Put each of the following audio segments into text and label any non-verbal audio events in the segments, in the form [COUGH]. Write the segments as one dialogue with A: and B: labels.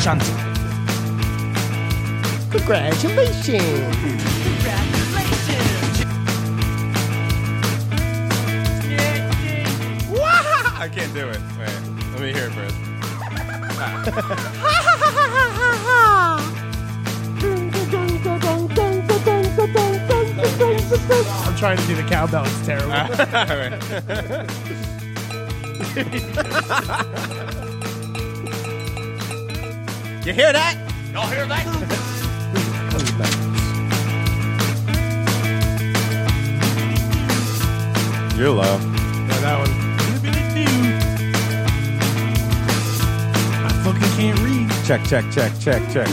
A: chanting.
B: Congratulations.
A: Wah! I can't do it. Wait, let me hear it first. [LAUGHS]
B: I'm trying to do the cowbell. It's terrible. [LAUGHS]
A: All right. [LAUGHS] you hear that? Y'all hear that? [LAUGHS] You're low.
B: Yeah, that one.
A: I fucking can't read. Check, check, check, check, check.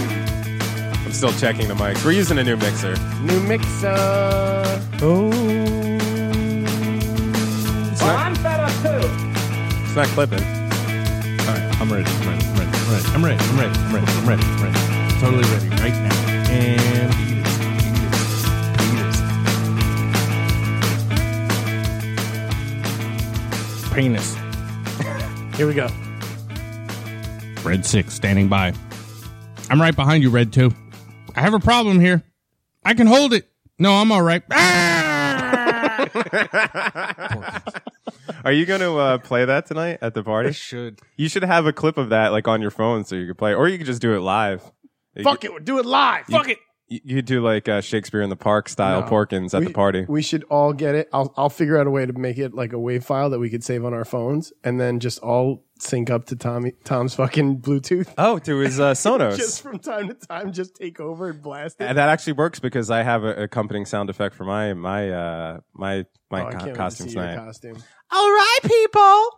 A: I'm still checking the mics. We're using a new mixer.
B: New mixer.
A: Oh. It's not,
C: I'm fed up too.
A: it's not clipping.
D: All right, I'm ready. I'm ready. I'm ready. I'm ready. I'm ready. I'm ready. I'm ready. I'm ready. Totally ready right now. And beat it. Beat it. Beat it. Penis. [LAUGHS]
B: Here we go.
D: Red six standing by. I'm right behind you, Red two. I have a problem here. I can hold it. No, I'm all right. Ah!
A: Are you going to uh, play that tonight at the party?
D: should.
A: You should have a clip of that like on your phone so you could play, or you could just do it live. You
B: Fuck it. We'll do it live. Fuck it.
A: You you could do like uh, Shakespeare in the Park style Porkins at the party.
B: We should all get it. I'll I'll figure out a way to make it like a wave file that we could save on our phones, and then just all sync up to Tommy Tom's fucking Bluetooth.
A: oh, to
B: [LAUGHS]
A: his uh, Sonos.
B: Just from time to time, just take over and blast it.
A: And that actually works because I have an accompanying sound effect for my my uh, my my
B: Oh, I can't
A: co-
B: wait to
A: costume
B: see your
A: tonight.
B: costume.
A: All right, people,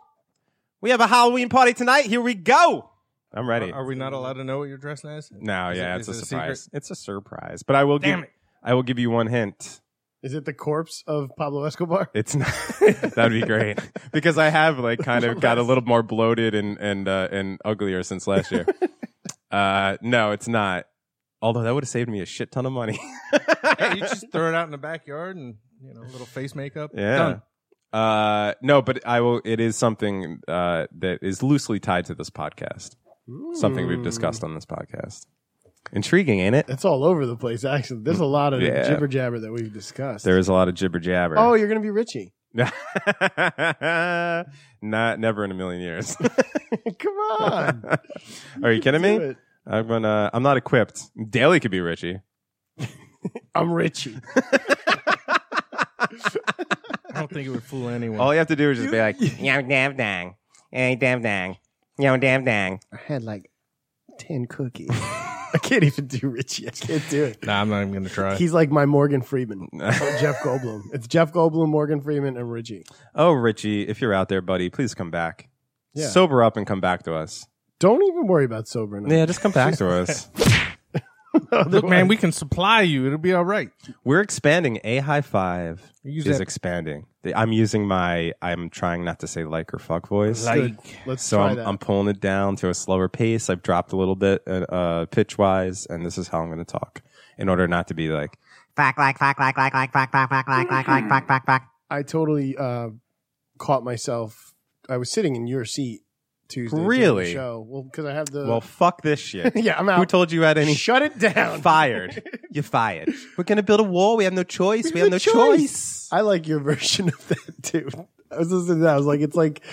A: we have a Halloween party tonight. Here we go. I'm ready.
D: Are we not allowed to know what you're dressed as?
A: no,
D: Is it-
A: yeah,
D: is
A: it's a
D: it a
A: surprise. it's a surprise, but I will
D: Damn
A: give I will give you one hint.
B: Is it the corpse of Pablo Escobar?
A: It's not. [LAUGHS] that'd be great because I have like kind of got a little more bloated and and uh, and uglier since
B: [LAUGHS]
A: last year. uh, no, it's not. Although that would have saved me a shit ton
B: [LAUGHS]
A: of money.
D: Hey, you just throw it out in the backyard and you know, a little face makeup.
A: Yeah.
D: Done.
A: Uh, no, but I will. It is something uh, that is loosely tied to this podcast. Something we've
B: Hmm.
A: discussed on this podcast. Intriguing, ain't it?
B: It's all over the place. Actually, there's a lot of
A: Yeah.
B: jibber jabber that we've discussed.
A: There is a lot of jibber jabber. [LAUGHS]
B: Oh, you're gonna be Richie. [LAUGHS]
A: not never in a million years. [LAUGHS]
B: Come on.
A: Are you
B: [LAUGHS]
A: kidding
B: Do
A: me?
B: it.
A: I'm gonna. I'm not equipped. Daly could be Richie.
B: I'm Richie.
D: I don't think it would fool anyone.
A: All you have to do is just be
B: [LAUGHS]
A: like, yo, damn dang, hey, damn dang, yo, damn dang.
B: I had like ten
A: [LAUGHS]
B: cookies. I can't even do Richie. I can't do it.
D: nah, I'm not even gonna try.
B: [LAUGHS] He's like my Morgan
A: [LAUGHS]
B: Freeman. Or Jeff Goldblum. It's Jeff Goldblum, Morgan Freeman, and Richie.
A: Oh, Richie, if you're out there, buddy, please come back.
B: Yeah.
A: Sober up and come back to us.
B: Don't even worry about sobering [LAUGHS] up.
A: Yeah, just come back [LAUGHS] to us.
D: Look, man, we can supply you. It'll be all right.
A: We're expanding. A high five
D: Use
A: is
D: that-
A: expanding. The- I'm using my. I'm trying not to say like or fuck voice.
B: Good. Let's
A: So
B: try
A: I'm,
B: that.
A: I'm pulling it down to a slower pace. I've dropped a little bit uh, uh, pitch wise, and this is how I'm going to talk in order not to be like.
E: Fuck, like, fuck, like, like, like, fuck, fuck, fuck, like, like, like, fuck, fuck, fuck.
B: I totally uh, caught myself. I was sitting in your seat Tuesday. during the
A: Really?
B: show. Well, because I have the.
A: Well, fuck this
B: [LAUGHS]
A: shit.
B: yeah, I'm out.
A: Who told you had any?
B: Shut it down.
A: Fired. You're fired. We're going to build a wall. We have no choice. We have no
B: have
A: choice.
B: I like your [LAUGHS] version of that too. I was listening to that. I was like, it's like,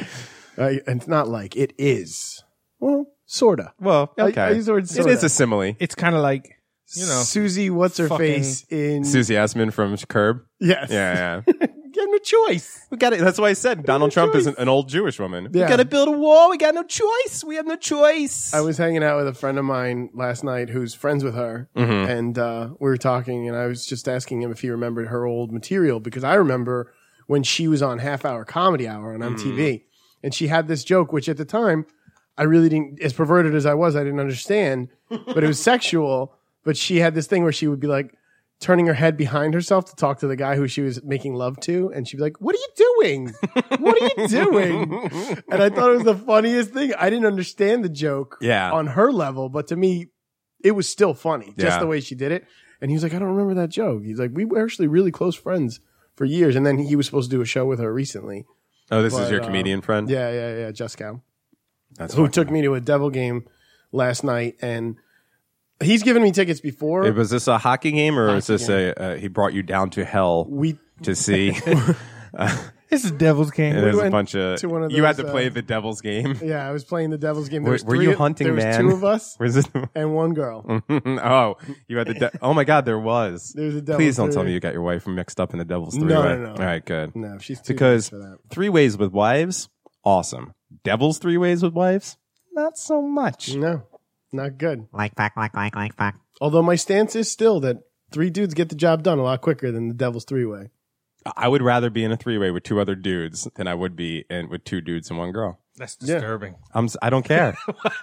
B: I, it's not like it is. Well, sorta.
A: Well,
B: I-
A: okay.
B: I use the word
A: it
B: sorta.
A: is a simile.
D: It's kind of like you know.
B: Susie, what's her face in?
A: Susie Essman from Curb.
B: yes.
A: Yeah,
B: [LAUGHS]
A: yeah.
B: Give him a choice.
A: We got it. That's why I said Donald Trump is an, an old Jewish woman.
B: Yeah.
A: We got to build a wall. We got no choice. We have no choice.
B: I was hanging out with a friend of mine last night who's friends with her,
D: Mm-hmm.
B: and uh, we were talking, and I was just asking him if he remembered her old material because I remember when she was on Half Hour Comedy Hour on
D: Mm.
B: MTV, and she had this joke, which at the time I really didn't, as perverted as I was, I didn't understand, but it
A: [LAUGHS]
B: was sexual. But she had this thing where she would be like turning her head behind herself to talk to the guy who she was making love to, and she'd be like, "What are you doing? What are
A: [LAUGHS]
B: you doing?" and I thought it was the funniest thing. I didn't understand the joke
A: Yeah.
B: on her level, but to me, it was still funny, just
A: Yeah.
B: the way she did it. And he was like, I don't remember that joke. He's like, we were actually really close friends for years. And then he was supposed to do a show with her recently.
A: oh, this
B: but,
A: is your
B: uh,
A: comedian friend.
B: Yeah, yeah, yeah, Jessica,
A: that's
B: who
A: fucking-
B: took me to a devil game last night, and he's given me tickets before.
A: Was this a hockey game or is this a uh, he brought you down to
B: [LAUGHS]
A: hell
B: we
A: to see? [LAUGHS]
D: This is Devil's King.
A: There's a
B: went
A: bunch of,
B: to one of
A: you had to
B: those,
A: play
B: uh,
A: the devil's game. [LAUGHS]
B: yeah, I was playing the devil's game. There
A: Were-
B: was
A: were
B: three-
A: you hunting,
B: there was
A: man?
B: Two of us
A: Where's it? [LAUGHS]
B: and one girl.
A: oh, you had the. De- oh my God, there was.
B: There's a devil's
A: Please don't tell
B: three.
A: me you got your wife mixed up in the devil's
B: No,
A: three-way.
B: no, no.
A: All right, good.
B: No, she's too
A: Because
B: good for that.
A: three ways with wives, awesome. Devil's three ways with wives, not so much.
B: No, not good.
E: like back, like like like back.
B: Although my stance is still that three dudes get the job done a lot quicker than the devil's three way.
A: I would rather be in a three way with two other dudes than I would be in with two dudes and one girl.
D: That's
B: Yeah.
D: disturbing.
A: I'm. s- I
B: [LAUGHS]
A: don't care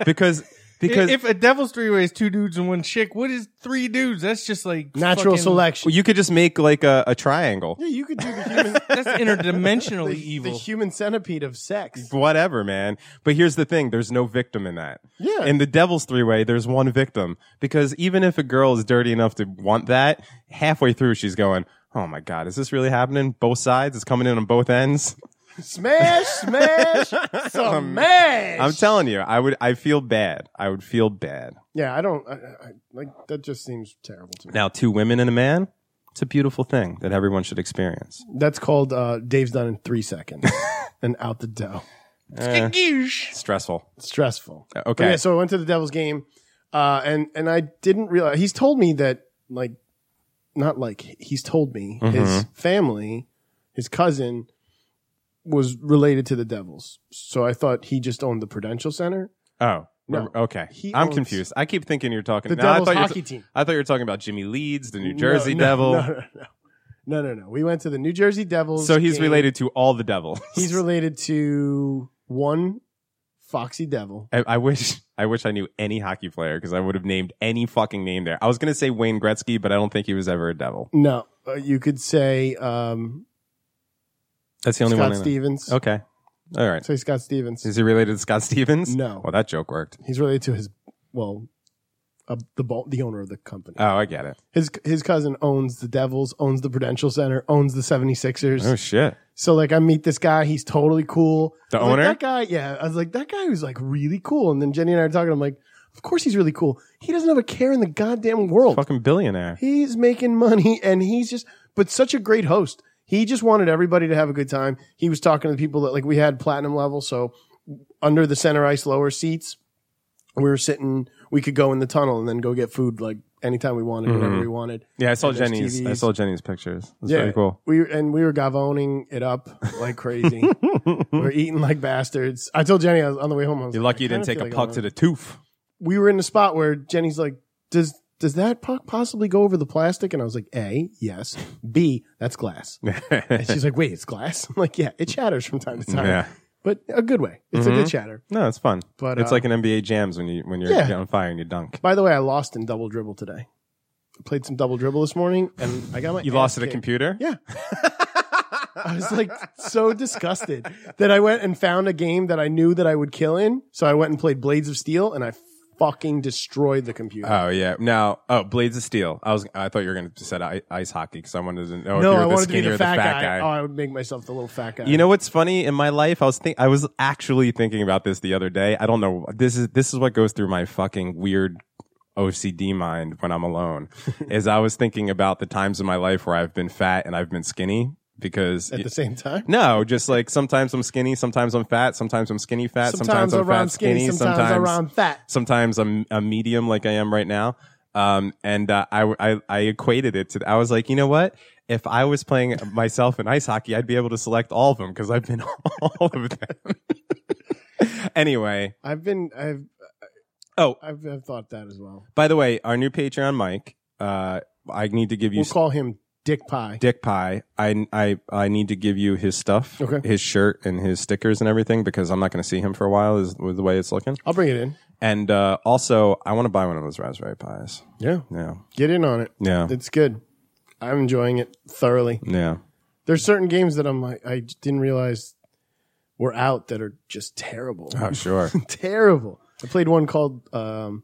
A: because because
D: if a Devil's Three Way is two dudes and one chick, what is three dudes? That's just like
B: Natural
D: fucking-
B: selection.
A: you could just make like a, a triangle.
B: yeah, you could do the human,
A: [LAUGHS]
D: That's interdimensionally
B: the,
D: evil.
B: the human centipede of sex.
A: whatever, man. But here's the thing: there's no victim in that.
B: Yeah.
A: In the devil's three way, there's one victim because even if a girl is dirty enough to want that, halfway through she's going, "Oh my god, is this really happening? Both sides? It's coming in on both ends."
B: Smash,
A: [LAUGHS]
B: smash, smash.
A: Um, I'm telling you, I would. I feel bad. I would feel bad.
B: yeah, I don't I, I, like that. Just seems terrible to me.
A: Now, two women and a man. It's a beautiful thing that everyone should experience.
B: That's called uh, Dave's done in three
A: [LAUGHS]
B: seconds and out the dough.
D: Skingoosh.
A: Eh, Stressful.
B: Stressful.
A: Uh,
B: But
A: Okay.
B: yeah, so I went to the Devils game, uh, and and I didn't realize he's told me that like, not like he's told me his
A: Mm-hmm.
B: family, his cousin, was related to the Devils. So I thought he just owned the Prudential Center.
A: Oh.
B: No.
A: Okay.
B: He
A: I'm
B: owns-
A: confused. I keep thinking you're talking
B: The
A: no,
B: Devils
A: I thought you were
B: hockey
A: ta-
B: team.
A: I thought you were talking about Jimmy Leeds, the New
B: No,
A: Jersey
B: no,
A: Devil.
B: No, no, no, no, no, no. We went to the New Jersey Devils.
A: So he's
B: game.
A: related to all the devils.
B: He's related to one Foxy Devil.
A: I, I wish [LAUGHS] I wish I knew any hockey player because I would have named any fucking name there. I was gonna say Wayne Gretzky, but I don't think he was ever a devil.
B: No, uh, you could say um,
A: That's the only
B: Scott
A: one. I know.
B: Stevens.
A: Okay, all right.
B: Say Scott Stevens.
A: Is he related to Scott Stevens?
B: No.
A: Well, that joke worked.
B: He's related to his well, uh, the bo- the owner of the company.
A: Oh, I get it.
B: his his cousin owns the Devils, owns the Prudential Center, owns the 76ers.
A: Oh shit.
B: So like I meet this guy, he's totally cool.
A: The
B: I was like,
A: owner?
B: that guy, yeah. I was like that guy was like really cool. And then Jenny and I are talking. I'm like, of course he's really cool. He doesn't have a care in the goddamn world.
A: Fucking billionaire.
B: He's making money, and he's just but such a great host. He just wanted everybody to have a good time. He was talking to the people that like we had platinum level, so under the center ice lower seats. We were sitting. We could go in the tunnel and then go get food like anytime we wanted, whenever
A: Mm-hmm.
B: we wanted.
A: Yeah, I saw
B: And there's
A: Jenny's. I
B: TVs.
A: saw Jenny's pictures. That's pretty cool.
B: We and we were gavoning it up like
A: [LAUGHS]
B: crazy. we were eating like bastards. I told Jenny I was on the way home. I was
A: You're
B: like, I
A: lucky you didn't
B: kinda
A: take a
B: feel
A: puck
B: like
A: to the [LAUGHS] tooth.
B: we were in a spot where Jenny's like, "Does does that puck possibly go over the plastic?" And I was like, "A, yes. B, that's glass." And she's like, "Wait, it's glass?" [LAUGHS] I'm like, "Yeah, it shatters from time to time,
A: yeah.
B: but a good way. It's a good shatter."
A: No, it's fun.
B: But,
A: it's
B: uh,
A: like an NBA jams when you when you're
B: Yeah.
A: on fire and you dunk.
B: By the way, I lost in double dribble today. I played some double dribble this morning, and I got my
A: You
B: ass
A: lost at a
B: kicked.
A: computer.
B: Yeah. I was like so disgusted that I went and found a game that I knew that I would kill in. So I went and played Blades of Steel, and I fucking destroyed the computer.
A: Oh yeah. Now, oh, Blades of Steel. I was. I thought you were going to set i- ice hockey because I wanted to
B: no,
A: know if you
B: I
A: were Oh, the
B: wanted to be
A: skinny
B: the
A: or
B: fat,
A: the fat
B: guy.
A: guy.
B: Oh, I would make myself the little fat guy.
A: You know what's funny in my life? I was think I was actually thinking about this the other day. I don't know. This is this is what goes through my fucking weird OCD mind when I'm alone.
B: [LAUGHS]
A: is I was thinking about the times in my life where I've been fat and I've been skinny because
B: at the same time.
A: no, just like sometimes I'm skinny, sometimes I'm fat, sometimes I'm skinny [LAUGHS] fat, sometimes, I'm
B: around
A: fat skinny,
B: sometimes, around fat.
A: sometimes I'm a medium like I am right now. Um, and uh, I, I, I equated it to, I was like, you know what? If I was playing myself in ice hockey, I'd be able to select all of them because I've been [LAUGHS] all of them. [LAUGHS] anyway,
B: I've been I've
A: oh,
B: I've, I've thought that as well.
A: by the way, our new Patreon, Mike, uh, I need to give you
B: We'll call him Dick Pie.
A: Dick Pie. I, I, I need to give you his stuff,
B: Okay.
A: his shirt and his stickers and everything because I'm not going to see him for a while is with the way it's looking.
B: I'll bring it in.
A: And, uh, also I want to buy one of those raspberry pies.
B: Yeah,
A: Yeah.
B: get in on it.
A: Yeah.
B: It's good. I'm enjoying it thoroughly.
A: Yeah.
B: There's certain games that I'm like I j- didn't realize were out that are just terrible.
A: Oh, sure.
B: [LAUGHS] terrible. I played one called um,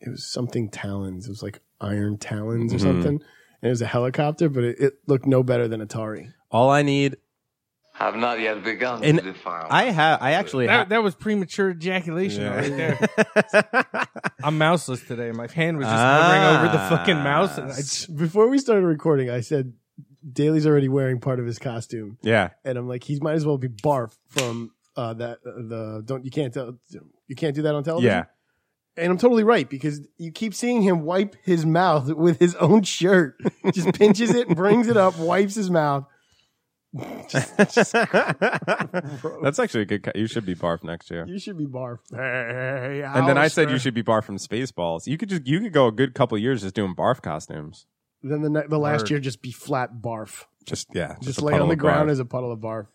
B: it was something Talons. It was like Iron Talons or something. And it was a helicopter, but it, it looked no better than Atari.
A: All I need
C: have not yet begun
A: And
C: to defile.
A: I have. I actually. ha-
D: That, that was premature ejaculation
A: Yeah.
D: right
A: [LAUGHS]
D: there. I'm mouseless today. My hand was just
A: Ah.
D: hovering over the fucking mouse. And I
A: [LAUGHS]
D: just,
B: Before we started recording, I said Daly's already wearing part of his costume,
A: yeah.
B: and I'm like, he might as well be barf from uh, that uh, the don't you can't tell you can't do that on television.
A: Yeah.
B: and I'm totally right because you keep seeing him wipe his mouth [LAUGHS] with his own shirt, just pinches it, brings it up, wipes his mouth.
A: [LAUGHS] That's actually a good. Cut. You should be barf next year.
B: You should be barf.
A: And then I said you should be barf from Spaceballs. You could just you could go a good couple years just doing barf costumes.
B: Then the ne- the last
D: Word.
B: year just be flat barf.
A: Just yeah,
B: Just,
A: a
B: lay on
A: puddle
B: the
A: of
B: ground
A: barf.
B: as a puddle of barf.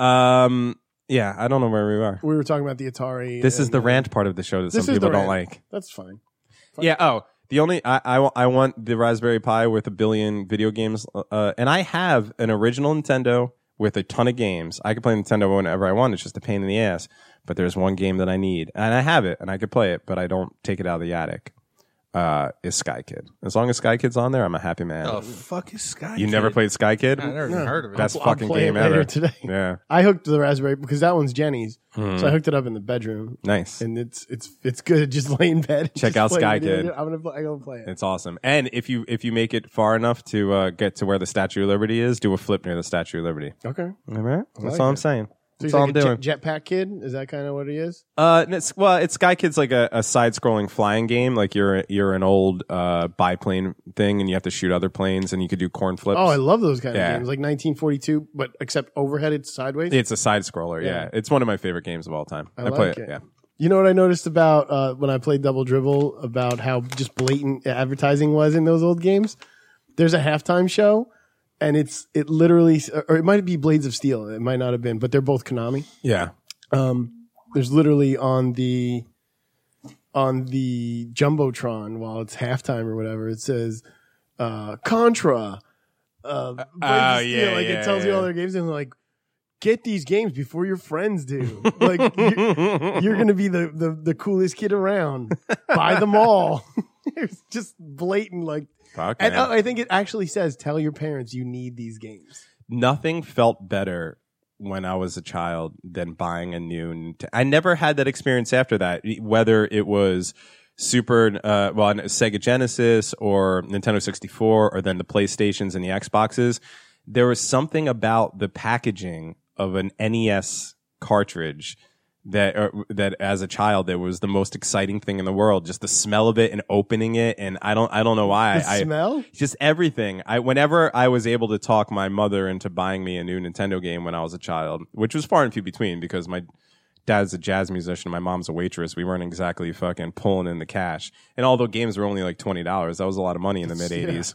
A: um, yeah, I don't know where we are.
B: We were talking about the Atari.
A: This is
B: and-
A: the rant part of the show that
B: This
A: some
B: is the
A: people don't
B: rant.
A: like.
B: That's fine.
A: Yeah. Oh, the only I, I wa- I want the Raspberry Pi with a billion video games, uh, and I have an original Nintendo with a ton of games. I could play Nintendo whenever I want. It's just a pain in the ass. But there's one game that I need, and I have it, and I could play it, but I don't take it out of the attic. Uh, is Sky Kid? As long as Sky Kid's on there, I'm a happy man.
C: Oh,
B: Oh,
D: the fuck is Sky?
A: you never
D: Kid?
A: played Sky Kid?
D: I never even heard of it.
A: Best
B: I'll
A: fucking
B: play it
A: game
B: later
A: ever.
B: today.
A: Yeah.
B: I hooked the Raspberry because that one's Jenny's,
A: Mhm.
B: so I hooked it up in the bedroom,
A: Nice.
B: and it's it's it's good. [LAUGHS] Just lay in bed.
A: Check
B: Just
A: out
B: play
A: Sky
B: video
A: Kid.
B: game. I'm gonna play, I'm gonna play it.
A: It's awesome. And if you if you make it far enough to uh, get to where the Statue of Liberty is, do a flip near the Statue of Liberty.
B: Okay.
A: All right. That's
B: like
A: all I'm
B: it.
A: saying.
B: So
A: That's
B: he's
A: all
B: like
A: I'm
B: a
A: doing.
B: Jet, Jetpack Kid. Is that kind of what he is?
A: Uh, and it's, well, it's Sky Kid's like a, a side-scrolling flying game. Like you're you're an old uh, biplane thing, and you have to shoot other planes, and you could do corn flips.
B: Oh, I love those kind
A: Yeah.
B: of games, like 1942, but except overheaded sideways.
A: it's a side scroller. Yeah.
B: Yeah.
A: it's one of my favorite games of all time.
B: I
A: play
B: like
A: it.
B: it.
A: Yeah,
B: You know what I noticed about uh, when I played Double Dribble about how just blatant advertising was in those old games? There's a halftime show, and it's it literally, or it might be Blades of Steel. It might not have been, but they're both Konami.
A: yeah.
B: Um, there's literally on the on the jumbotron while it's halftime or whatever. It says uh, Contra. Uh, Blades of
A: oh,
B: Steel.
A: yeah,
B: like
A: yeah,
B: it tells you
A: yeah.
B: all their games and like get these games before your friends do. like you're, you're gonna be the, the the coolest kid around. Buy them all. [LAUGHS] it's just blatant like.
A: [LAUGHS] Fuck,
B: And
A: man.
B: oh, I think it actually says tell your parents you need these games.
A: nothing felt better when I was a child than buying a new. Nint- I never had that experience after that, e, whether it was Super, uh, well, Sega Genesis or Nintendo 64 or then the PlayStations and the Xboxes. There was something about the packaging of an NES cartridge that or, that as a child that was the most exciting thing in the world just the smell of it and opening it and I don't I don't know why
B: The
A: I
B: smell.
A: just everything. I whenever I was able to talk my mother into buying me a new Nintendo game when I was a child, which was far and few between because my dad's a jazz musician, my mom's a waitress. We weren't exactly fucking pulling in the cash. And although games were only like twenty dollars, that was a lot of money in the mid eighties.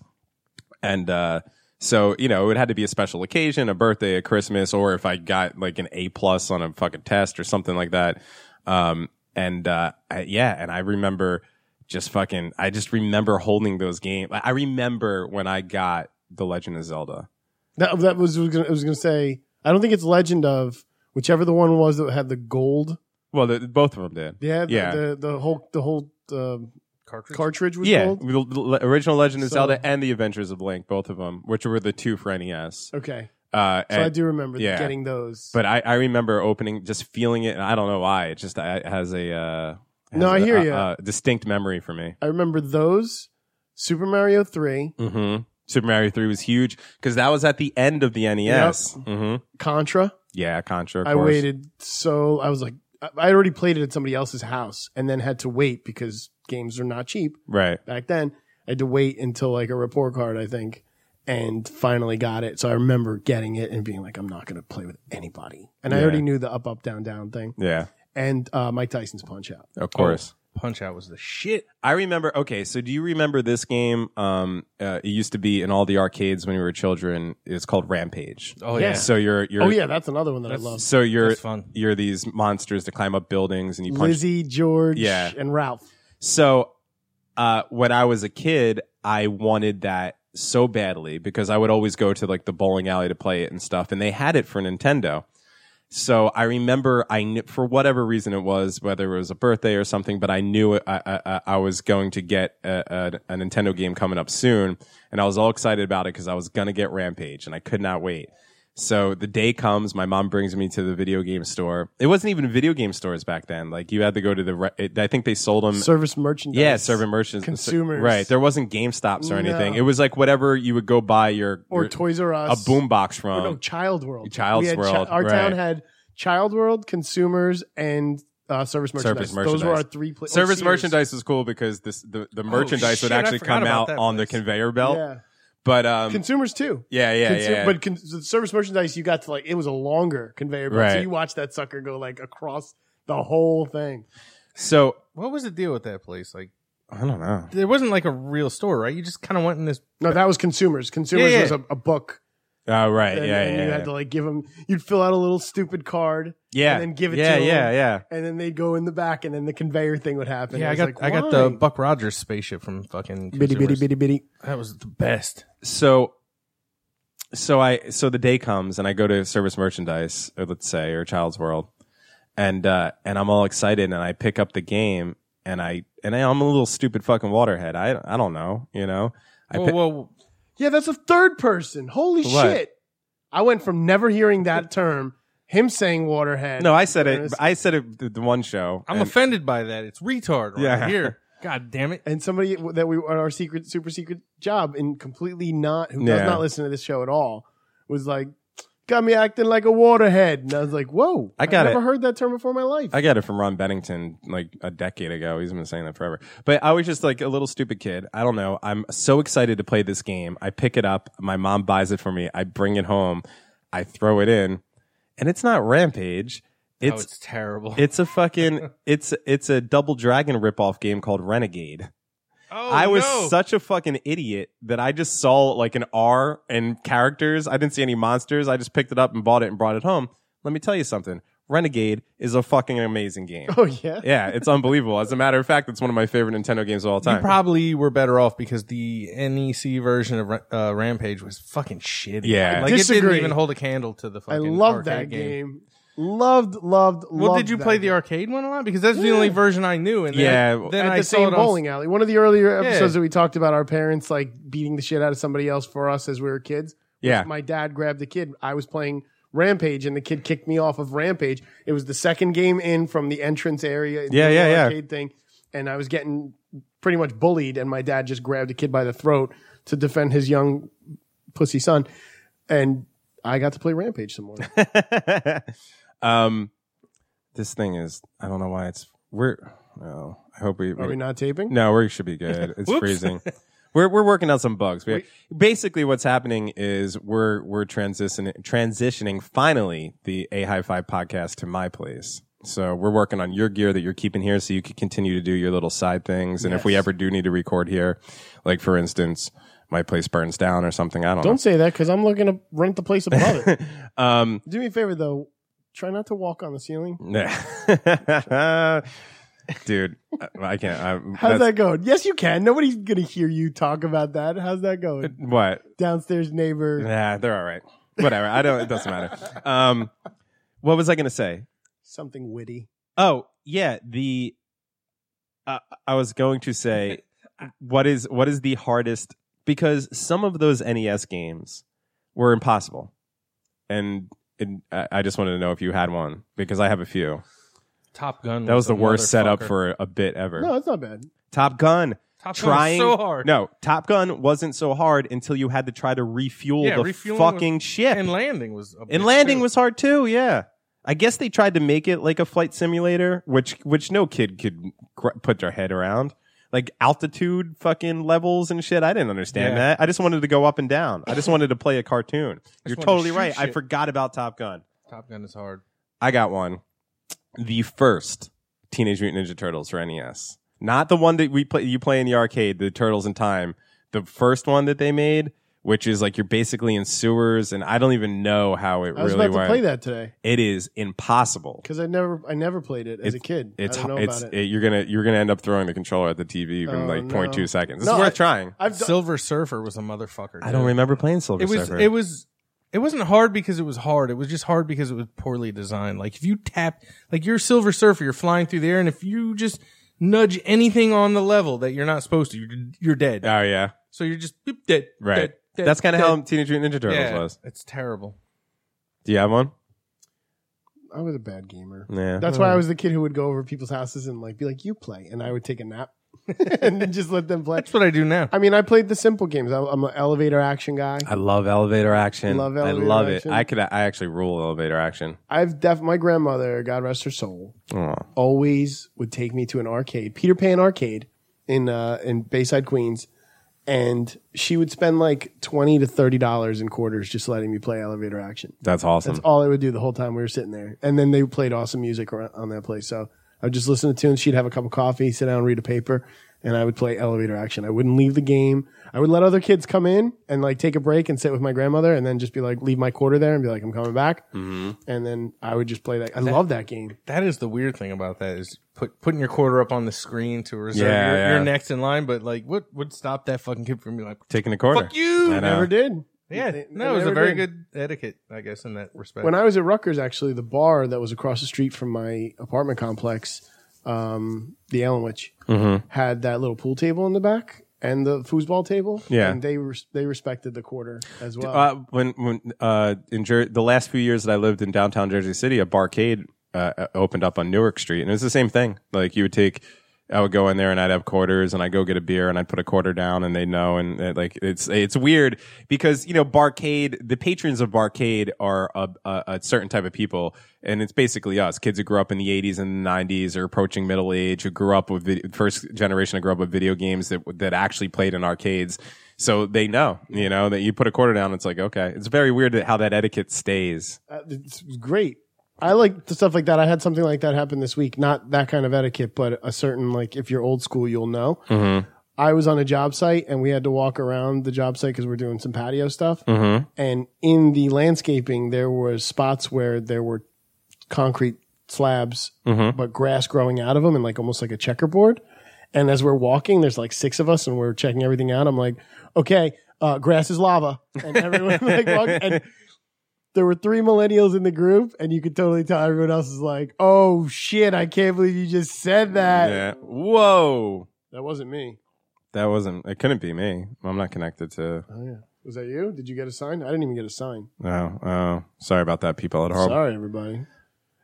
A: And uh so, you know, it had to be a special occasion, a birthday, a Christmas, or if I got like an A plus on a fucking test or something like that. Um and uh I, yeah, and I remember just fucking I just remember holding those games. I remember when I got The Legend of Zelda.
B: That that was, was gonna, I was going to say. I don't think it's Legend of whichever the one was that had the gold.
A: Well, the, both of them did.
B: Yeah, the,
A: Yeah.
B: The, the whole the whole uh,
D: Cartridge?
B: cartridge was
A: yeah,
B: gold.
A: the, the original Legend of
B: So-
A: Zelda and The Adventures of Link, both of them, which were the two for NES.
B: Okay,
A: Uh,
B: so I
A: and-
B: do remember
A: yeah.
B: getting those.
A: But I, I remember opening, just feeling it, and I don't know why. It just I, it has a uh, it
B: No,
A: has
B: I
A: a-
B: hear
A: a-
B: ya.
A: a distinct memory for me.
B: I remember those Super Mario Three,
A: Mm-hmm. Super Mario Three was huge because that was at the end of the NES. hmm
B: Contra.
A: Yeah, Contra. Of
B: I
A: course.
B: waited so I was like, I I already played it at somebody else's house, and then had to wait because games are not cheap
A: Right.
B: back then. I had to wait until like a report card, I think, and finally got it. So I remember getting it and being like, I'm not going to play with anybody. And I
A: Yeah.
B: already knew the up, up, down, down thing.
A: Yeah.
B: and uh, Mike Tyson's Punch Out.
A: Of course.
D: Punch Out was the shit.
A: I remember. Okay, so do you remember this game? Um, uh, it used to be in all the arcades when we were children. It's called Rampage.
D: Oh
B: Yeah.
D: yeah.
A: So you're you're
B: Oh yeah, that's another one that I love.
A: so you're
D: That's fun.
A: you're these monsters to climb up buildings and you punch.
B: Lizzie, George,
A: Yeah.
B: and Ralph.
A: So uh, when I was a kid, I wanted that so badly because I would always go to like the bowling alley to play it and stuff, and they had it for Nintendo. So I remember I kn- for whatever reason it was, whether it was a birthday or something, but I knew I, I, I- I was going to get a, a, a Nintendo game coming up soon, and I was all excited about it because I was gonna get Rampage, and I could not wait. So the day comes, my mom brings me to the video game store. It wasn't even video game stores back then. Like you had to go to the. Re- it- I think they sold them.
B: Service merchandise.
A: Mm. yeah, serving merchants,
B: Consumers.
A: Right, there wasn't GameStops or anything.
B: No.
A: It was like whatever you would go buy your
B: Or
A: your-
B: Toys R
A: a
B: Us.
A: boombox
B: Or
A: from.
B: no, Child World.
A: Child's
B: We had chi-
A: World,
B: our town
A: right.
B: had Child World, consumers, and uh, service merchandise.
A: Service
B: Those were our
A: merchandise.
B: three oh, places.
A: Service merchandise was cool because this the,
B: Oh,
A: the merchandise
C: shit,
A: would
C: I
A: actually
C: forgot
A: come
C: about
A: out
C: that
A: on the
C: place.
A: conveyor belt.
B: Yeah.
A: But um,
B: Consumers too.
A: yeah, yeah,
B: Consu-
A: yeah.
B: But con- the service merchandise, you got to like it was a longer conveyor belt, so
A: Right.
B: you watched that sucker go like across the whole thing.
A: so
C: What was the deal with that place? Like,
A: I don't know.
C: there wasn't like a real store, right? You just kind of went in this.
B: No, that was consumers. Consumers
C: Yeah, yeah.
B: was a, a book,
A: Oh right,
B: and,
A: yeah,
B: and
A: yeah,
B: you
A: yeah.
B: had to like give them. You'd fill out a little stupid card,
A: yeah,
B: and then give it
A: yeah,
B: to
A: yeah,
B: them.
A: yeah.
B: and then they'd go in the back, and then the conveyor thing would happen.
C: yeah, I
B: was
C: got
B: like,
C: I got
B: why?
C: the Buck Rogers spaceship from fucking
B: bitty bitty
C: Consumers.
B: bitty bitty.
C: That was the best.
A: So, so I so the day comes and I go to service merchandise, or let's say, or Child's World, and uh, and I'm all excited and I pick up the game and I and I, I'm a little stupid fucking waterhead. I I don't know, you know. I
C: Whoa,
A: pi-
C: whoa,
B: Yeah, that's a third person. Holy
A: What?
B: shit! I went from never hearing that term, him saying waterhead.
A: no, I said it.
B: Whereas-
A: I said it the, the one show.
C: I'm
A: and-
C: offended by that. It's retard right
A: Yeah.
C: here.
A: [LAUGHS]
C: God damn it.
B: and somebody that we at our secret super secret job and completely not who
A: Yeah.
B: does not listen to this show at all was like got me acting like a waterhead and i was like whoa
A: I got
B: I've
A: it.
B: never heard that term before in my life
A: I got it from Ron Bennington like a decade ago. He's been saying that forever. But I was just like a little stupid kid. I don't know. I'm so excited to play this game. I pick it up. My mom buys it for me. I bring it home. I throw it in, and it's not Rampage.
C: oh,
A: It's
C: it's [LAUGHS] terrible.
A: it's a fucking it's it's a Double Dragon ripoff game called Renegade.
C: oh,
A: I was
C: no.
A: such a fucking idiot that I just saw like an R and characters. I didn't see any monsters. I just picked it up and bought it and brought it home. Let me tell you something. Renegade is a fucking amazing game.
B: [LAUGHS]
C: [LAUGHS]
B: oh yeah
A: Yeah, it's unbelievable. As a matter of fact, it's one of my favorite Nintendo games of all
C: You
A: time.
C: probably were better off because the NEC version of Ra- uh, Rampage was fucking shitty.
A: Yeah.
C: like it didn't
B: Disagree.
C: even hold a candle to the
B: i
C: fucking.
B: love
C: arcade
B: that game. loved loved
C: Well,
B: loved
C: did you
B: that
C: play the
B: game.
C: arcade one a lot? Because that's the only version I knew. And then,
A: Yeah.
C: then
B: at
C: I
B: the
C: saw
B: same
C: it on-
B: bowling alley one of the earlier
C: Yeah.
B: episodes that we talked about our parents like beating the shit out of somebody else for us as we were kids [LAUGHS]
A: Yeah.
B: my dad grabbed the kid. I was playing Rampage, and the kid kicked me off of Rampage. It was the second game in from the entrance area. into
A: Yeah,
B: the
A: yeah, yeah.
B: arcade Thing, and I was getting pretty much bullied, and my dad just grabbed a kid by the throat to defend his young pussy son, and I got to play Rampage
A: [LAUGHS]
B: some more.
A: um, this thing is, I don't know why it's, we're, oh, I hope we,
B: Are we not taping?
A: no, we should be good. It's
C: Whoops.
A: freezing. We're, we're working out some bugs. We, basically, what's happening is we're we're transitioning transitioning finally the A High Five podcast to my place. So we're working on your gear that you're keeping here, so you can continue to do your little side things. And if we ever do need to record here, like for instance, my place burns down or something, I don't,
B: Don't say that because I'm looking to rent the place above it.
A: know. Um,
B: [LAUGHS]
A: [LAUGHS]
B: Do me a favor though. Try not to walk on the ceiling.
A: Nah. Dude, I can't. I,
B: How's
A: that's-
B: that going? Yes, you can. Nobody's gonna hear you talk about that. How's that going?
A: What?
B: Downstairs neighbor.
A: Nah, they're all right. Whatever. I don't. It doesn't matter. Um, what was I gonna say?
B: Something witty.
A: Oh yeah, the. Uh, I was going to say, what is what is the hardest? Because some of those NES games were impossible, and. And I I just wanted to know if you had one because I have a few.
C: Top Gun.
A: That was the
C: a
A: worst setup
C: motherfucker.
A: for a bit ever.
B: No, it's not bad.
A: Top Gun.
C: Top Gun was
A: trying
C: so hard.
A: No, Top Gun wasn't so hard until you had to try to refuel
C: Yeah,
A: the
C: refueling
A: fucking
C: [LAUGHS]
A: ship.
C: and
A: And,
C: landing was a bitch,
A: landing
C: too.
A: was hard too. Yeah, I guess they tried to make it like a flight simulator, which which no kid could gr- put their head around. Like altitude fucking levels and shit. I didn't understand
C: Yeah.
A: that. I just wanted to go up and down. I just wanted to play a cartoon.
C: wanted to
A: You're totally
C: shoot
A: right. I
C: shit.
A: forgot about Top Gun.
C: Top Gun is hard.
A: I got one. The first Teenage Mutant Ninja Turtles for NES. Not the one that we play you play in the arcade, the Turtles in Time. The first one that they made, which is like you're basically in sewers and I don't even know how it
B: I was
A: really
B: about to
A: went.
B: play that today
A: It is impossible.
B: because I never, I never played it as
A: It's-
B: a kid.
A: It's
B: I don't know
A: it's
B: about it.
A: it- you're gonna you're gonna end up throwing the controller at the TV in
B: Oh,
A: like
B: no.
A: 0.2 seconds. It's
B: No,
A: worth
B: I-
A: trying.
B: I've done,
C: Silver Surfer was a motherfucker.
A: I don't
C: dude.
A: remember playing Silver
C: It was.
A: Surfer.
C: It was. It wasn't hard because it was hard. It was just hard because it was poorly designed. Like if you tap, like you're Silver Surfer, you're flying through the air, and if you just nudge anything on the level that you're not supposed to, you're, you're dead.
A: oh yeah,
C: So you're just boop, dead.
A: right.
C: dead, dead,
A: That's kind of
C: dead.
A: how Teenage Mutant Ninja Turtles
C: Yeah,
A: was.
C: It's terrible.
A: Do you have one?
B: I was a bad
A: [LAUGHS]
B: gamer.
A: Yeah.
B: That's why I was the kid who would go over people's houses and like be like, "You play," and I would take a nap [LAUGHS] and then just let them play.
C: That's what I do now.
B: I mean, I played the simple games. I, I'm an elevator action guy.
A: I love elevator action.
B: Love
A: I
B: elevator
A: love
B: action.
A: it. I could. I actually rule elevator action.
B: I've def my grandmother, God rest her soul,
A: Aw.
B: always would take me to an arcade, Peter Pan arcade in uh, in Bayside, Queens, and she would spend like twenty to thirty dollars in quarters just letting me play elevator action.
A: That's awesome.
B: That's all I would do the whole time we were sitting there. And then they played awesome music ar- on that place. So I would just listen to tunes. She'd have a cup of coffee, sit down, read a paper, and I would play elevator action. I wouldn't leave the game. I would let other kids come in and like take a break and sit with my grandmother and then just be like, leave my quarter there and be like, I'm coming back. And then I would just play that. I love that game.
C: That is the weird thing about that is put putting your quarter up on the screen to reserve
A: Yeah,
C: your,
A: yeah.
C: your next in line. But like, what would stop that fucking kid from being like,
A: Taking a quarter.
C: "Fuck you"?
A: I know.
B: Never did.
C: Yeah,
B: They-
C: no,
B: they
C: it was a
B: never
C: very
B: did.
C: good etiquette, I guess, in that respect.
B: When I was at Rutgers, actually, the bar that was across the street from my apartment complex, um, the Allen Witch,
A: Mm-hmm.
B: had that little pool table in the back and the foosball table.
A: Yeah.
B: and they res- they respected the quarter as well.
A: uh, when when uh, in Jer- the last few years that I lived in downtown Jersey City, a barcade uh, uh, opened up on Newark Street, and it was the same thing. Like you would take, I would go in there and I'd have quarters, and I'd go get a beer, and I'd put a quarter down, and they know, and uh, like it's it's weird because you know barcade, the patrons of barcade are a, a, a certain type of people, and it's basically us kids who grew up in the '80s and '90s or approaching middle age, who grew up with vid- first generation to grew up with video games that that actually played in arcades. So they know, you know, that you put a quarter down. It's like, okay, it's very weird that how that etiquette stays.
B: Uh, it's great. I like the stuff like that. I had something like that happen this week. Not that kind of etiquette, but a certain like if you're old school, you'll know. I was on a job site and we had to walk around the job site because we're doing some patio stuff. And in the landscaping, there was spots where there were concrete slabs, but grass growing out of them and like almost like a checkerboard. And as we're walking, there's like six of us and we're checking everything out. I'm like, okay, uh, grass is lava. And everyone [LAUGHS] like walking, and there were three millennials in the group, and you could totally tell everyone else is like, "Oh shit, I can't believe you just said that."
A: Yeah. Whoa.
B: That wasn't me.
A: That wasn't, it couldn't be me. I'm not connected to,
B: Oh yeah, was that you? Did you get a sign? I didn't even get a sign.
A: no. Oh, sorry about that, people at home.
B: Sorry, everybody.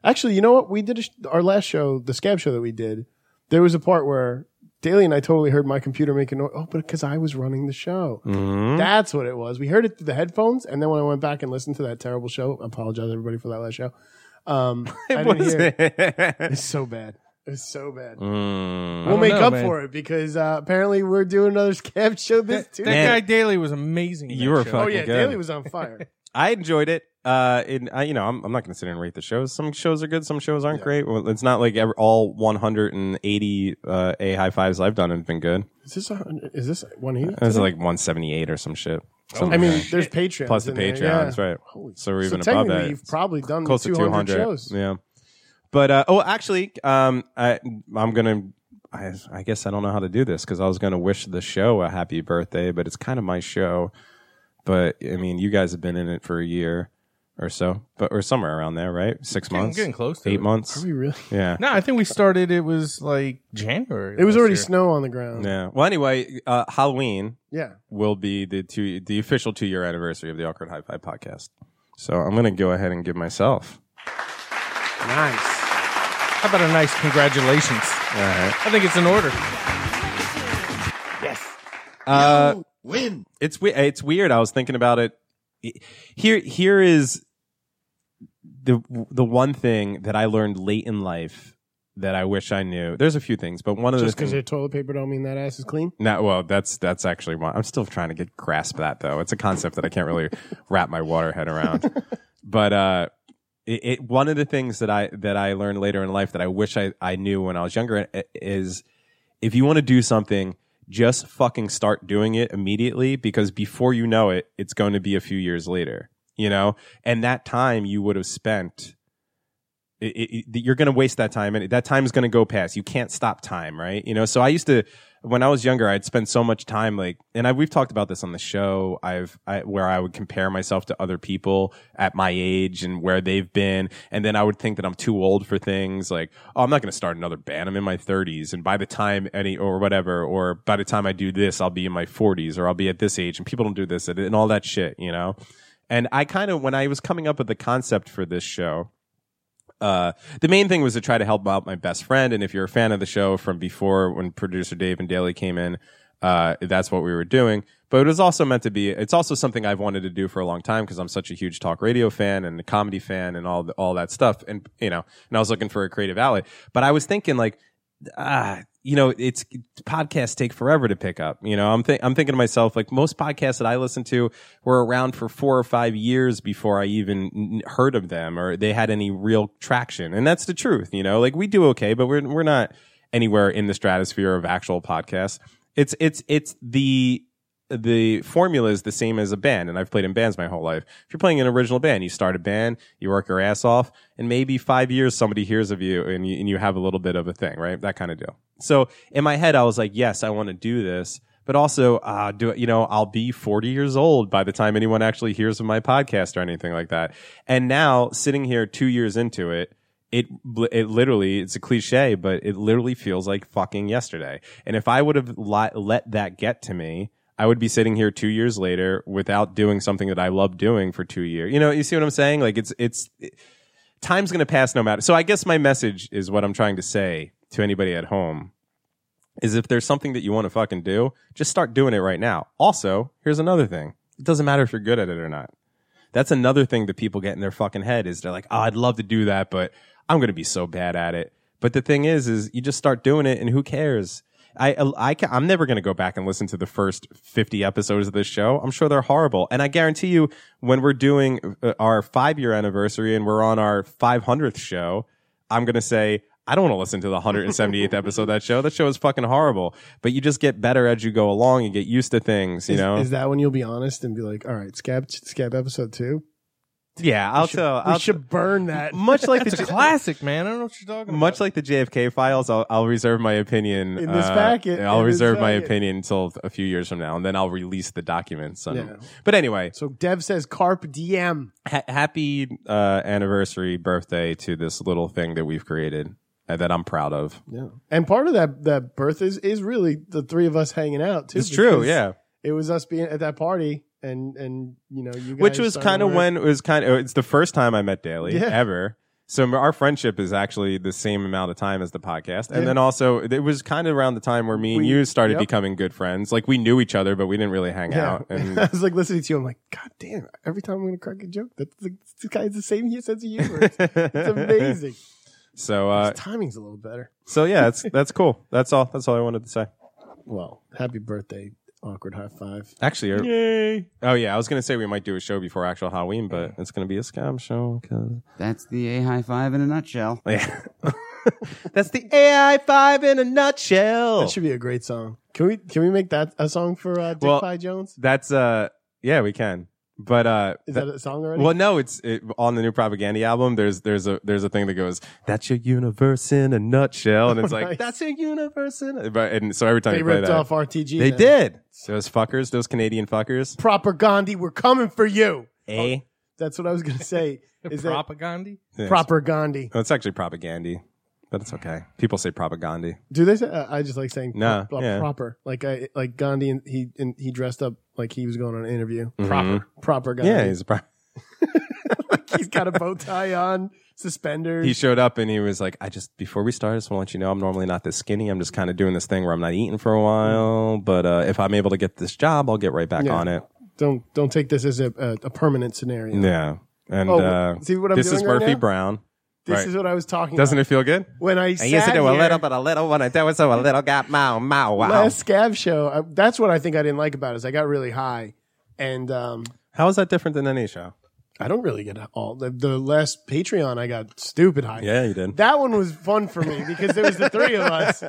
B: Actually, you know what? We did a sh- our last show, the scab show that we did. There was a part where Daly and I totally heard my computer making noise. Oh, but because I was running the show.
A: Mhm.
B: That's what it was. We heard it through the headphones, and then when I went back and listened to that terrible show, I apologize everybody for that last show.
A: [LAUGHS]
B: Um, I didn't hear it. It's so bad. It's so bad.
A: Mm.
B: We'll
C: don't
B: make
C: know,
B: up
C: man.
B: for it because uh, apparently we're doing another [LAUGHS] scab show this
C: that, that
B: Tuesday.
A: Man.
C: guy Daly was amazing. in
A: You
C: that
A: were
C: show.
A: fucking
B: oh yeah,
A: good.
B: Daly was on fire.
A: I enjoyed it. Uh, in I, you know, I'm, I'm not going to sit and rate the shows. Some shows are good, some shows aren't great. Well, it's not like every, all 180 uh, A high fives I've done have been good.
B: is this a, is this one eighty?
A: It's like 178 or some shit. Something
B: I mean,
A: [LAUGHS] like that.
B: there's Patreon
A: plus the
B: in there,
A: Patreon.
B: yeah.
A: That's right. So we're
B: So
A: even above
B: technically,
A: that.
B: you've probably done
A: close
B: the
A: to
B: 200,
A: 200
B: shows.
A: Yeah. But uh, oh, actually, um, I I'm gonna. I, I guess I don't know how to do this because I was going to wish the show a happy birthday, but it's kind of my show. But I mean, you guys have been in it for a year or so, but or somewhere aroround there, right? Six
C: Getting-
A: months,
C: getting close to
A: eight
C: it.
A: months.
B: Are we really?
A: Yeah,
C: No, I think we started. It was like January.
B: It was
C: last
B: already
C: year.
B: snow on the ground. Yeah.
A: yeah. Well, anyway, uh, Halloween will be the two the official two year anniversary of the Awkward High Five podcast. So I'm going to go ahead and give myself.
B: Nice.
C: How about a nice congratulations?
A: All right.
C: I think it's in order.
A: Uh, It's we- it's weird. I was thinking about it. Here here is the the one thing that I learned late in life that I wish I knew. There's a few things, but one of
B: Just
A: the
B: because
A: things.
B: their toilet paper don't mean that ass is clean.
A: Not, well, that's that's actually one. I'm still trying to get grasp that though. It's a concept that I can't really [LAUGHS] wrap my water head around. But uh, it, it one of the things that I that I learned later in life that I wish I I knew when I was younger i- is if you want to do something, just fucking start doing it immediately because before you know it, it's going to be a few years later. You know, and that time you would have spent it, it, it- you're going to waste that time and that time is going to go past you can't stop time right you know so i used to when i was younger i'd spend so much time like and I, we've talked about this on the show i've I, where i would compare myself to other people at my age and where they've been and then i would think that i'm too old for things like oh i'm not going to start another band i'm in my 30s and by the time any or whatever or by the time i do this i'll be in my 40s or i'll be at this age and people don't do this and, and all that shit you know And I kind of, when I was coming up with the concept for this show, uh, the main thing was to try to help out my best friend. And if you're a fan of the show from before when producer Dave and Daly came in, uh, that's what we were doing. But it was also meant to be, it's also something I've wanted to do for a long time because I'm such a huge talk radio fan and a comedy fan and all, the, all that stuff. And, you know, and I was looking for a creative outlet, but I was thinking like, ah, you know, it's podcasts take forever to pick up. You know, I'm think I'm thinking to myself like most podcasts that I listen to were around for four or five years before I even n- heard of them or they had any real traction. And that's the truth. You know, like we do okay, but we're we're not anywhere in the stratosphere of actual podcasts. It's it's it's the the formula is the same as a band, and I've played in bands my whole life. If you're playing an original band, you start a band, you work your ass off, and maybe five years somebody hears of you and you, and you have a little bit of a thing, right? That kind of deal. So in my head, I was like, yes, I want to do this, but also, uh, do you know, I'll be 40 years old by the time anyone actually hears of my podcast or anything like that. And now sitting here two years into it, it it literally it's a cliche, but it literally feels like fucking yesterday. And if I would have li- let that get to me, I would be sitting here two years later without doing something that I love doing for two years. You know, you see what I'm saying? Like it's it's it- time's gonna pass no matter. So I guess my message is what I'm trying to say to anybody at home is if there's something that you want to fucking do, just start doing it right now. Also, here's another thing: it doesn't matter if you're good at it or not. That's another thing that people get in their fucking head is they're like, oh, I'd love to do that, but I'm going to be so bad at it. But the thing is, is you just start doing it and who cares? I, I, ca- I'm never going to go back and listen to the first 50 episodes of this show. I'm sure they're horrible. And I guarantee you, when we're doing uh, our five year anniversary and we're on our 500th show, I'm going to say, I don't want to listen to the 178th episode of that show. That show is fucking horrible. But you just get better as you go along and get used to things, you
B: is,
A: know?
B: is that when you'll be honest and be like, all right, scab, scab episode two?
A: yeah, I'll
B: should-
A: tell.
B: we
A: I'll
B: should burn that.
A: much like the
C: It's a
A: J-
C: classic, man. I don't know what you're talking
A: much
C: about.
A: like the JFK files, I'll, I'll reserve my opinion uh,
B: In this packet,
A: I'll
B: in this
A: reserve my
B: packet.
A: opinion until a few years from now, and then I'll release the documents. on-
B: Yeah.
A: But anyway,
B: So Dev says carp DM.
A: ha- happy uh, anniversary birthday to this little thing that we've created uh, that I'm proud of.
B: Yeah. And part of that that birth is is really the three of us hanging out too.
A: It's true,
B: because
A: yeah.
B: It was us being at that party and and you know you guys
A: Which was
B: started
A: kind of
B: work.
A: when it was kind of it's the first time I met Daly
B: Yeah.
A: ever. So m- our friendship is actually the same amount of time as the podcast, and
B: Yeah.
A: then also it was kind of around the time where me and
B: We-
A: you started
B: yep.
A: becoming good friends. Like we knew each other, but we didn't really
B: [LAUGHS]
A: hang
B: yeah.
A: out. And
B: [LAUGHS] I was like listening to you. I'm like, God damn! Every time I'm gonna crack a joke, that's the, this guy has the same hu- sense of humor. It's,
A: [LAUGHS]
B: it's amazing.
A: So uh,
B: His timing's a little better.
A: so yeah, that's that's cool. That's all. That's all I wanted to say.
B: Well, happy birthday, awkward high five.
A: Actually, or- oh yeah, I was gonna say we might do a show before actual Halloween, but it's gonna be a scam show. 'cause-
F: That's the A high five in a nutshell.
A: [LAUGHS] Yeah. that's the AI five in a nutshell.
B: That should be a great song. Can we can we make that a song for uh, Dick
A: Well,
B: Pie Jones?
A: That's uh yeah we can, but uh.
B: Is
A: that-
B: that a song already?
A: well, no, it's it, on the new propaganda album. There's there's a there's a thing that goes, "That's your universe in a nutshell," [LAUGHS] and it's like,
B: Nice.
A: "That's your universe in," a-" but and so every time
B: They
A: you play
B: ripped
A: that,
B: off RTG.
A: they
B: then.
A: did. Those fuckers, those Canadian fuckers.
B: Proper Gandhi, we're coming for you.
A: A
B: That's what I was
A: [LAUGHS]
B: going to say. Is that
C: propaganda.
A: Yes.
B: proper Gandhi?
A: Well, Oh, it's actually propaganda, but it's okay. People say propaganda.
B: Do they say? Uh, I just like saying
A: No,
B: pro-
A: yeah.
B: proper. Like I like Gandhi. And he and he dressed up like he was going on an interview.
A: Proper.
B: Proper Gandhi.
A: Mm-hmm. Yeah, he's a pro-
B: [LAUGHS] he's got a bow tie on, suspenders.
A: he showed up and he was like, "I just before we start, I just want to let you know I'm normally not this skinny. I'm just kind of doing this thing where I'm not eating for a while, but uh, if I'm able to get this job, I'll get right back
B: Yeah.
A: on it."
B: don't don't take this as a a, a permanent scenario.
A: Yeah, and
B: Oh,
A: uh,
B: see what I'm
A: this
B: doing
A: is
B: right
A: Murphy
B: now?
A: Brown.
B: This
A: right.
B: is what I was talking.
A: Doesn't
B: about.
A: it feel good?
B: When I, sat here-
A: but a little when I do so a little got mow mow
B: last scab show. I, that's what I think I didn't like about it. Is I got really high, and um,
A: How is that different than any show?
B: I don't really get all the, the last Patreon. I got stupid high.
A: Yeah, you did.
B: That one was fun for me because there was the three of
A: [LAUGHS]
B: us.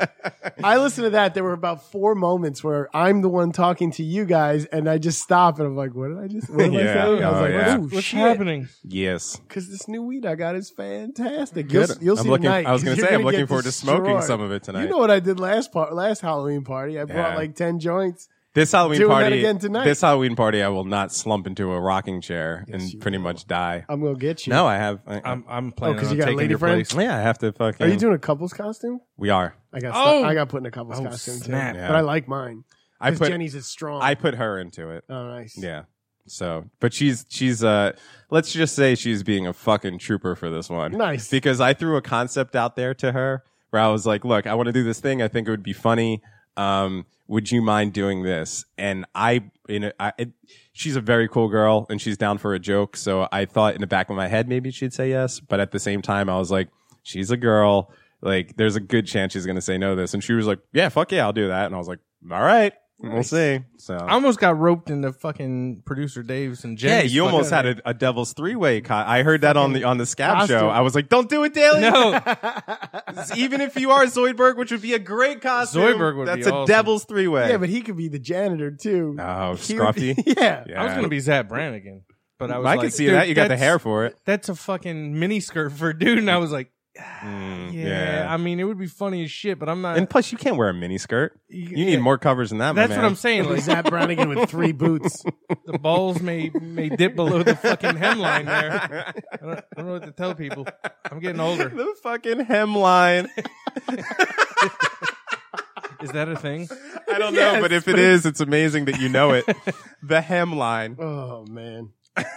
B: I listened to that. There were about four moments where I'm the one talking to you guys, and I just stop and I'm like, "What did I just? What did
A: [LAUGHS] Yeah.
B: I say?" I
A: Oh,
B: was like,
A: yeah.
B: "Oh
C: What's
B: shit!"
C: happening?
A: yes.
B: Because this new weed I got is fantastic. You'll, you'll
A: I'm
B: see
A: looking-
B: tonight.
A: I was
B: 'cause [LAUGHS]
A: gonna
B: you're
A: say, I'm
B: get
A: looking forward to smoking
B: destroyed.
A: some of it tonight.
B: You know what I did last part, last Halloween party? I brought
A: Yeah.
B: like ten joints.
A: This Halloween
B: Doing that
A: party
B: again tonight.
A: This Halloween party, I will not slump into a rocking chair
B: you
A: and pretty
B: will.
A: much die.
B: I'm gonna get you.
A: No, I have. I,
C: I'm I'm
B: oh,
C: planning
B: because
C: on
B: you got a
C: taking
B: lady
C: your
B: friend.
C: place.
A: yeah, I have to fucking.
B: Are you doing a couple's costume?
A: We are.
B: I got
C: Oh.
B: stuck, I got put in a couple's
C: Oh,
B: costume
C: snap.
B: too,
A: Yeah.
B: but I like mine
A: I
B: because
A: put
B: Jenny's is strong.
A: I put her into it.
B: oh, nice.
A: Yeah. So, but she's she's uh let's just say she's being a fucking trooper for this one.
B: [LAUGHS] Nice.
A: Because I threw a concept out there to her where I was like, "Look, I want to do this thing. I think it would be funny. Um would you mind doing this?" And I you know I it, she's a very cool girl and she's down for a joke, so I thought in the back of my head maybe she'd say yes, but at the same time I was like, "She's a girl. Like there's a good chance she's going to say no to this." And she was like, "Yeah, fuck yeah, I'll do that." And I was like, "All right." We'll see. So
C: I almost got roped into fucking producer Dave's and Jenny's
A: yeah, you
C: fucking-
A: almost had a, a devil's three way. Con- I heard that on the on the scab
B: costume.
A: show. I was like, "Don't do it, Daly.
C: [LAUGHS] No,
A: Even if you are Zoidberg, which would be a great costume,
C: Zoidberg would
A: that's
C: be
A: a
C: awesome.
A: devil's three way.
B: Yeah, but he could be the janitor too.
A: oh,
B: He would be-
A: scruffy.
B: [LAUGHS]
A: [LAUGHS]
B: yeah.
A: Yeah.
C: I was gonna be Zach Brannigan, but I was.
A: I
C: like,
A: can see
C: dude,
A: that. You got the
C: that's-
A: hair for it.
C: That's a fucking mini skirt for a dude, and I was
A: [LAUGHS]
C: like,
A: Mm,
C: yeah. I mean, it would be funny as shit, but I'm not.
A: and plus, you can't wear a mini skirt. You
C: yeah.
A: need more covers than that. my
C: That's what
A: man.
C: I'm saying.
A: [LAUGHS]
C: Like
B: Zap Brannigan with three boots.
C: the balls may may dip below the fucking hemline
A: [LAUGHS]
C: there. I don't, I don't know what to tell people. I'm getting older.
A: The fucking hemline.
C: Is that a thing?
A: I
C: [LAUGHS]
A: don't know, but if it is, it's amazing that you know it. the hemline.
B: Oh man,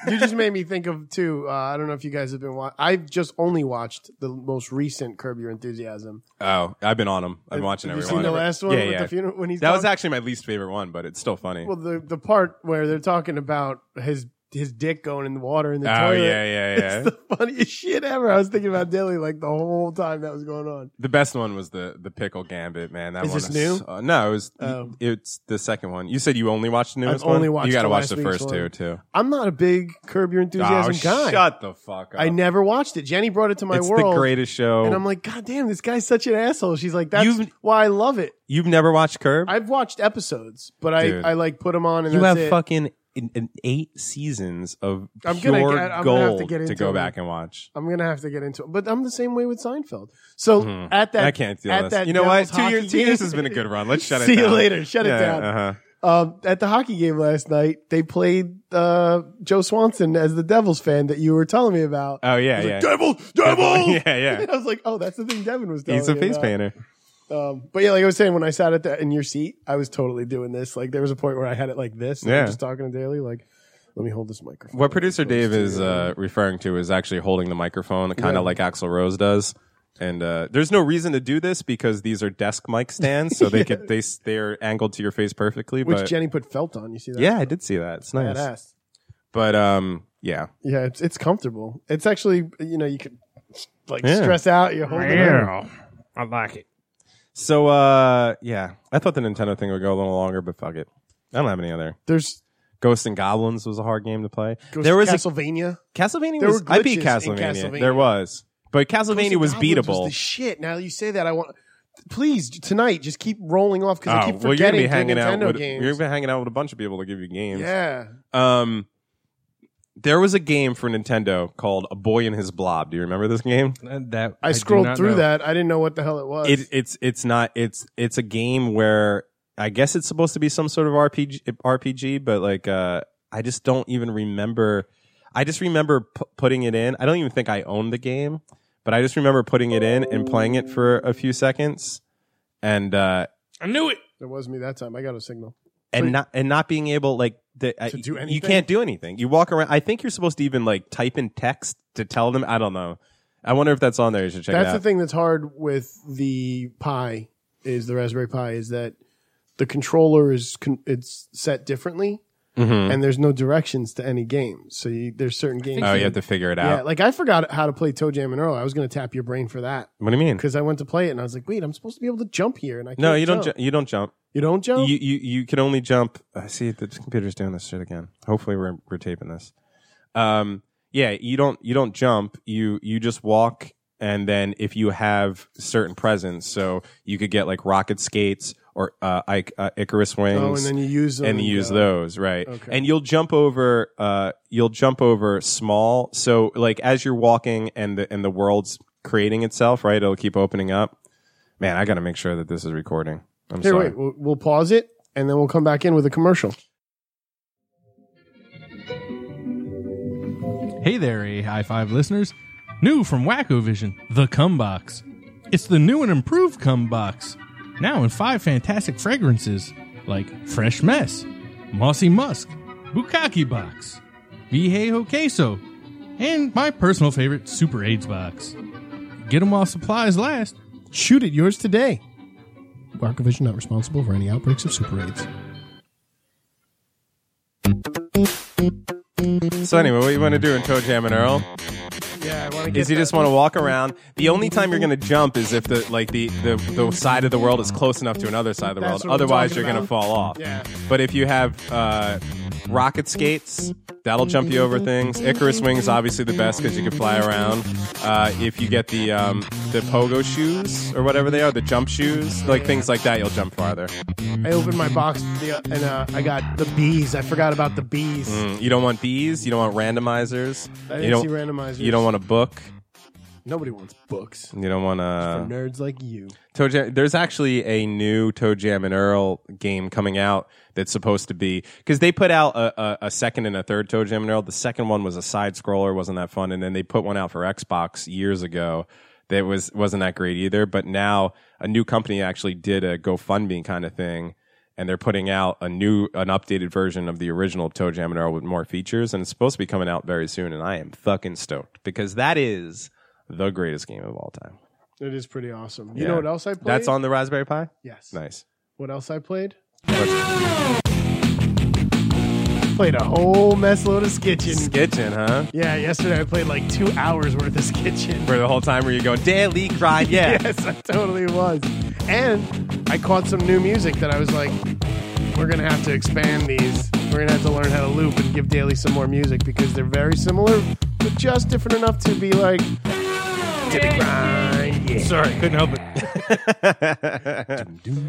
B: you just made me think of too. Uh, I don't know if you guys have been. Wa- I've just only watched the most recent Curb Your Enthusiasm.
A: Oh, I've been on them. I've been watching
B: Have you
A: everyone.
B: seen the last one
A: Yeah,
B: with
A: yeah.
B: the funeral when he's
A: that was
B: talking-
A: actually my least favorite one, but it's still funny.
B: well the the part where they're talking about his his dick going in the water in the
A: oh
B: toilet.
A: yeah, yeah, yeah.
B: [LAUGHS]
C: [LAUGHS]
B: It's the funniest shit ever. I was thinking about Dilly like the whole time that was going on.
A: The best one was the the pickle gambit, man. That
B: Is
A: one
B: this new?
A: uh, no, it was
B: Oh.
A: it's the second one. You said you only watched the newest
B: I've only
A: one.
B: watched
A: you got to
B: the
A: watch
B: last
A: the
B: week's
A: first two
B: one.
A: too.
B: I'm not a big Curb Your Enthusiasm
A: oh,
B: guy.
A: shut the fuck up!
B: I never watched it. Jenny brought it to my
A: It's
B: world.
A: the greatest show.
B: And I'm like, God damn, this guy's such an asshole. She's like, that's
A: You've-
B: why I love it.
A: You've never watched Curb?
B: I've watched episodes, but
A: Dude.
B: I, I like put them on and
A: you
B: that's
A: have
B: it.
A: fucking in, in eight seasons of
B: I'm gonna
A: pure
B: get- I'm gonna have to
A: gold
B: get into
A: go
B: it.
A: back and watch.
B: I'm gonna have to get into it, but I'm the same way with Seinfeld. So at that,
A: Hmm. I can't deal
B: at
A: with
B: that
A: this. You know what?
B: Devils
A: Two years,
B: hockey
A: two years
B: game- [LAUGHS]
A: has been a good run. Let's shut it
B: See
A: down.
B: you later. Shut it down.
A: Uh-huh.
B: Um, at the hockey game last night, they played uh, Joe Swanson as the Devils fan that you were telling me about.
A: Oh yeah,
B: He's
A: yeah.
B: like, Devils, Devils.
A: [LAUGHS] Yeah, yeah.
B: [LAUGHS] I was like, oh, that's the thing Devin was telling
A: He's a
B: me
A: face
B: about.
A: painter.
B: Um, but yeah, like I was saying, when I sat at the, in your seat, I was totally doing this. Like there was a point where I had it like this. And
A: Yeah.
B: I'm just talking to Daly, like, let me hold this microphone.
A: What producer Dave
B: Those
A: is
B: two.
A: uh, referring to is actually holding the microphone, kind
B: Yeah.
A: of like Axl Rose does. And uh, there's no reason to do this because these are desk mic
B: [LAUGHS]
A: stands, so they could they s- they're angled to your face perfectly.
B: which
A: but
B: Jenny put felt on. You see that?
A: yeah, I did see that. It's nice,
B: Badass.
A: but um, yeah,
B: Yeah, it's it's comfortable. It's actually you know you could like
A: Yeah.
B: stress out. You're holding. it.
D: I like it.
A: so uh, yeah, I thought the Nintendo thing would go a little longer, but fuck it, I don't have any other.
B: There's
A: Ghosts and Goblins was a hard game to play.
B: Ghost
A: there was a
B: Castlevania.
A: Castlevania.
B: there
A: was,
B: were
A: I beat
B: glitches in
A: Castlevania.
B: Castlevania.
A: There was, but
B: Ghost
A: Castlevania
B: of
A: was
B: Goblins
A: beatable.
B: the shit. Now that you say that, I want. Please j- tonight, just keep rolling off because I keep
A: Oh, well, you're gonna
B: forgetting
A: be hanging
B: good
A: out.
B: Nintendo
A: With,
B: games.
A: you're gonna be hanging out with a bunch of people to give you games.
B: yeah,
A: Um, there was a game for Nintendo called A Boy and His Blob. Do you remember this game?
C: Uh, That
B: I,
C: do
B: scrolled
C: not
B: through
C: know.
B: that. I didn't know what the hell it was.
A: It, it's it's not it's it's a game where I guess it's supposed to be some sort of RPG RPG, but like uh, I just don't even remember. I just remember pu- putting it in. I don't even think I owned the game, but I just remember putting it in and playing it for a few seconds, and uh,
C: I knew it.
B: It was me that time. I got a signal.
A: and
B: So-
A: not and not being able like the, I-
B: To do
A: you
B: anything?
A: can't do anything. You walk around. I think you're supposed to even like type in text to tell them. I don't know. I wonder if that's on there. You should check
B: that's
A: it
B: the
A: out.
B: thing that's hard with the Pi is the Raspberry Pi is that the controller is con- it's set differently and there's no directions to any game. So you, there's certain games.
A: Mm-hmm. Oh, you have to figure it out.
B: Yeah, like I forgot how to play Toe Jam and Earl. I was going to tap your brain for that
A: what do you mean?
B: because I went to play it and I was like, wait, I'm supposed to be able to jump here, and I can't
A: No, you don't.
B: Jump.
A: Ju- you don't jump.
B: you don't jump.
A: You, you you can only jump. I see the computer's doing this shit again. Hopefully we're we're taping this. Um, yeah, you don't you don't jump. You you just walk, and then if you have certain presents, so you could get like rocket skates or uh, I, uh Icarus wings.
B: oh, and then you use them
A: and you use
B: go.
A: those right
B: Okay.
A: and you'll jump over uh you'll jump over small so like as you're walking and the and the world's creating itself right it'll keep opening up man i gotta make sure that this is recording i'm
B: Here,
A: sorry
B: wait, we'll, we'll pause it and then we'll come back in with a commercial.
C: Hey there, A High Five listeners. New from Wacko Vision, the Cum Box. It's the new and improved Cum Box. Now in five fantastic fragrances like Fresh Mess, Mossy Musk,
D: Bukaki Box, Viejo Queso, and my personal favorite, Super AIDS Box. Get them while supplies last.
B: Shoot at yours today. Barkovision not responsible for any outbreaks of super AIDS.
A: So anyway, what you want to do in Toe Jam and Earl
C: Yeah, I want to get
A: is you just want to walk around. The only time you're going to jump is if the like the, the the side of the world is close enough to another side of the
B: That's
A: world.
B: what I'm
A: Otherwise,
B: talking
A: you're going to
B: about.
A: fall off.
B: Yeah.
A: But if you have uh, rocket skates, that'll jump you over things. Icarus wings, obviously the best because you can fly around. Uh, if you get the um, the pogo shoes or whatever they are, the jump shoes, like things like that, you'll jump farther.
B: I opened my box the, and uh, I got the bees. I forgot about the bees.
A: You don't want bees. You don't want randomizers.
B: I
A: Mm. you
B: didn't
A: don't
B: see randomizers.
A: You don't want a book.
B: Nobody wants books.
A: You don't want
B: For
A: to.
B: nerds like you.
A: Toe Jam, there's actually a new Toe Jam and Earl game coming out that's supposed to be because they put out a, a, a second and a third Toe Jam and Earl. The second one was a side scroller, wasn't that fun, and then they put one out for Xbox years ago that was wasn't that great either. But now a new company actually did a GoFundMe kind of thing, and they're putting out a new, an updated version of the original Toe Jam and Earl with more features, and it's supposed to be coming out very soon. And I am fucking stoked because that is the greatest game of all time.
B: It is pretty awesome. You
A: Yeah.
B: know what else I played?
A: That's on the Raspberry Pi.
B: Yes.
A: Nice.
B: What else I played? Played a whole mess load of Skitchin.
A: Skitchin, huh?
B: yeah, yesterday I played like two hours worth of Skitchin.
A: For the whole time where you're going, daily grind, [LAUGHS] yeah.
B: [LAUGHS] yes, I totally was. And I caught some new music that I was like, we're going to have to expand these. We're going to have to learn how to loop and give Daily some more music because they're very similar, but just different enough to be like, daily grind, yeah.
C: Sorry, couldn't help it.
A: All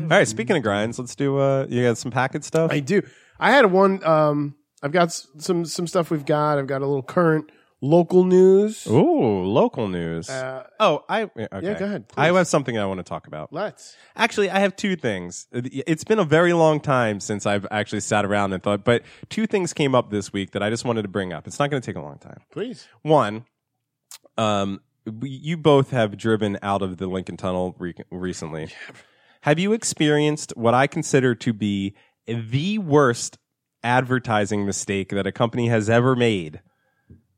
A: right, speaking of grinds, let's do, uh, you got some packet stuff?
B: I do. I had one. Um, I've got s- some some stuff we've got. I've got a little current local news.
A: Ooh, local news.
B: Uh,
A: oh, I, yeah, okay.
B: go ahead,
A: I
B: please.
A: have something I want to talk about.
B: Let's.
A: Actually, I have two things. It's been a very long time since I've actually sat around and thought, but two things came up this week that I just wanted to bring up. It's not going to take a long time.
B: Please.
A: One, um, we- you both have driven out of the Lincoln Tunnel re- recently. Have you experienced what I consider to be the worst advertising mistake that a company has ever made?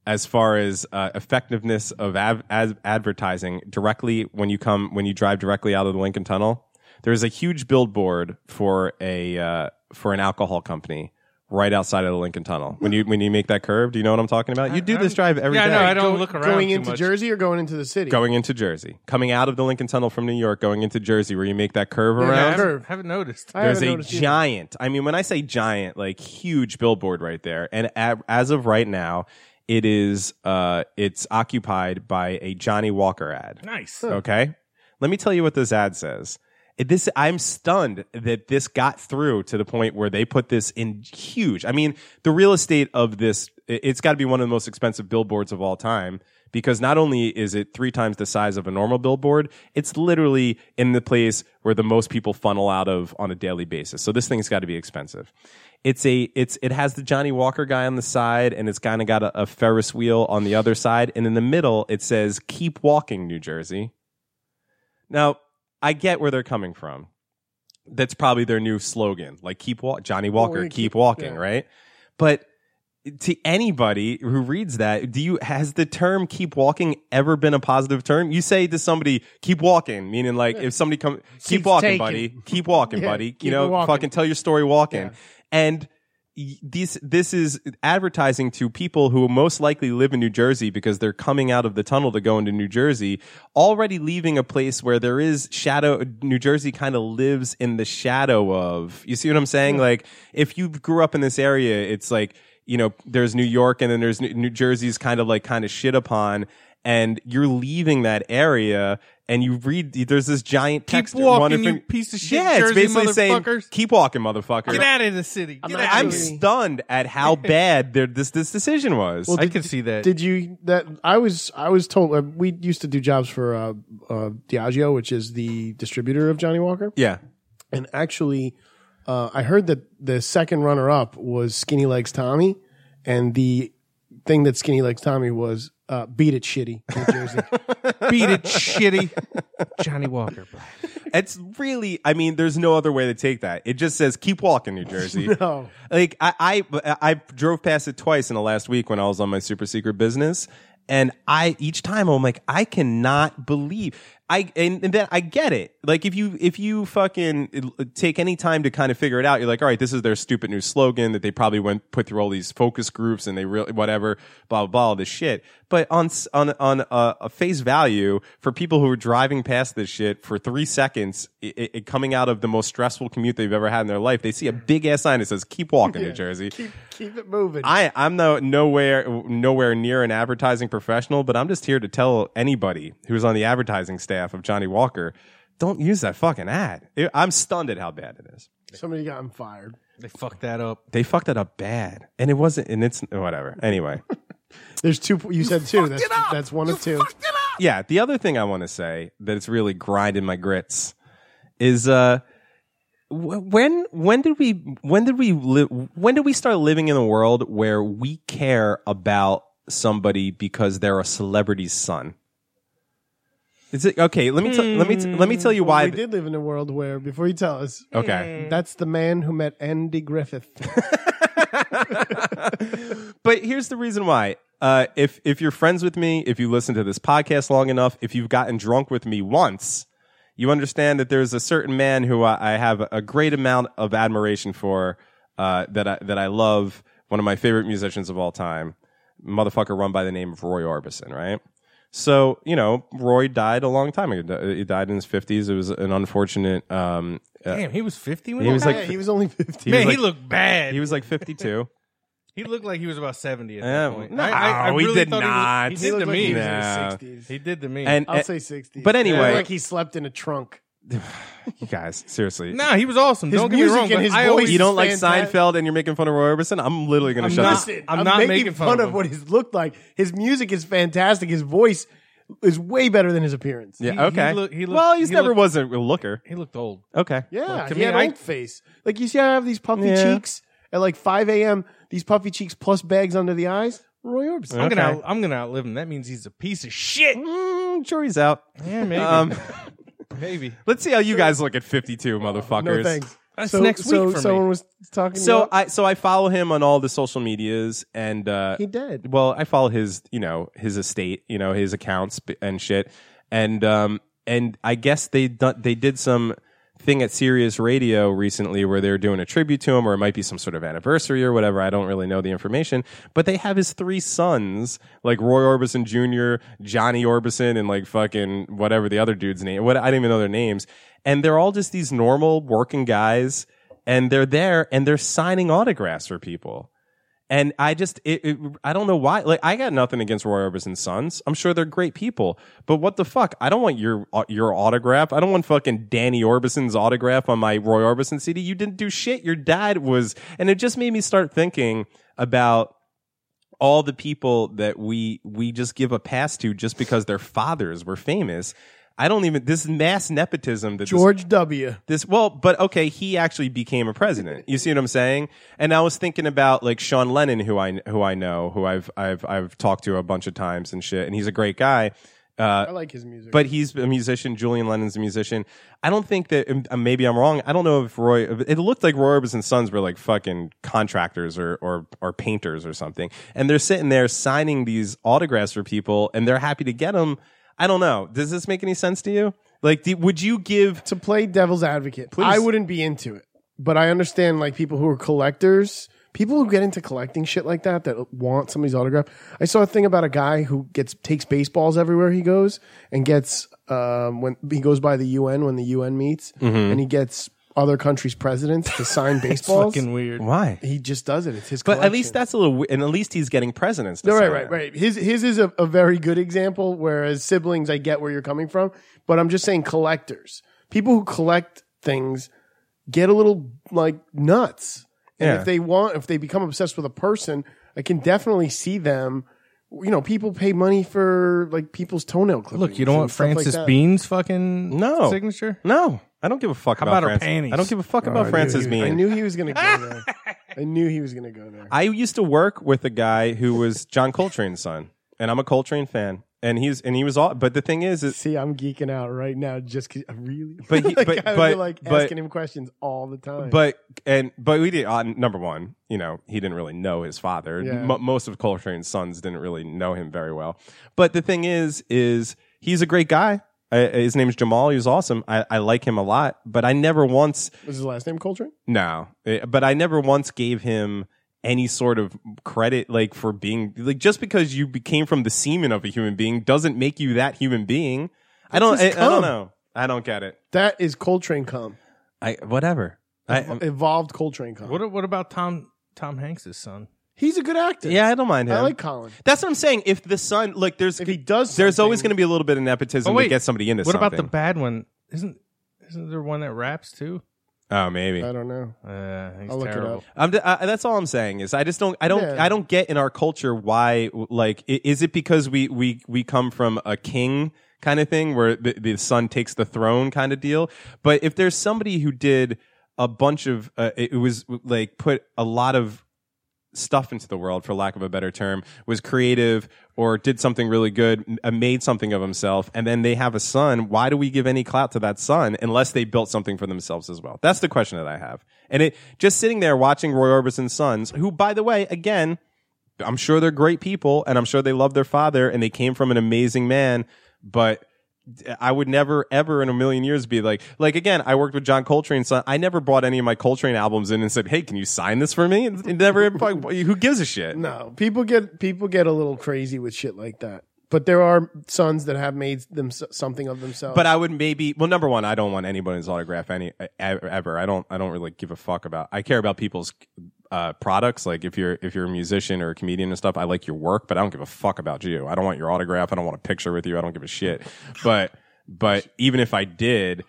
A: As far as uh, effectiveness of av- ad- advertising directly when you come when you drive directly out of the Lincoln Tunnel, there is a huge billboard for a uh, for an alcohol company right outside of the Lincoln Tunnel. When you when you make that curve, do you know what I'm talking about? You do this drive every day
C: Yeah, no, I don't look around
B: Going
C: too
B: into
C: much.
B: Jersey or going into the city?
A: going into Jersey, coming out of the Lincoln Tunnel from New York, going into Jersey, where you make that curve
B: Yeah,
A: around.
B: that's right.
C: Haven't, haven't noticed.
B: I
A: There's
B: haven't
A: a
B: noticed either.
A: giant. I mean, when I say giant, like huge billboard right there. And a- as of right now, it is uh, it's occupied by a Johnny Walker ad.
C: Nice.
A: Okay. Let me tell you what this ad says. It- This I'm stunned that this got through to the point where they put this in huge. I mean, the real estate of this it- it's got to be one of the most expensive billboards of all time because not only is it 3 times the size of a normal billboard, it's literally in the place where the most people funnel out of on a daily basis. So this thing's got to be expensive. It's a it's it has the Johnny Walker guy on the side and it's kind of got a, a Ferris wheel on the other side and in the middle it says keep walking New Jersey. Now, I get where they're coming from. That's probably their new slogan, like keep walk Johnny Walker,
B: we
A: keep,
B: keep-
A: walking,
B: yeah.
A: right? But to anybody who reads that, do you has the term keep walking ever been a positive term? You say to somebody, keep walking, meaning like if somebody comes keep
B: Seat's
A: walking,
B: taken.
A: buddy, keep
B: [LAUGHS]
A: walking,
B: Yeah,
A: buddy.
B: keep
A: You know,
B: walking.
A: fucking tell your story walking.
B: Yeah.
A: And y- these this is advertising to people who most likely live in New Jersey because they're coming out of the tunnel to go into New Jersey, already leaving a place where there is shadow. New Jersey kind of lives in the shadow of. You see what I'm saying? Like if you grew up in this area, it's like you know there's New York and then there's New, New Jersey's kind of like kind of shit upon. And you're leaving that area, and you read. There's this giant text.
C: walking,
A: one in
C: you
A: front-
C: piece of shit
A: Yeah,
C: Jersey
A: it's basically saying,
C: motherfuckers.
A: "Keep walking, motherfucker."
C: Get out of the city. Get out
B: not
A: I'm
C: of here.
B: Absolutely.
A: stunned
B: [LAUGHS]
A: at how bad their, this this decision was.
C: I can see that.
B: Did you that I was I was told uh, we used to do jobs for uh, uh, Diageo, which is the distributor of Johnny Walker,
A: yeah,
B: and actually, uh, I heard that the second runner up was Skinny Legs Tommy, and the thing that Skinny Legs Tommy was uh, beat it shitty, New Jersey. [LAUGHS]
C: Beat it, shitty. Johnny Walker. Black.
A: It's really, I mean, there's no other way to take that. It just says keep walking, New Jersey.
B: [LAUGHS] No.
A: Like I, I, I drove past it twice in the last week when I was on my super secret business. And I, each time I'm like, I cannot believe I, and, and then I get it. Like if you, if you fucking uh, take any time to kind of figure it out, you're like, all right, this is their stupid new slogan that they probably went, put through all these focus groups and they really, whatever, blah, blah, blah, all this shit. But on, s- on, on uh, a, a face value for people who are driving past this shit for three seconds, i i coming out of the most stressful commute they've ever had in their life, they see a big ass sign that says, keep walking, New Jersey.
B: Keep, keep it moving.
A: I, I'm no, nowhere nowhere near an advertising professional, but I'm just here to tell anybody who's on the advertising staff of Johnny Walker, don't use that fucking ad. It- I'm stunned at how bad it is.
B: Somebody got him fired.
C: They fucked that up.
A: They fucked that up bad, and it wasn't. And it's whatever.
C: [LAUGHS]
A: Anyway,
B: There's two. You, said two. That's that's one of two.
A: yeah. The other thing I want to say that it's really grinding my grits is uh, wh- when when did we when did we li- when did we start living in a world where we care about somebody because they're a celebrity's son? Is it okay? Let me t- let me t- let me tell
C: Hmm,
A: you why.
B: we did live in a world where, before you tell us,
A: okay.
B: that's the man who met Andy Griffith. [LAUGHS]
A: [LAUGHS] but here's the reason why. Uh, if if you're friends with me, if you listen to this podcast long enough, if you've gotten drunk with me once, you understand that there's a certain man who I, I have a great amount of admiration for. Uh, that I that I love. One of my favorite musicians of all time, motherfucker, run by the name of Roy Orbison. Right. So you know, Roy died a long time ago. He died in his fifties. It was an unfortunate. Um, uh,
C: Damn, he was fifty when
A: he was like
B: yeah, he was only 15.
C: Man,
A: like-
C: he looked bad.
A: he was like fifty two.
C: He looked like he was about seventy at
A: Yeah,
C: that point.
A: no, he
C: really
A: did
C: thought
A: not.
C: He, was,
A: He
C: he did
B: looked
C: to
B: like
C: me.
B: He was in
A: Nah.
B: his 60s.
C: He did to me.
A: And
B: [LAUGHS] I'll say 60.
A: but anyway-
B: like he slept in a trunk.
A: you guys, seriously,
C: nah, he was awesome.
B: His
C: Don't get me
B: music
C: wrong.
B: and
C: But
B: his
C: I
B: voice-
C: always,
A: you don't like
B: fantastic.
A: Seinfeld and you're making fun of Roy Orbison, I'm literally going
C: I'm
A: to shut
C: not.
A: this.
B: Listen,
C: I'm
B: I'm,
C: not
B: making,
C: making
B: fun, of what he's looked like. His music is fantastic. His voice is way better than his appearance.
C: he
A: Yeah, okay.
C: look- he look-
A: well, he's
C: he
A: never
C: look-
A: was a looker.
C: He looked old.
A: Okay.
B: Yeah,
C: Like, to
B: he
C: me,
B: had
C: I-
B: old face. Like you see, how I have these puffy
A: Yeah.
B: cheeks at like 5 a.m. These puffy cheeks plus bags under the eyes. Roy Orbison.
C: I'm
A: Okay.
C: gonna. I'm gonna outlive him. That means he's a piece of shit.
A: Mm, sure, he's out.
C: Yeah, maybe. [LAUGHS]
A: Um,
C: maybe.
A: let's see how you guys look at 52,
B: No
A: motherfuckers.
B: thanks.
C: That's
B: So-
C: next week
B: so
C: for
B: someone
C: me.
B: was talking.
A: So
B: about,
A: I so I follow him on all the social medias and uh,
B: he did.
A: well, I follow his you know his estate, you know his accounts b- and shit, and um and I guess they done, they did some thing at Sirius Radio recently where they were doing a tribute to him, or it might be some sort of anniversary or whatever. I don't really know the information, but they have his three sons, like Roy Orbison Jr., Johnny Orbison, and like fucking whatever the other dude's name. What I didn't even know their names, and they're all just these normal working guys, and they're there and they're signing autographs for people. And I just, it, it, I don't know why. Like, I got nothing against Roy Orbison's sons. I'm sure they're great people, but what the fuck? I don't want your your autograph. I don't want fucking Danny Orbison's autograph on my Roy Orbison CD. You didn't do shit. Your dad was, and it just made me start thinking about all the people that we we just give a pass to just because their fathers were famous. I don't even this mass nepotism that this
B: George W.
A: this well but okay he actually became a president you see what i'm saying and i was thinking about like sean lennon who i who i know who i've i've i've talked to a bunch of times and shit and he's a great guy uh
B: I like his music.
A: but he's a musician. Julian Lennon's a musician. I don't think that um, uh, maybe I'm wrong. I don't know if Roy. It looked like Roy Orbison's sons were like fucking contractors or or or painters or something, and they're sitting there signing these autographs for people, and they're happy to get them. I don't know. Does this make any sense to you? Like, do, would you give
B: to play devil's advocate,
A: Please.
B: I wouldn't be into it, but I understand like people who are collectors, people who get into collecting shit like that that want somebody's autograph. I saw a thing about a guy who gets takes baseballs everywhere he goes and gets um, when he goes by the UN when the UN meets and he gets other countries' presidents to [LAUGHS] sign baseballs.
C: Fucking weird.
A: why?
B: he just does it. It's his.
A: But at
B: collection.
A: least that's a little, we- and at least he's getting presidents. To
B: No, right,
A: sign
B: right,
A: it.
B: right. His his is a, a very good example. Whereas siblings, I get where you're coming from, but I'm just saying collectors, people who collect things, get a little like nuts. And
A: Yeah.
B: if they want, if they become obsessed with a person, I can definitely see them. You know, people pay money for like people's toenail clippings.
C: Look, you don't
B: and
C: want
B: stuff like
C: Francis
B: that.
C: Bean's fucking
A: No.
C: signature.
A: No, I don't give a fuck about,
C: about her
A: Francis.
C: panties?
A: I don't give a fuck
B: Oh, I
A: about
B: knew
A: Francis
B: he-
A: Bean.
B: I knew he was gonna
A: [LAUGHS]
B: go there. I knew he was gonna go there.
A: I used to work with a guy who was John Coltrane's son, and I'm a Coltrane fan. and he's and he was all. But the thing is, is
B: See, I'm geeking out right now just 'cause- really.
A: But
B: [LAUGHS]
A: he-
B: Like,
A: but-
B: I would be,
A: but-
B: like
A: but-
B: asking him questions all the time.
A: But and but we did uh, number one. You know, he didn't really know his father.
B: Yeah.
A: M- most of Coltrane's sons didn't really know him very well. But the thing is, is he's a great guy. I, his name's Jamal. He was awesome. I, I like him a lot. But I never once
B: was his last name Coltrane?
A: no, Eh, but I never once gave him any sort of credit like for being like just because you became from the semen of a human being doesn't make you that human being. I don't. I,
B: his
A: I
B: cum.
A: don't know. I don't get it.
B: That is Coltrane cum.
A: I whatever. I, um,
B: Evolved Coltrane cum.
C: What what about Tom Tom Hanks' son?
B: He's a good actor.
A: yeah, I don't mind him.
B: I like Colin.
A: That's what I'm saying. If the son, like, there's
B: If he does
A: there's
B: something-
A: always going to be a little bit of nepotism
C: Oh, wait.
A: to get somebody into
C: What about the
A: something.
C: bad one? Isn't isn't there one that raps too?
A: oh, maybe.
B: I don't know.
C: Uh, he's
B: I'll look it
C: terrible.
B: up.
A: I'm d- I, that's all I'm saying is I just don't I don't
B: Yeah.
A: I don't get in our culture why like i- is it because we we we come from a king kind of thing where the, the son takes the throne kind of deal but if there's somebody who did a bunch of uh, it it was like put a lot of stuff into the world for lack of a better term was creative or did something really good m- uh, made something of himself and then they have a son why do we give any clout to that son unless they built something for themselves as well that's the question that i have and it just sitting there watching roy orbison's sons who by the way again i'm sure they're great people and i'm sure they love their father and they came from an amazing man but I would never, ever in a million years be like, like again, I worked with John Coltrane's son. I never brought any of my Coltrane albums in and said, "Hey, can you sign this for me?" And never, [LAUGHS] who gives a shit?
B: No, people get people get a little crazy with shit like that. But there are sons that have made them something of themselves.
A: But I would maybe, well, number one, I don't want anybody's autograph any e- ever. I don't, I don't really give a fuck about. I care about people's uh, products. Like if you're if you're a musician or a comedian and stuff, I like your work, but I don't give a fuck about you. I don't want your autograph. I don't want a picture with you. I don't give a shit. But but even if I did,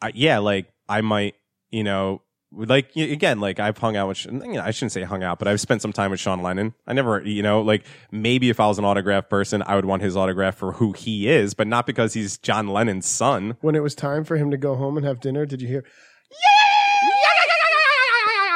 A: I, yeah, like I might, you know, like y- again, like I've hung out with, Sh- you know, I shouldn't say hung out, but I've spent some time with Sean Lennon. I never, you know, like maybe if I was an autograph person, I would want his autograph for who he is, but not because he's John Lennon's son.
B: when it was time for him to go home and have dinner, did you hear?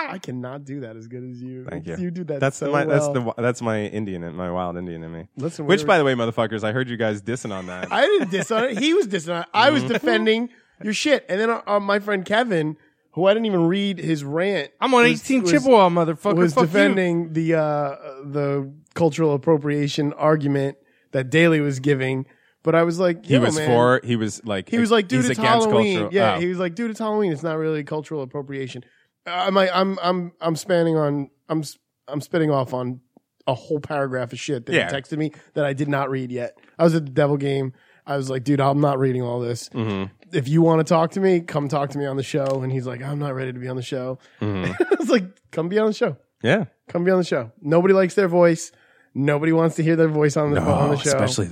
B: I cannot do that as good as you.
A: Thank you.
B: You do that.
A: That's
B: so
A: my
B: well.
A: that's the that's my Indian and my wild Indian in me.
B: Listen,
A: Which,
B: we're-
A: by the way, motherfuckers, I heard you guys dissing on
B: [LAUGHS]
A: that.
B: I didn't diss on it. He was dissing on it. I was
C: Mm-hmm.
B: defending your shit. And then uh, uh, my friend Kevin, who I didn't even read his rant.
C: I'm on
B: was-
C: 18
B: was-
C: Chippewa, motherfucker.
B: was
C: Fuck you.
B: defending the uh, the cultural appropriation argument that Daly was giving. But I was like,
A: he
B: yo,
A: was
B: man.
A: for. He was like.
B: He was like, dude,
A: he's
B: it's
A: against
B: Halloween.
A: cultural-
B: Yeah,
A: oh.
B: he was like, dude, it's Halloween. It's not really cultural appropriation. Uh, I'm like, I'm I'm I'm spanning on I'm s- I'm spitting off on a whole paragraph of shit that
A: Yeah.
B: he texted me that I did not read yet. I was at the Devil game. I was like, dude, I'm not reading all this.
A: Mm-hmm,
B: If you want to talk to me, come talk to me on the show. And he's like, I'm not ready to be on the show. [LAUGHS] I was like, come be on the show.
A: mm-hmm. yeah.
B: Come be on the show. Nobody likes their voice. Nobody wants to hear their voice on the on the show.
A: Oh, this voice.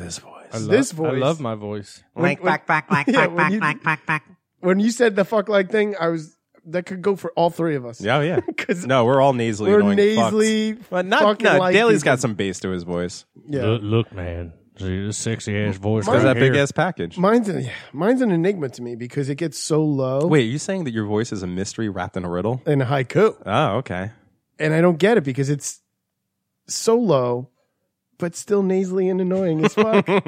B: this voice.
C: I love my voice.
E: Quack, quack, quack, quack,
B: Yeah,
E: quack,
B: when
E: quack,
B: you-
E: quack, quack, quack.
B: when you said the fuck like thing, I was that could go for all three of us.
A: Yeah, oh, yeah.
B: [LAUGHS] 'Cause
A: no, we're all nasally.
B: we're
A: annoying fucks.
B: nasally,
A: But not
B: fucking
A: no.
B: like
A: Daly's
B: people.
A: got some bass to his voice.
B: Yeah.
D: man. See this sexy ass voice.
A: There's
D: right
A: that big
D: here.
A: ass package.
B: Mine's an, yeah, mine's an enigma to me because it gets so low
A: Wait, are you saying that your voice is a mystery wrapped in a riddle?
B: in haiku,
A: Oh, okay.
B: and I don't get it because it's so low, but still nasally and annoying as fuck.
A: [LAUGHS]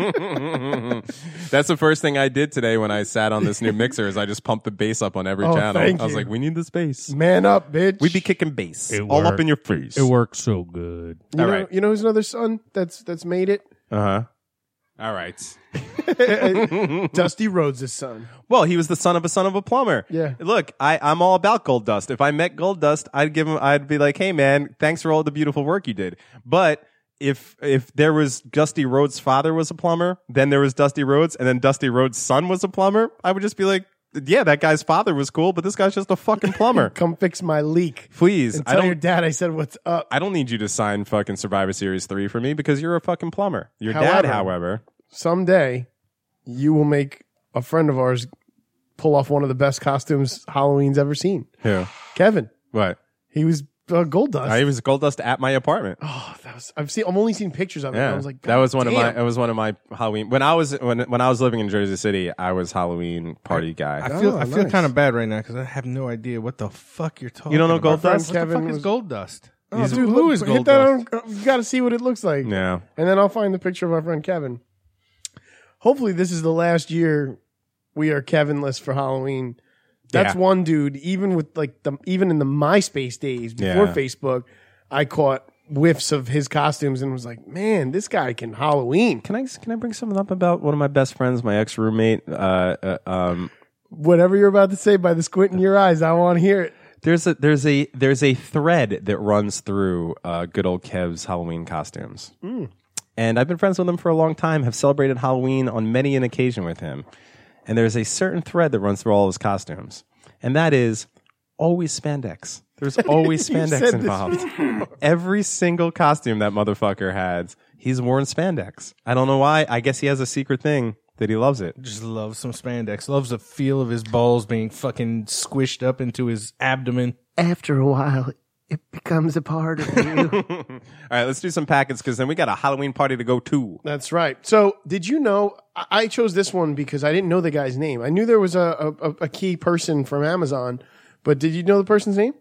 A: That's the first thing I did today when I sat on this
D: [LAUGHS]
A: new mixer is I just pumped the bass up on every
B: Oh,
A: channel.
B: thank
A: I was
B: you.
A: like, we need this bass.
B: Man up, bitch.
A: We'd be kicking bass
D: It
A: all up
D: worked.
A: in your face.
D: It works so good.
B: you know,
A: all right.
B: you know who's another son that's that's made it?
A: Uh-huh. All right. [LAUGHS]
B: Dusty Rhodes' son.
A: Well, he was the son of a son of a plumber.
B: Yeah.
A: Look, I, I'm all about gold dust. If I met gold dust, I'd give him, I'd be like, hey man, thanks for all the beautiful work you did. But if, if there was Dusty Rhodes' father was a plumber, then there was Dusty Rhodes, and then Dusty Rhodes' son was a plumber, I would just be like, yeah, that guy's father was cool, but this guy's just a
B: [LAUGHS]
A: fucking plumber.
B: Come fix my leak.
A: Please,
B: And
A: I
B: tell your
A: don't,
B: dad I said what's up.
A: I don't need you to sign fucking Survivor Series 3 for me because you're a fucking plumber. Your dad,
B: However-
A: however,
B: someday you will make a friend of ours pull off one of the best costumes Halloween's ever seen.
A: who?
B: Kevin,
A: What?
B: he was uh, gold dust.
A: I was gold dust at my apartment.
B: oh, that was, I've seen. I've only seen pictures of it.
A: Yeah,
B: I was like,
A: that was one of my.
B: damn.
A: That was one of my Halloween. When I was when when I was living in Jersey City, I was Halloween party guy.
C: I feel
B: Oh,
C: I feel
B: nice.
C: kind of bad right now because I have no idea what the fuck you're talking.
A: You don't know
C: about.
A: Gold Dust?
C: What the
B: Kevin
C: fuck is
B: was-
C: Gold Dust?
B: Oh,
C: He's-
B: dude,
C: who
B: look,
C: is
B: hit
C: Gold
B: that uh,
C: Dust?
B: on- you got to see what it looks like.
A: yeah,
B: And then I'll find the picture of our friend Kevin. hopefully this is the last year we are Kevinless for Halloween. That's
A: Yeah.
B: one dude. Even with like the even in the MySpace days before
A: Yeah.
B: Facebook, I caught whiffs of his costumes and was like, man, this guy can Halloween.
A: Can I can I bring something up about one of my best friends, my ex roommate? Uh, uh, um,
B: Whatever you're about to say by the squint in your eyes, I want to hear it.
A: there's a there's a there's a thread that runs through uh, good old Kev's Halloween costumes.
B: Hmm.
A: And I've been friends with him for a long time. Have celebrated Halloween on many an occasion with him. And there's a certain thread that runs through all his costumes, and that is always spandex.
B: [LAUGHS]
A: There's always
B: You said
A: spandex
B: this [LAUGHS]
A: involved. Every single costume that motherfucker had, he's worn spandex. I don't know why. I guess he has a secret thing that he loves it.
C: Just loves some spandex. Loves the feel of his balls being fucking squished up into his abdomen.
G: After a while, it becomes a part of you.
A: All right, let's do some packets because then we got a Halloween party to go to.
B: That's right. So, did you know? I- I chose this one because I didn't know the guy's name. I knew there was a, a, a key person from Amazon, but did you know the person's name?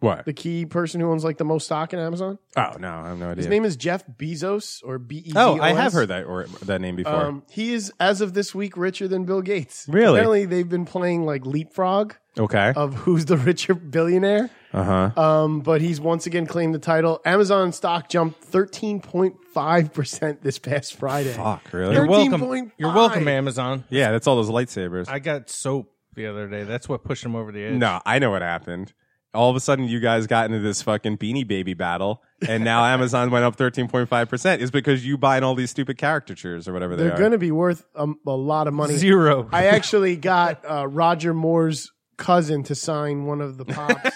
A: What?
B: The key person who owns like the most stock in Amazon?
A: Oh no, I have no idea.
B: His name is Jeff Bezos or B E Z O
A: oh,
B: S.
A: I have heard that or that name before.
B: Um, he is, as of this week, richer than Bill Gates.
A: Really?
B: Apparently, they've been playing like leapfrog
A: okay.
B: of who's the richer billionaire.
A: Uh huh.
B: Um, but he's once again claimed the title. Amazon stock jumped 13.5% this past Friday.
A: Fuck, really?
C: You're welcome.
B: 13.5.
C: You're welcome, Amazon.
A: yeah, that's all those lightsabers.
C: I got soap the other day. That's what pushed him over the edge.
A: no, I know what happened. All of a sudden, you guys got into this fucking beanie baby battle,
B: [LAUGHS]
A: and now Amazon went up thirteen point five percent. Is because you buying all these stupid caricatures or whatever they
B: They're
A: are.
B: going to be worth a, a lot of money.
C: Zero.
B: I actually got uh, Roger Moore's cousin to sign one of the pops.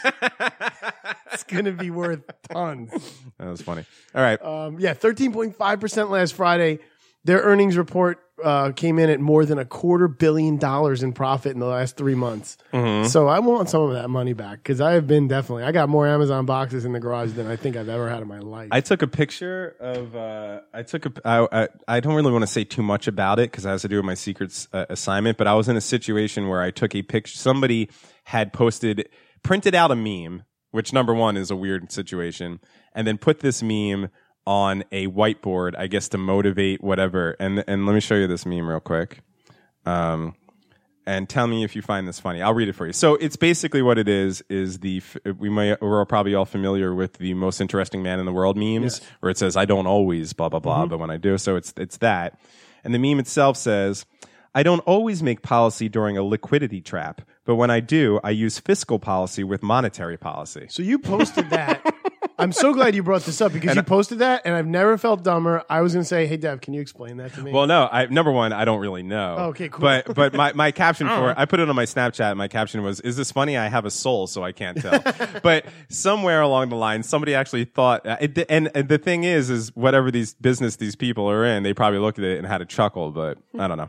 B: it's going to be worth tons.
A: that was funny. All right.
B: Um, yeah, 13.5% last Friday. Their earnings report uh, came in at more than a quarter billion dollars in profit in the last three months. So I want some of that money back because I have been definitely, I got more Amazon boxes in the garage than I think I've ever had in my life.
A: I took a picture of. Uh, I took a. I, I, I don't really want to say too much about it because it has to do with my secrets uh, assignment. But I was in a situation where I took a picture. Somebody had posted, printed out a meme, which number one is a weird situation, and then put this meme on a whiteboard, I guess to motivate whatever. And and let me show you this meme real quick. Um, and tell me if you find this funny. I'll read it for you. So it's basically what it is: is the f- we might we're all probably all familiar with the most interesting man in the world memes, where it says "I don't always blah blah blah," but when I do, so it's it's that. And the meme itself says, "I don't always make policy during a liquidity trap, but when I do, I use fiscal policy with monetary policy."
B: so you posted
A: [LAUGHS]
B: that. I'm so glad you brought this up because you posted that and I've never felt dumber. I was going to say, hey, Dev, can you explain that to me?
A: Well, no. I, number one, I don't really know.
B: Oh, Okay, cool. Oh.
A: But but my,
B: [LAUGHS]
A: my caption for it, I put it on my Snapchat. and My caption was, "Is this funny? I have a soul, so I can't
B: [LAUGHS]
A: tell." but somewhere along the line, somebody actually thought. uh, It, and, and the thing is, is whatever these business these people are in, they probably looked at it and had a chuckle. But
B: [LAUGHS]
A: I don't know.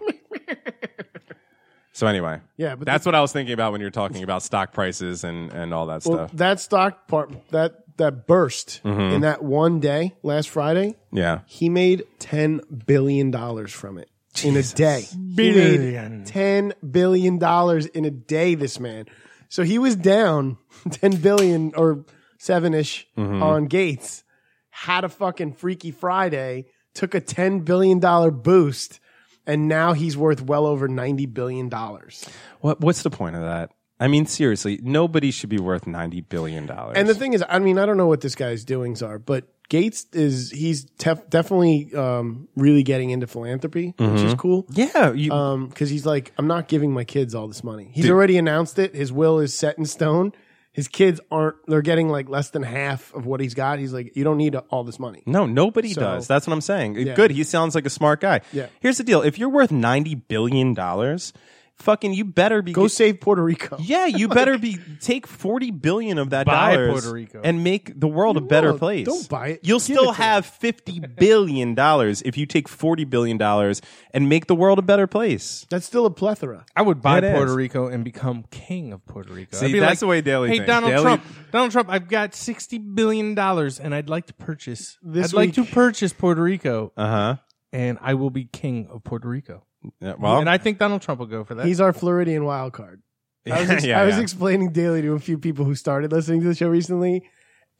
A: so anyway,
B: Yeah, but
A: that's what I was thinking about when you were talking about stock prices and and all that
B: Well,
A: stuff.
B: that stock part, that, that burst
A: Mm-hmm.
B: in that one day last Friday,
A: Yeah.
B: He made ten billion dollars from it in a day. He
C: Billion.
B: made ten billion dollars in a day. This man. So he was down [LAUGHS] ten billion or seven ish on Gates. Had a fucking freaky Friday. Took a ten billion dollar boost, and now he's worth well over ninety billion dollars.
A: What what's the point of that? I mean, seriously, nobody should be worth ninety billion dollars.
B: And the thing is, I mean, I don't know what this guy's doings are, but Gates is he's tef- definitely um, really getting into philanthropy, which is cool.
A: yeah, you,
B: Um, because he's like, I'm not giving my kids all this money. He's already announced it. His will is set in stone. His kids aren't. They're getting like less than half of what he's got. He's like, you don't need all this money.
A: No, nobody
B: So-
A: does. That's what I'm saying. Good. He sounds like a smart guy.
B: Yeah.
A: Here's the deal. If you're worth ninety billion dollars, fucking you better be
B: Go save Puerto Rico. [LAUGHS]
A: Yeah, you better be take forty billion of that
C: Buy
A: dollars
C: Puerto Rico.
A: and make the world a better
B: won't.
A: place.
B: Don't buy it.
A: You'll
B: Give it
A: still
B: to
A: have fifty billion dollars if you take forty billion dollars and make the world a better place.
B: That's still a plethora.
C: I would buy
A: It is.
C: Puerto Rico and become king of Puerto Rico.
A: See,
C: I'd be
A: that's the way Daly
C: Hey,
A: thinks.
C: Donald
A: Daly-
C: Trump. Donald Trump. I've got sixty billion dollars, and I'd like to purchase. I'd
B: This
C: like to
B: week-
C: purchase Puerto Rico,
A: Uh huh.
C: and I will be king of Puerto Rico.
A: well,
C: and I think Donald Trump will go for that. [LAUGHS]
B: He's our Floridian wild
A: [LAUGHS]
B: card. I was, ex-
A: yeah,
B: I was
A: yeah.
B: explaining daily to a few people who started listening to the show recently,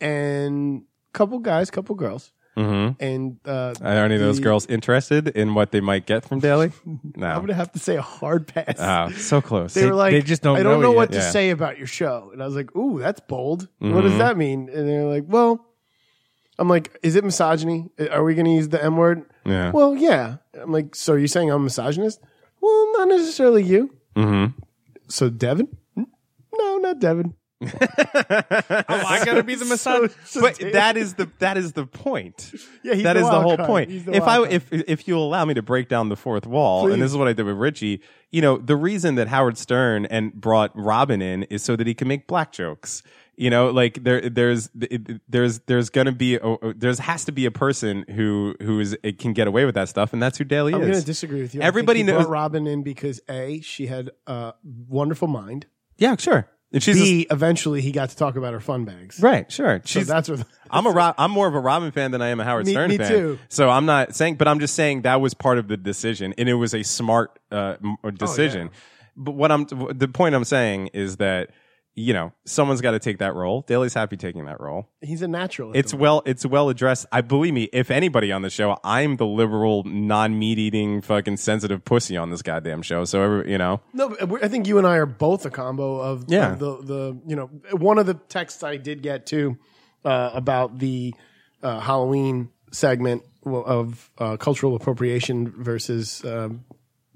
B: and couple guys, couple girls,
A: Mm-hmm.
B: And uh,
A: Are any of those
B: the-
A: girls interested in what they might get
B: [LAUGHS]
A: from Daly?
B: I'm
A: No.
B: gonna have to say a hard pass.
A: Oh, so close.
B: they were like,
C: they just don't
B: I don't
C: know
B: know,
C: yet."
B: what
A: Yeah.
B: to say about your show. And I was like, ooh, that's bold. What does
A: Mhm.
B: that mean? And they're like, well, I'm like, is it misogyny? Are we going to use the M word?
A: yeah.
B: Well, yeah. I'm like, so you're saying I'm a misogynist? Well, not necessarily you.
A: Mm-hmm.
B: So Devin? No, not Devin.
C: Oh, I
B: [LAUGHS]
C: gotta be the massage.
B: So
A: Oh, but
B: Dave-
A: that is the that is the point.
B: Yeah, he's
A: that
B: the
A: is the
B: wild
A: whole
B: card.
A: point.
B: He's the
A: if I
B: wild card.
A: if if you allow me to break down the fourth wall, and this is what I did with Richie, you know, the reason that Howard Stern and brought Robin in is so that he can make black jokes. You know, like there there's there's there's going to be a, there's has to be a person who who is it can get away with that stuff, and that's who Daly
B: I'm
A: is.
B: going to disagree with you. I think
A: Everybody
B: he brought
A: knows-
B: Robin in because A, she had a wonderful mind.
A: yeah, sure. And she's a-
B: B, eventually he got to talk about her fun bags.
A: right, sure.
B: So
A: She's
B: that's what. [LAUGHS]
A: I'm a Rob, I'm more of a Robin fan than I am a Howard
B: Me-
A: Stern
B: me
A: fan.
B: too.
A: So I'm not saying, but I'm just saying that was part of the decision, and it was a smart uh, m-
B: Oh,
A: decision. But what I'm the point I'm saying is that you know someone's got to take that role. Daly's happy taking that role.
B: He's a natural. at
A: It's
B: the-
A: well, it's well addressed. I believe me. If anybody on the show, I'm the liberal, non meat eating, fucking sensitive pussy on this goddamn show. So every, you know,
B: no. but we- I think you and I are both a combo of
A: Yeah.
B: of the the you know one of the texts I did get too uh, about the uh, Halloween segment w- of uh, cultural appropriation versus um,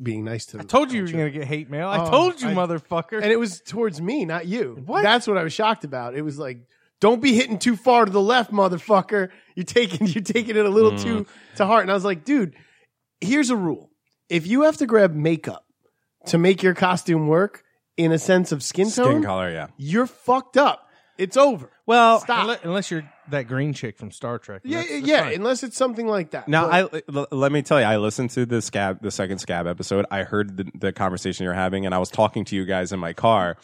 B: being nice to. I
C: Told you you were gonna get hate mail. I told you,
B: I-
C: motherfucker.
B: [LAUGHS] and it was towards me, not you. What? That's what I was shocked about. It was like, don't be hitting too far to the left, motherfucker. You're taking [LAUGHS] you're taking it a little too
A: Mm.
B: to heart. And I was like, dude, here's a rule: if you have to grab makeup to make your costume work in a sense of skin tone,
A: skin color, yeah.
B: you're fucked up. It's over.
A: Well,
B: Stop.
C: Unle- unless you're that green chick from Star Trek.
B: yeah,
C: That's- that's
B: yeah.
C: fine.
B: Unless it's something like that.
A: Now,
B: But-
A: I l- let me tell you, I listened to the scab, the second scab episode. I heard the, the conversation you're having, and I was talking to you guys in my car.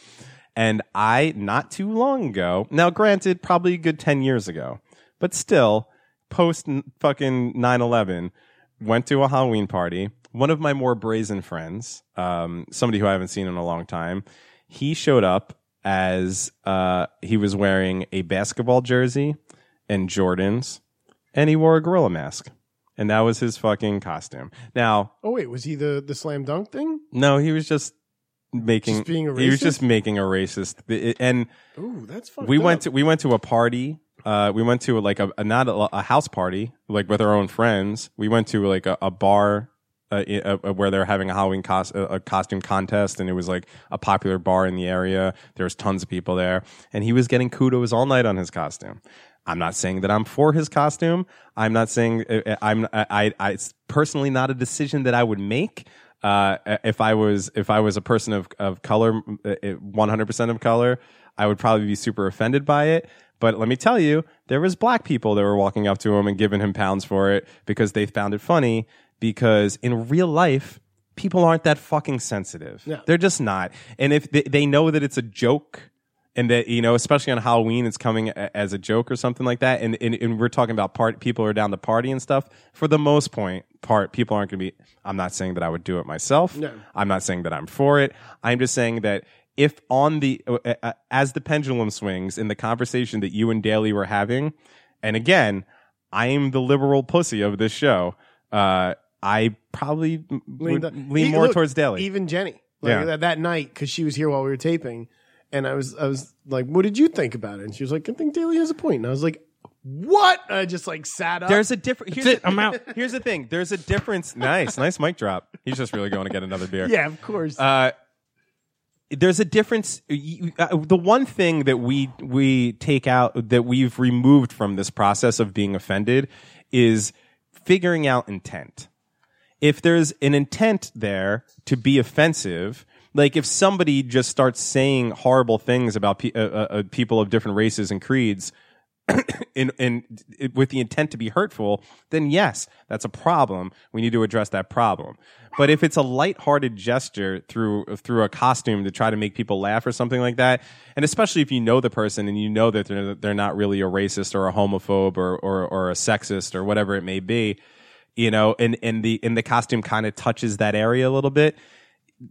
A: And I, not too long ago, now granted, probably a good 10 years ago, but still, post n- fucking 9 11, went to a Halloween party. One of my more brazen friends, um, somebody who I haven't seen in a long time, he showed up as uh, he was wearing a basketball jersey and Jordans, and he wore a gorilla mask. And that was his fucking costume. Now,
B: oh wait, was he the the slam dunk thing?
A: no, he was just making
B: Just being a
A: he was
B: racist?
A: just making a racist it- and
B: Ooh, that's fucked
A: we
B: up.
A: went to we went to a party. Uh, we went to like a, a not a, a house party, like with our own friends. We went to like a, a bar uh, i- uh, where they're having a Halloween cos- uh, a, a costume contest, and it was like a popular bar in the area. There was tons of people there, and he was getting kudos all night on his costume. I'm not saying that I'm for his costume. I'm not saying uh, I'm. I, I. It's personally not a decision that I would make uh, if I was if I was a person of of color, uh, one hundred percent of color, I would probably be super offended by it. But let me tell you, there was black people that were walking up to him and giving him pounds for it because they found it funny. Because in real life, people aren't that fucking sensitive. They're just not. And if they, they know that it's a joke, and that you know, especially on Halloween, it's coming a- as a joke or something like that. And and, and we're talking about part people are down to party and stuff. For the most point, part people aren't going to be. I'm not saying that I would do it myself. I'm not saying that I'm for it. I'm just saying that if on the uh, uh, as the pendulum swings in the conversation that you and Daly were having, and again, I am the liberal pussy of this show. Uh, I probably m- would
B: up.
A: lean
B: E-
A: more
B: look,
A: towards Daly.
B: Even Jenny, like
A: Yeah.
B: that, that night, because she was here while we were taping, and I was, I was like, "What did you think about it?" And she was like, "I think Daly has a point." And I was like, "What?" And I just like sat up.
A: There's a difference. Here's
D: it. I'm out.
A: Here's the thing. There's a difference. Nice, nice mic drop. He's just really going to get another
B: [LAUGHS]
A: beer.
B: [LAUGHS] yeah, of course.
A: Uh, there's a difference. you- uh, The one thing that we we take out that we've removed from this process of being offended is figuring out intent if there's an intent there to be offensive, like if somebody just starts saying horrible things about pe- uh, uh, uh, people of different races and creeds, in, in, it- with the intent to be hurtful, then yes, that's a problem. We need to address that problem. But if it's a lighthearted gesture through through a costume to try to make people laugh or something like that, and especially if you know the person and you know that they're they're not really a racist or a homophobe or or, or a sexist or whatever it may be, you know and and the and the costume kind of touches that area a little bit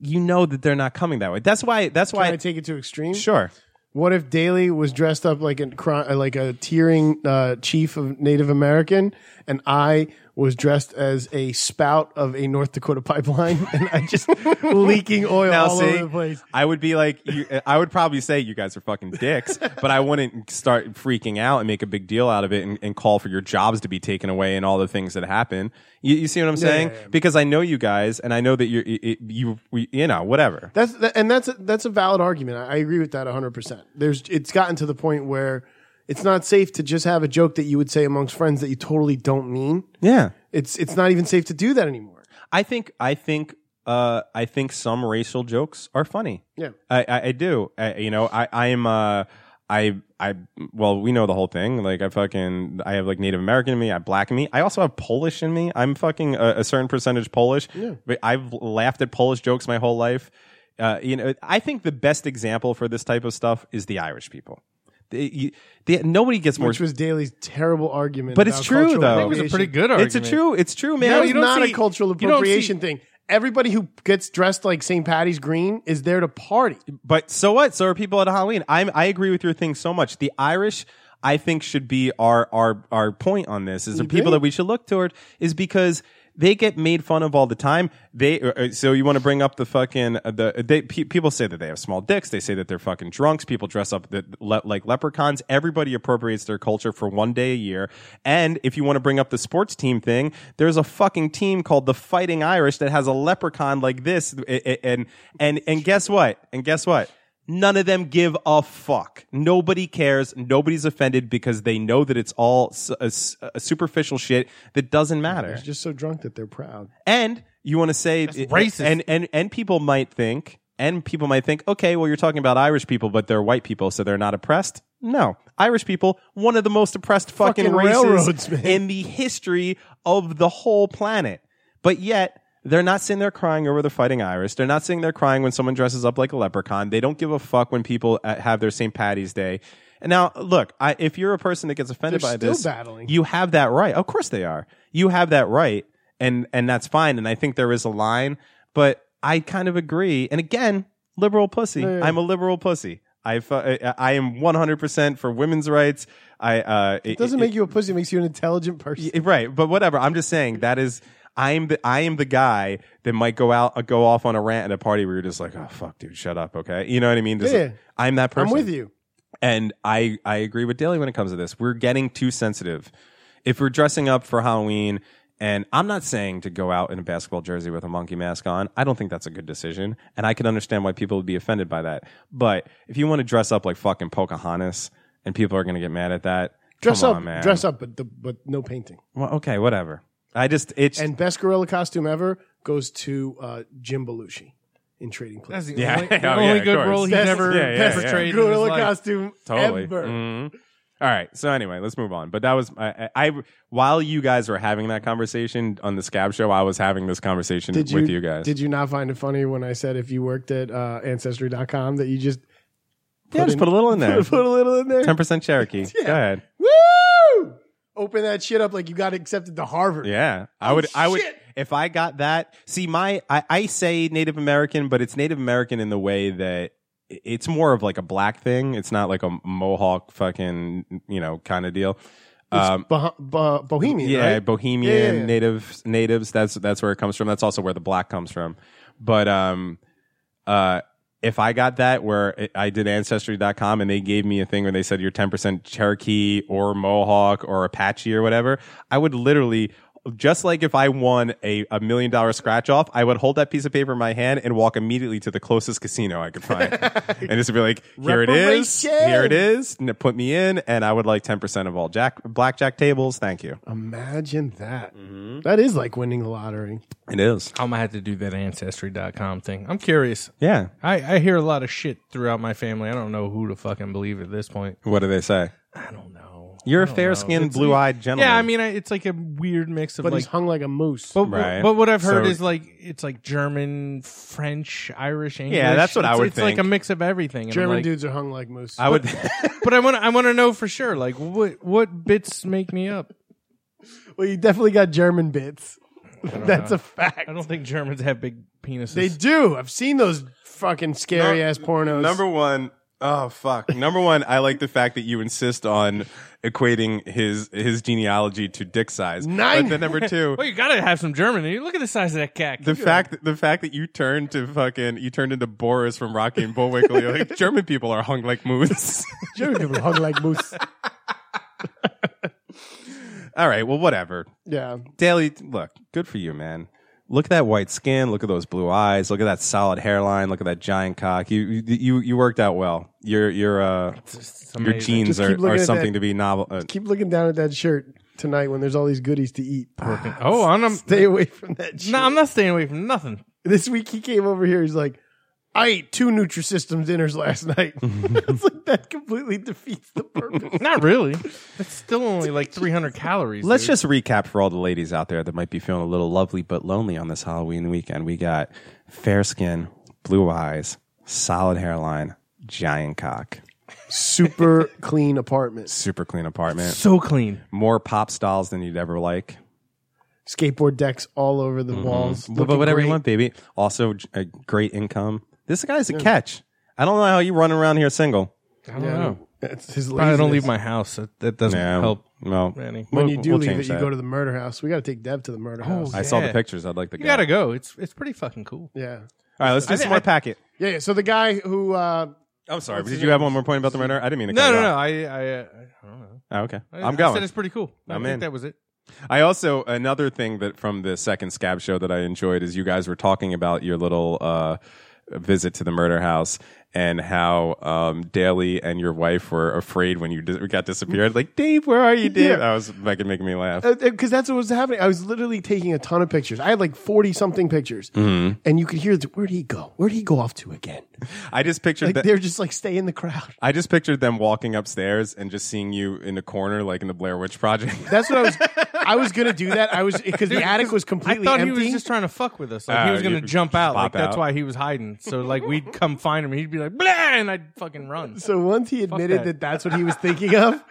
A: you know that they're not coming that way that's why that's
B: Can
A: why
B: I take it to extreme?
A: sure
B: What if Daly was dressed up like a cri- uh, like a tearing uh, chief of Native American, and I was dressed as a spout of a North Dakota pipeline, [LAUGHS] and I
A: [LAUGHS]
B: just leaking oil
A: Now
B: all
A: see,
B: over the place?
A: I would be like, you, I would probably say you guys are fucking
B: [LAUGHS]
A: dicks, but I wouldn't start freaking out and make a big deal out of it and, and call for your jobs to be taken away and all the things that happen. You, you see what I'm saying? Because I know you guys, and I know that you're, it, it- you, we, you know, whatever.
B: That's that, and that's a, that's a valid argument. I, I agree with that 100%. There's it's gotten to the point where it's not safe to just have a joke that you would say amongst friends that you totally don't mean.
A: yeah,
B: It's it's not even safe to do that anymore.
A: I think, I think, uh, I think some racial jokes are funny.
B: Yeah.
A: I, I, I do. I, you know, I, I'm, uh, I, I, well, we know the whole thing. Like, I fucking, I have like Native American in me. I have black in me. I also have Polish in me. I'm fucking a, a certain percentage Polish. But I've laughed at Polish jokes my whole life. Uh, you know, I think the best example for this type of stuff is the Irish people. They, you, they, nobody gets more.
B: Which was Daly's terrible argument.
A: But it's
B: about
A: true,
B: cultural
A: though. I
C: It was a
B: appropriation.
C: pretty good argument.
A: it's a true. It's true, man.
B: That
C: No,
B: was
C: you don't
B: not
C: see-
B: a cultural
C: you don't see-
B: appropriation thing. Everybody who gets dressed like St. Patty's Green is there to party.
A: But so what? So are people at Halloween? I'm, I agree with your thing so much. The Irish, I think, should be our our our point on this. Is the people that we should look toward is because they get made fun of all the time. They uh, uh, so you want to bring up the fucking uh, the they, pe- people say that they have small dicks. They say that they're fucking drunks. People dress up that le- like leprechauns. Everybody appropriates their culture for one day a year. And if you want to bring up the sports team thing, there's a fucking team called the Fighting Irish that has a leprechaun like this. A- a- And and and guess what? And guess what? None of them give a fuck. Nobody cares. Nobody's offended because they know that it's all s- a s- a superficial shit that doesn't matter.
B: Just so drunk that they're proud.
A: And you want to say
C: racist.
A: And and and people might think, and people might think, okay, well, you're talking about Irish people, but they're white people, so they're not oppressed. No, Irish people, one of the most oppressed fucking,
B: Fucking
A: races
B: railroads, man.
A: in the history of the whole planet. But yet. They're not sitting there crying over the fighting Irish. They're not sitting there crying when someone dresses up like a leprechaun. They don't give a fuck when people uh, have their St. Patty's Day. And now, look, I, if you're a person that gets offended
B: They're
A: by
B: still
A: this,
B: battling.
A: you have that right. Of course they are. You have that right, and and that's fine. And I think there is a line, but I kind of agree. And again, liberal pussy. I'm a liberal pussy. I fu- I I am 100 percent for women's rights. I uh,
B: It doesn't make you a pussy, it makes you an intelligent person.
A: Y- right but whatever i'm just saying that is i'm the i am the guy that might go out uh, go off on a rant at a party where you're just like oh fuck dude shut up okay you know what i mean Just
B: Yeah.
A: like, i'm that
B: I'm
A: person
B: with you.
A: and i i agree with daly when it comes to this we're getting too sensitive if we're dressing up for halloween and I'm not saying to go out in a basketball jersey with a monkey mask on. I don't think that's a good decision. And I can understand why people would be offended by that. But if you want to dress up like fucking Pocahontas and people are going to get mad at that,
B: Dress
A: come
B: up,
A: on, man.
B: dress up, but the, but no painting.
A: Well, okay, whatever. I just it's
B: And best gorilla costume ever goes to uh, Jim Belushi in Trading
C: That's
B: Places.
C: the
A: Yeah.
C: only, the
A: Oh, yeah,
C: only
A: of
C: good
A: course.
C: role he's
A: That's-
C: ever
A: yeah, yeah,
C: portrayed. in his
B: gorilla
C: life.
B: costume
A: totally.
B: ever.
A: Mhm. All right. So anyway, let's move on. But that was I, I, I- While you guys were having that conversation on the Scab Show, I was having this conversation
B: Did you,
A: with you guys.
B: Did you not find it funny when I said if you worked at uh, Ancestry.com that you just
A: yeah, just
B: in-
A: put a little in
B: [LAUGHS]
A: there.
B: put a little in there?
A: Ten
B: [LAUGHS]
A: percent Cherokee. Go ahead.
B: Woo! Open that shit up like you got accepted to Harvard.
A: Yeah, I would. I would.
B: Oh, shit.
A: If I got that, see, my I, I say Native American, but it's Native American in the way that i- it's more of like a black thing. It's not like a Mohawk fucking you know kind of deal. Um,
B: Bo- bo- Bohemian,
A: yeah,
B: right?
A: Bohemian
B: Yeah, yeah, yeah.
A: natives natives. That's that's where it comes from. That's also where the black comes from. But um, uh, if I got that where it, I did ancestry.com and they gave me a thing where they said you're 10% Cherokee or Mohawk or Apache or whatever, I would literally. Just like if I won a, a million dollar scratch off, I would hold that piece of paper in my hand and walk immediately to the closest casino I
B: [LAUGHS]
A: could find. and just be like, here it is. Here it is. n- Put me in. And I would like 10% of all jack, blackjack tables. Thank you.
B: Imagine that.
C: Mm-hmm.
B: That is like winning the lottery.
A: It is.
C: I'm gonna have to do that ancestry.com thing. I'm curious.
A: Yeah.
C: I, I hear a lot of shit throughout my family. I don't know who to fucking believe at this point.
A: What do they say?
C: I don't know.
A: You're
C: I
A: a
C: don't
A: fair
C: know.
A: skinned,
C: Oh, It's- e-
A: blue eyed gentleman.
C: Yeah, I mean, I, it's like a weird mix of
B: But
C: like.
B: he's hung like a moose.
C: But,
A: Right.
C: but what I've heard
A: So-
C: is like it's like German, French, Irish, English.
A: that's what I
C: It's-
A: would
C: It's like
A: think.
C: a mix of everything. and I'm
B: German
C: like-
B: dudes are hung like moose.
A: I would. [LAUGHS]
C: But I want I want to know for sure. Like what what bits make me up?
B: well, you definitely got German bits. That's a fact.
C: I don't think Germans have big penises.
B: [LAUGHS] They do. I've seen those fucking scary ass pornos.
A: Number one, Oh fuck! Number one, I like the fact that you insist on equating his his genealogy to dick size.
B: Nine.
A: But then [LAUGHS] number two,
C: Well, you gotta have some German. in you. Look at the size of that cat.
A: the fact that, the fact that you turned to fucking you turned into Boris from Rocky and Bullwinkle. You're like German people are hung like moose.
B: German people hug like moose.
A: [LAUGHS] All right, well, whatever.
B: Yeah.
A: Daily, look, good for you, man. Look at that white skin. Look at those blue eyes. Look at that solid hairline. Look at that giant cock. You you you, you worked out well. Your your uh your genes
B: Just keep
A: are,
B: looking
A: are
B: at that.
A: something to be novel. Uh,
B: Keep looking down at that shirt tonight when there's all these goodies to eat.
A: Ah.
C: Oh, I'm, I'm,
B: [LAUGHS] Stay away from that shirt.
C: no, I'm not staying away from nothing.
B: this week he came over here. He's like, I ate two Nutrisystem dinners last night. [LAUGHS] it's like that completely defeats
C: [LAUGHS]
B: the purpose.
C: Not really. That's still only like 300 calories.
A: Let's
C: dude.
A: just recap for all the ladies out there that might be feeling a little lovely but lonely on this Halloween weekend. We got fair skin, blue eyes, solid hairline, giant cock,
B: Super clean apartment.
A: super clean apartment,
C: so clean.
A: more pop styles than you'd ever like.
B: Skateboard decks all over the walls.
A: But but
B: Looking
A: whatever you
B: great.
A: want, baby. Also, j- a great income. This guy's a catch. I don't know how you run around here single.
C: I don't know.
B: That's his
C: I don't
B: laziness.
C: leave my house. That, that doesn't
A: Yeah.
C: help
A: No.
C: any.
B: When
A: We'll-
B: you do
A: we'll
B: leave
A: change
B: it, you
A: that.
B: go to the murder house. We got to take Dev to the murder house.
A: I saw the
C: Yeah.
A: pictures. I'd like to
C: You
A: go.
C: gotta go. It's it's pretty fucking cool.
B: Yeah.
A: All right, let's do
C: I
A: some
C: thi-
A: more
C: I-
A: packet.
B: Yeah. yeah. So the guy who, uh,
A: I'm sorry.
B: What's
A: Did
B: his
A: you
B: name?
A: have one more point about the murder? I didn't mean to.
C: No,
A: cut
C: no,
A: you
C: no.
A: off.
C: I, I, uh, I don't know.
A: Oh, okay,
C: I,
A: I'm
C: I said
A: going.
C: it's pretty cool. I
A: I'm
C: think
A: in.
C: that was it.
A: I also another thing that from the second scab show that I enjoyed is you guys were talking about your little uh, visit to the murder house and how um, Daly and your wife were afraid when you dis- got disappeared. Like Dave, where are you, Dave?
B: Yeah.
A: That was fucking making me
C: Uh,
A: laugh.
B: because Uh, that's what was happening. I was literally taking a ton of pictures. I had like 40 something pictures. And you could hear, the, where'd he go? Where'd he go off to again?
A: I just pictured
B: Like
A: that.
B: they're just like, stay in the crowd.
A: I just pictured them walking upstairs and just seeing you in the corner, like in the Blair Witch Project. [LAUGHS]
B: That's what I was, I was going to do that. I was, because the attic was
C: I
B: completely
C: thought
B: empty.
C: he was just trying to fuck with us. Like he
A: Oh,
C: was gonna
A: you-
C: jump out. Like
A: pop
C: that's
A: out.
C: why he was hiding. So like we'd come find him. He'd be like, blah, and I'd fucking run.
B: So once he admitted that.
C: that.
B: that's what he was thinking of,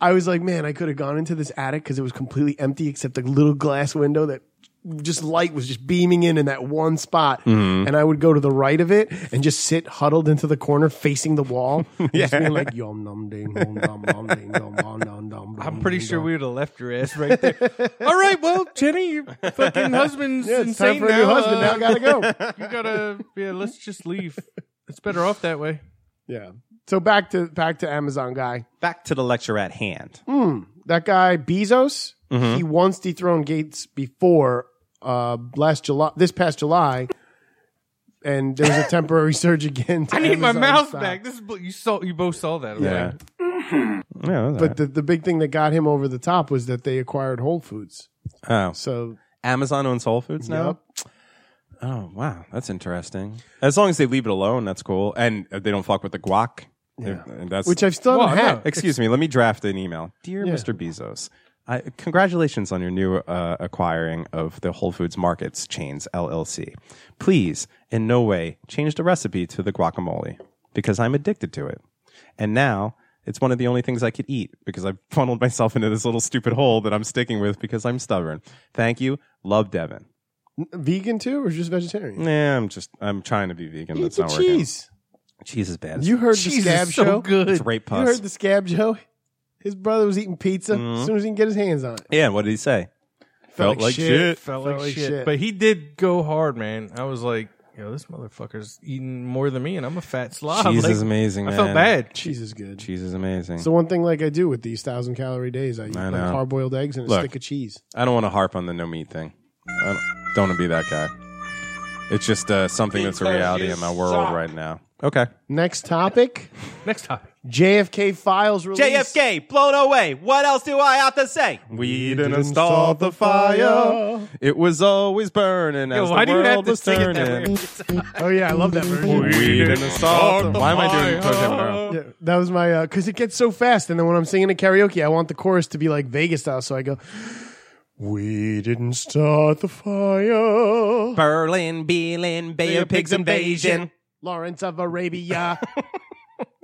B: I was like, man, I could have gone into this attic because it was completely empty except a little glass window that just light was just beaming in in that one spot. And I would go to the right of it and just sit huddled into the corner facing the wall. and Just being like, yum, nom, ding, nom, nom, nom, ding, nom, nom, nom, nom,
C: I'm
B: nom,
C: pretty
B: ding,
C: sure
B: nom.
C: we would have left your ass right
B: [LAUGHS]
C: there. All right, well, Jenny, your fucking husband's
B: Yeah, it's time
C: insane
B: for a new
C: now.
B: husband. Now
C: Uh,
B: I gotta go.
C: you gotta yeah. Let's just leave. It's better off that way.
B: [LAUGHS] yeah. So back to back to Amazon guy.
A: Back to the lecture at hand.
B: Hmm. that guy Bezos,
C: Mm-hmm.
B: he once dethroned Gates before uh, last July, this past July, and there
C: [LAUGHS]
B: was a temporary surge again. to
C: I need my
B: Amazon
C: mouse
B: stock.
C: back. This is bu- you saw. You both saw that.
A: Yeah.
C: Like,
A: yeah
B: But the, the big thing that got him over the top was that they acquired Whole Foods.
A: oh.
B: So
A: Amazon owns Whole Foods now.
B: Yep.
A: Oh wow, that's interesting. As long as they leave it alone, that's cool, and uh, they don't fuck with the guac. If- and that's
B: which I've still
C: Well,
B: haven't
C: no.
B: had.
A: excuse me. Let me draft an email, dear Mr. Bezos. I, congratulations on your new uh, acquiring of the Whole Foods Markets Chains LLC. Please, in no way, change the recipe to the guacamole because I'm addicted to it, and now. It's one of the only things I could eat because I've [LAUGHS] funneled myself into this little stupid hole that I'm sticking with because I'm stubborn. Thank you. Love Devin.
B: Vegan too, or just vegetarian?
A: Nah, I'm just I'm trying to be vegan.
B: Eat
A: That's
B: the
A: not working.
B: cheese.
A: Cheese is bad.
B: You heard
C: Cheese
B: the scab
C: is so
B: show.
C: good.
A: it's rape
B: You heard
A: pus.
B: the scab show. His brother was eating pizza
C: Mm-hmm.
B: as soon as he can get his hands on it.
A: yeah, and what did he say? Felt like shit.
C: Felt like shit. But he did go hard, man. I was like, yo, this motherfucker's eating more than me, and I'm a fat slob.
A: Cheese
C: Like,
A: is amazing.
C: I felt
A: man.
C: bad.
B: cheese is good.
A: Cheese is amazing.
B: So one thing like I do with these thousand calorie days, I eat
A: I
B: like
A: know.
B: hard boiled eggs and a
A: Look.
B: stick of cheese.
A: I don't want to harp on the no meat thing. I don't, don't want to be that guy. It's just uh, something that's a reality in my world right now. Okay.
B: Next topic:
C: Next topic.
B: JFK files release.
A: blown away. What else do I have to say? We didn't install the fire. It was always burning as
C: Yo, why
A: the
C: do you have
A: world
C: to
A: was
C: sing it that
A: turning.
C: way?
B: Oh yeah, I love that version.
A: We didn't install the Why am I doing
C: fire.
A: Coach Emerald?
B: Yeah, that was my because it gets so fast, and then when I'm singing at karaoke, I want the chorus to be like Vegas style. So I go, "We didn't start the fire."
A: Berlin, Berlin, Bay of Pigs invasion.
B: Lawrence of
A: [LAUGHS]
B: Arabia.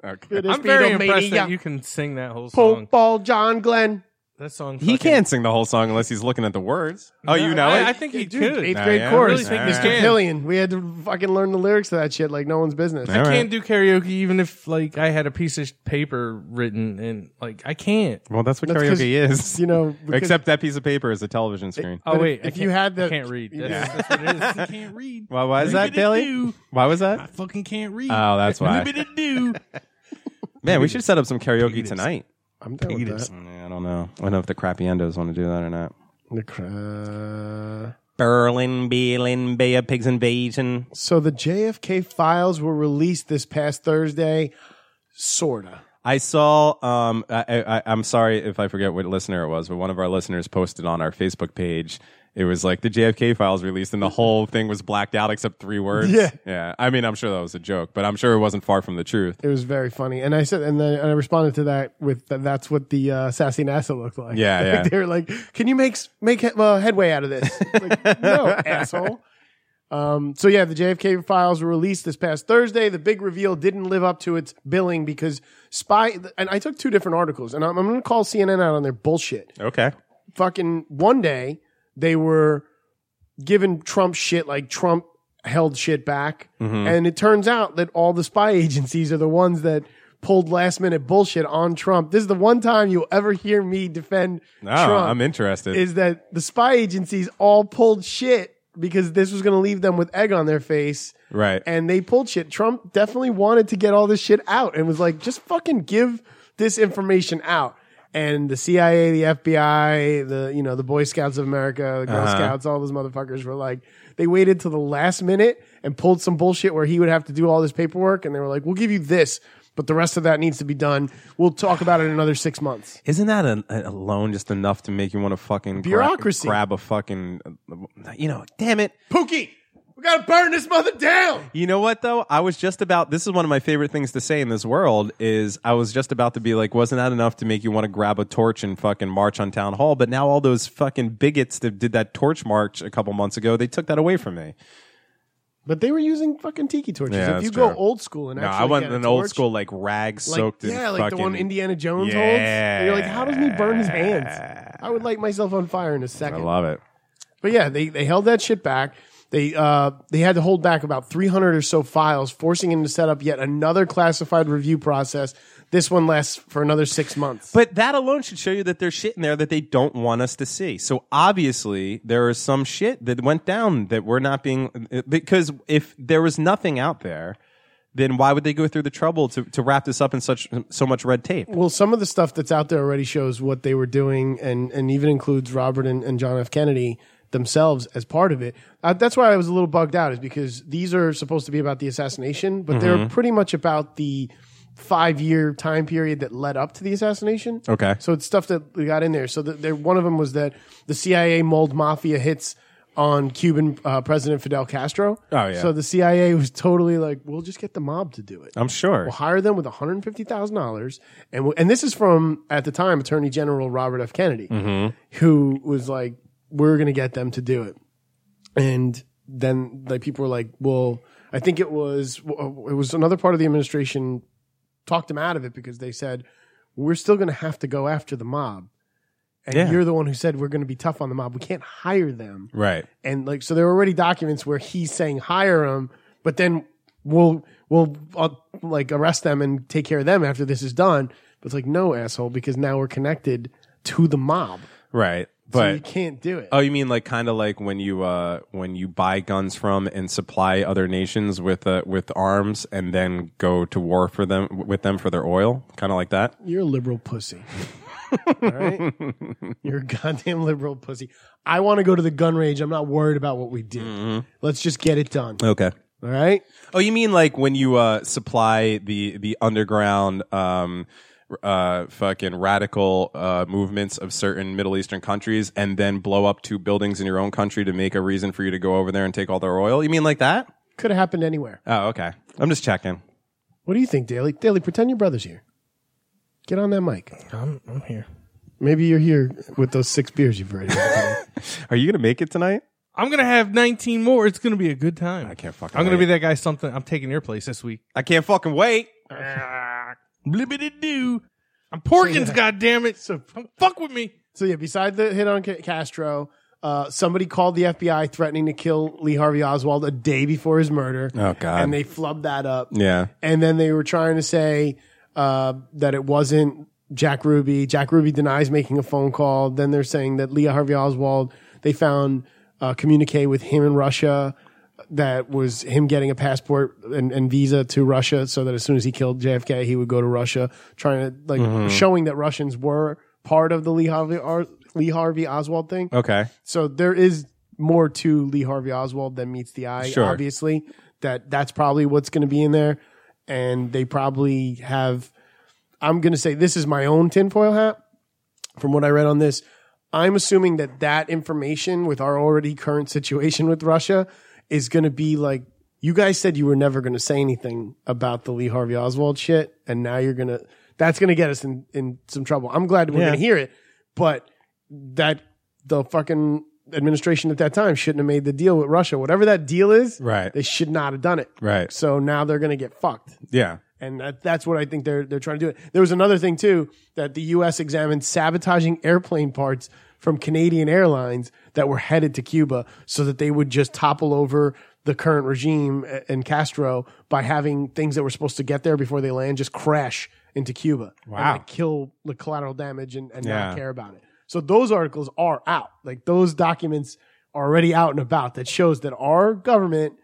A: Okay.
B: British
C: I'm very
B: Beatlemania.
C: impressed that you can sing that whole song.
B: Pope Paul John Glenn.
C: That song.
A: He
C: fucking-
A: can't sing the whole song unless he's looking at the words. Oh, you know it?
C: I, I think he could.
B: Eighth
A: Nah,
B: grade
A: yeah.
B: chorus.
C: Really think
A: Nah.
C: this
B: Mr.
C: can.
B: Pillion. We had to fucking learn the lyrics to that shit like no one's business.
A: Yeah.
C: I
A: All right.
C: can't do karaoke even if like I had a piece of paper written and like I can't.
A: Well, that's what
B: That's 'cause,
A: karaoke is.
B: You know, because-
A: Except that piece of paper is a television screen.
C: Oh wait,
B: if you had the-
C: I can't read. That's,
A: Yeah.
C: that's what it is. I [LAUGHS] can't read.
A: Why, why is that,
C: Ribbity
A: Billy?
C: doo.
A: Why was
C: I
A: that?
C: fucking can't read.
A: Oh, that's why.
C: Ribbity doo.
A: Man, we should set up some karaoke tonight.
B: I'm done with that.
A: Yeah, I don't know. I don't know if the crappy endos want to do that or not.
B: The cra-
A: Berlin, Berlin, Bay of Pigs Invasion.
B: So the JFK files were released this past Thursday, sorta.
A: I saw. Um, I, I, I- I'm sorry if I forget what listener it was, but one of our listeners posted on our Facebook page. It was like the JFK files released, and the whole thing was blacked out except three words.
B: Yeah.
A: yeah. I mean, I'm sure that was a joke, but I'm sure it wasn't far from the truth.
B: It was very funny, and I said, and then and I responded to that with that that's what the uh, sassy NASA looked like.
A: Yeah,
B: [LAUGHS] Like,
A: yeah.
B: They were like, "Can you make s- make he- uh, headway out of this?" [LAUGHS] like, no, asshole. Um, so yeah, the JFK files were released this past Thursday. The big reveal didn't live up to its billing because spy. And I took two different articles, and I'm, I'm going to call CNN out on their bullshit.
A: Okay.
B: fucking one day they were giving Trump shit like Trump held shit back. And it turns out that all the spy [LAUGHS] agencies are the ones that pulled last minute bullshit on Trump. This is the one time you'll ever hear me defend
A: No,
B: Trump
A: Oh, I'm interested.
B: is that the spy agencies all pulled shit because this was going to leave them with egg on their face
A: right.
B: and they pulled shit. Trump definitely wanted to get all this shit out and was like, just fucking give this information out. And the CIA, the FBI, the you know the Boy Scouts of America, the Girl Scouts, all those motherfuckers were like, they waited till the last minute and pulled some bullshit where he would have to do all this paperwork, and they were like, we'll give you this, but the rest of that needs to be done. We'll talk about it in another six months.
A: Isn't that a, a- alone just enough to make you want to fucking gra-
B: Bureaucracy.
A: grab a fucking, you know, damn it.
B: Pookie, we gotta burn this mother down.
A: You know what though? I was just about. This is one of my favorite things to say in this world. Is I was just about to be like, wasn't that enough to make you want to grab a torch and fucking march on town hall? But now all those fucking bigots that did that torch march a couple months ago, they took that away from me.
B: But they were using fucking tiki torches.
A: Yeah,
B: if
A: that's
B: you
A: true.
B: go old school and
A: No,
B: actually
A: I want
B: get a
A: an old
B: torch-
A: school like rag
B: like,
A: soaked.
B: yeah,
A: in
B: like the one
A: fucking-
B: Indiana Jones holds.
A: Yeah.
B: And you're like, how does he burn his hands? I would light myself on fire in a
A: I
B: second.
A: love it.
B: But yeah, they they held that shit back. They uh they had to hold back about 300 or so files, forcing him to set up yet another classified review process. This one lasts for another six months.
A: But that alone should show you that there's shit in there that they don't want us to see. So obviously there is some shit that went down that we're not being uh, because if there was nothing out there, then why would they go through the trouble to, to wrap this up in such so much red tape?
B: well, some of the stuff that's out there already shows what they were doing, and and even includes Robert and, and John F. Kennedy themselves as part of it. Uh, that's why I was a little bugged out, is because these are supposed to be about the assassination, but
A: Mm-hmm.
B: they're pretty much about the five year time period that led up to the assassination.
A: Okay.
B: So it's stuff that we got in there. So the, there, one of them was that the CIA mold mafia hits on Cuban uh, President Fidel Castro.
A: Oh, yeah.
B: So the CIA was totally like, we'll just get the mob to do it.
A: I'm sure.
B: We'll hire them with one hundred fifty thousand dollars, and we, and this is from at the time Attorney General Robert F. Kennedy,
A: Mm.
B: who was like, "We're going to get them to do it," and then like people were like, "Well, I think it was uh, it was another part of the administration talked him out of it because they said we're still going to have to go after the mob." And
A: Yeah.
B: you're the one who said we're going to be tough on the mob. We can't hire them
A: Right.
B: and like so there were already documents where he's saying hire him but then we'll we'll uh, like arrest them and take care of them after this is done but it's like no asshole because now we're connected to the mob
A: Right.
B: so you
A: But
B: can't do it
A: Oh, you mean like kind of like when you uh when you buy guns from and supply other nations with uh, with arms and then go to war for them with them for their oil? Kind of like that?
B: you're a liberal pussy all right you're a goddamn liberal pussy i want to go to the gun range i'm not worried about what we did let's just get it done
A: Okay.
B: all right
A: Oh, you mean like when you uh, supply the the underground um, uh, fucking radical uh, movements of certain Middle Eastern countries, and then blow up two buildings in your own country to make a reason for you to go over there and take all their oil? You mean like that?
B: could have happened anywhere
A: Oh, okay. I'm just checking.
B: what do you think daly daly pretend your brother's here get on that mic
C: [LAUGHS] I'm, I'm here.
B: maybe you're here with those six beers you've already had.
A: Are you gonna make it tonight?
C: I'm gonna have 19 more. It's gonna be a good time. I
A: can't fucking
C: I'm gonna
A: wait.
C: be that guy. Something. I'm taking your place this week.
A: I can't fucking wait.
C: [LAUGHS] Blibbity doo. I'm Porkins. goddammit. So fuck with me.
B: [LAUGHS] So yeah, beside the hit on Ca- Castro, uh, somebody called the FBI threatening to kill Lee Harvey Oswald a day before his murder.
A: Oh, God.
B: And they flubbed that up.
A: Yeah.
B: And then they were trying to say uh, that it wasn't Jack Ruby. Jack Ruby denies making a phone call. Then they're saying that Leah Harvey Oswald they found uh, communique with him in Russia that was him getting a passport and, and visa to Russia, so that as soon as he killed JFK, he would go to Russia, trying to like showing that Russians were part of the Lee Harvey Ar- Lee Harvey Oswald thing.
A: Okay.
B: So there is more to Lee Harvey Oswald than meets the eye.
A: Sure.
B: Obviously, that that's probably what's going to be in there, and they probably have. I'm going to say this is my own tinfoil hat. From what I read on this, I'm assuming that that information with our already current situation with Russia is going to be like you guys said you were never going to say anything about the Lee Harvey Oswald shit, and now you're going to. That's going to get us in, in some trouble. I'm glad we're going to hear it, but that the fucking administration at that time shouldn't have made the deal with Russia. Whatever that deal is,
A: Right.
B: they should not have done it.
A: Right.
B: So now they're going to get fucked.
A: Yeah.
B: And that, that's what I think they're they're trying to do. It. There was another thing too that the U.S. examined sabotaging airplane parts from Canadian airlines that were headed to Cuba, so that they would just topple over the current regime a- and Castro by having things that were supposed to get there before they land just crash into Cuba. Wow! And like, kill the collateral damage and, and
A: Yeah.
B: not care about it. So those articles are out. Like those documents are already out and about that shows that our government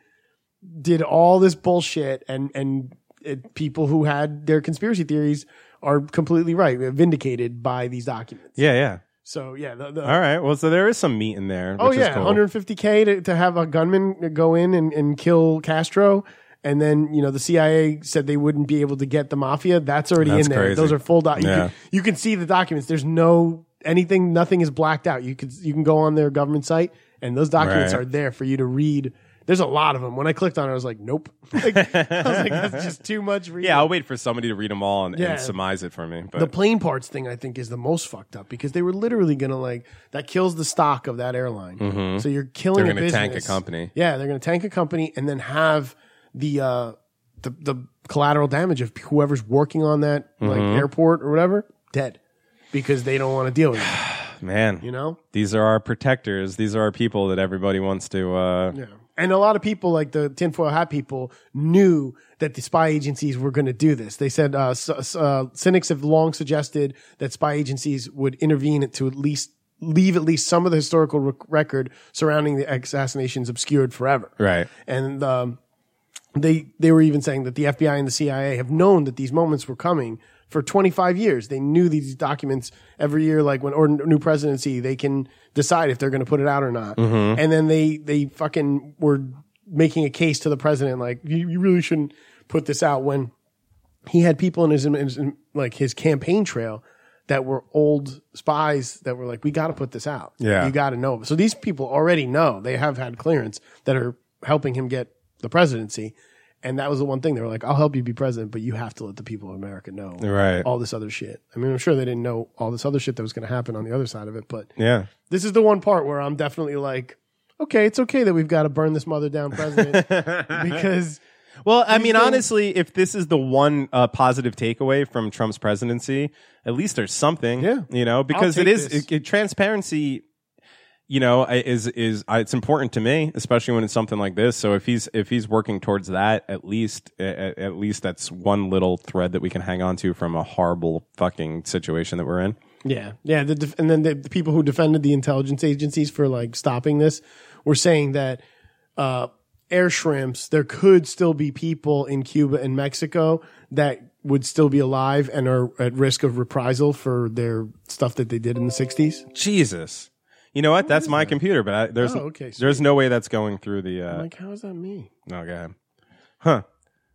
B: did all this bullshit and and it, people who had their conspiracy theories are completely right vindicated by these documents
A: Yeah. Yeah.
B: so yeah the, the,
A: All right. Well, so there is some meat in there.
B: oh
A: which
B: yeah
A: Is cool.
B: 150k to, to have a gunman go in and, and kill castro and then you know the cia said they wouldn't be able to get the mafia that's already
A: That's
B: in there
A: crazy.
B: those are full doc.
A: Yeah.
B: You, can, you can see the documents there's no anything nothing is blacked out you could you can go on their government site and those documents
A: Right.
B: are there for you to read there's a lot of them. When I clicked on it, I was like, "Nope." [LAUGHS] Like, I was like, "That's just too much." Reading.
A: [LAUGHS] yeah. I'll wait for somebody to read them all and, and
B: Yeah.
A: surmise it for me. But
B: The plane parts thing, I think, is the most fucked up because they were literally going to like that kills the stock of that airline. So you're killing.
A: Mm-hmm. They're
B: a
A: gonna tank a
B: business.
A: company.
B: Yeah, they're going to tank a company and then have the uh, the the collateral damage of whoever's working on that like
A: Mm-hmm.
B: airport or whatever dead because they don't want to deal with it.
A: man,
B: You know.
A: these are our protectors. These are our people that everybody wants to. Uh,
B: Yeah. And a lot of people, like the tinfoil hat people, knew that the spy agencies were going to do this. They said uh, s- s- uh, cynics have long suggested that spy agencies would intervene to at least leave at least some of the historical rec- record surrounding the assassinations obscured forever.
A: Right.
B: And um, they they were even saying that the FBI and the CIA have known that these moments were coming for 25 years. They knew these documents every year, like when or new presidency, they can decide if they're going to put it out or not. And then they they fucking were making a case to the president, like you, you really shouldn't put this out when he had people in his, in his- in, like his campaign trail that were old spies that were like, we got to put this out.
A: Yeah.
B: you got to know. So these people already know they have had clearance that are helping him get the presidency. And that was the one thing they were like, I'll help you be president, but you have to let the people of America know
A: Right.
B: all this other shit. I mean, I'm sure they didn't know all this other shit that was going to happen on the other side of it, but
A: Yeah.
B: this is the one part where I'm definitely like, okay, it's okay that we've got to burn this mother down president because
A: Well, I mean,
B: things-
A: honestly, if this is the one uh, positive takeaway from Trump's presidency, at least there's something.
B: Yeah.
A: You know, because
B: take
A: it is
B: this.
A: it, it- transparency. You know, I- is is I- it's important to me, especially when it's something like this. So if he's if he's working towards that, at least at, at least that's one little thread that we can hang on to from a horrible fucking situation that we're in.
B: Yeah, yeah. The def- and then the, the people who defended the intelligence agencies for like stopping this were saying that uh, air shrimps. There could still be people in Cuba and Mexico that would still be alive and are at risk of reprisal for their stuff that they did in the '60s.
A: Jesus. You know what? that's my computer, but I, there's
B: Oh, okay, sweet.
A: there's no way that's going through the. Uh,
B: Like, how is that me?
A: no, go ahead. Huh?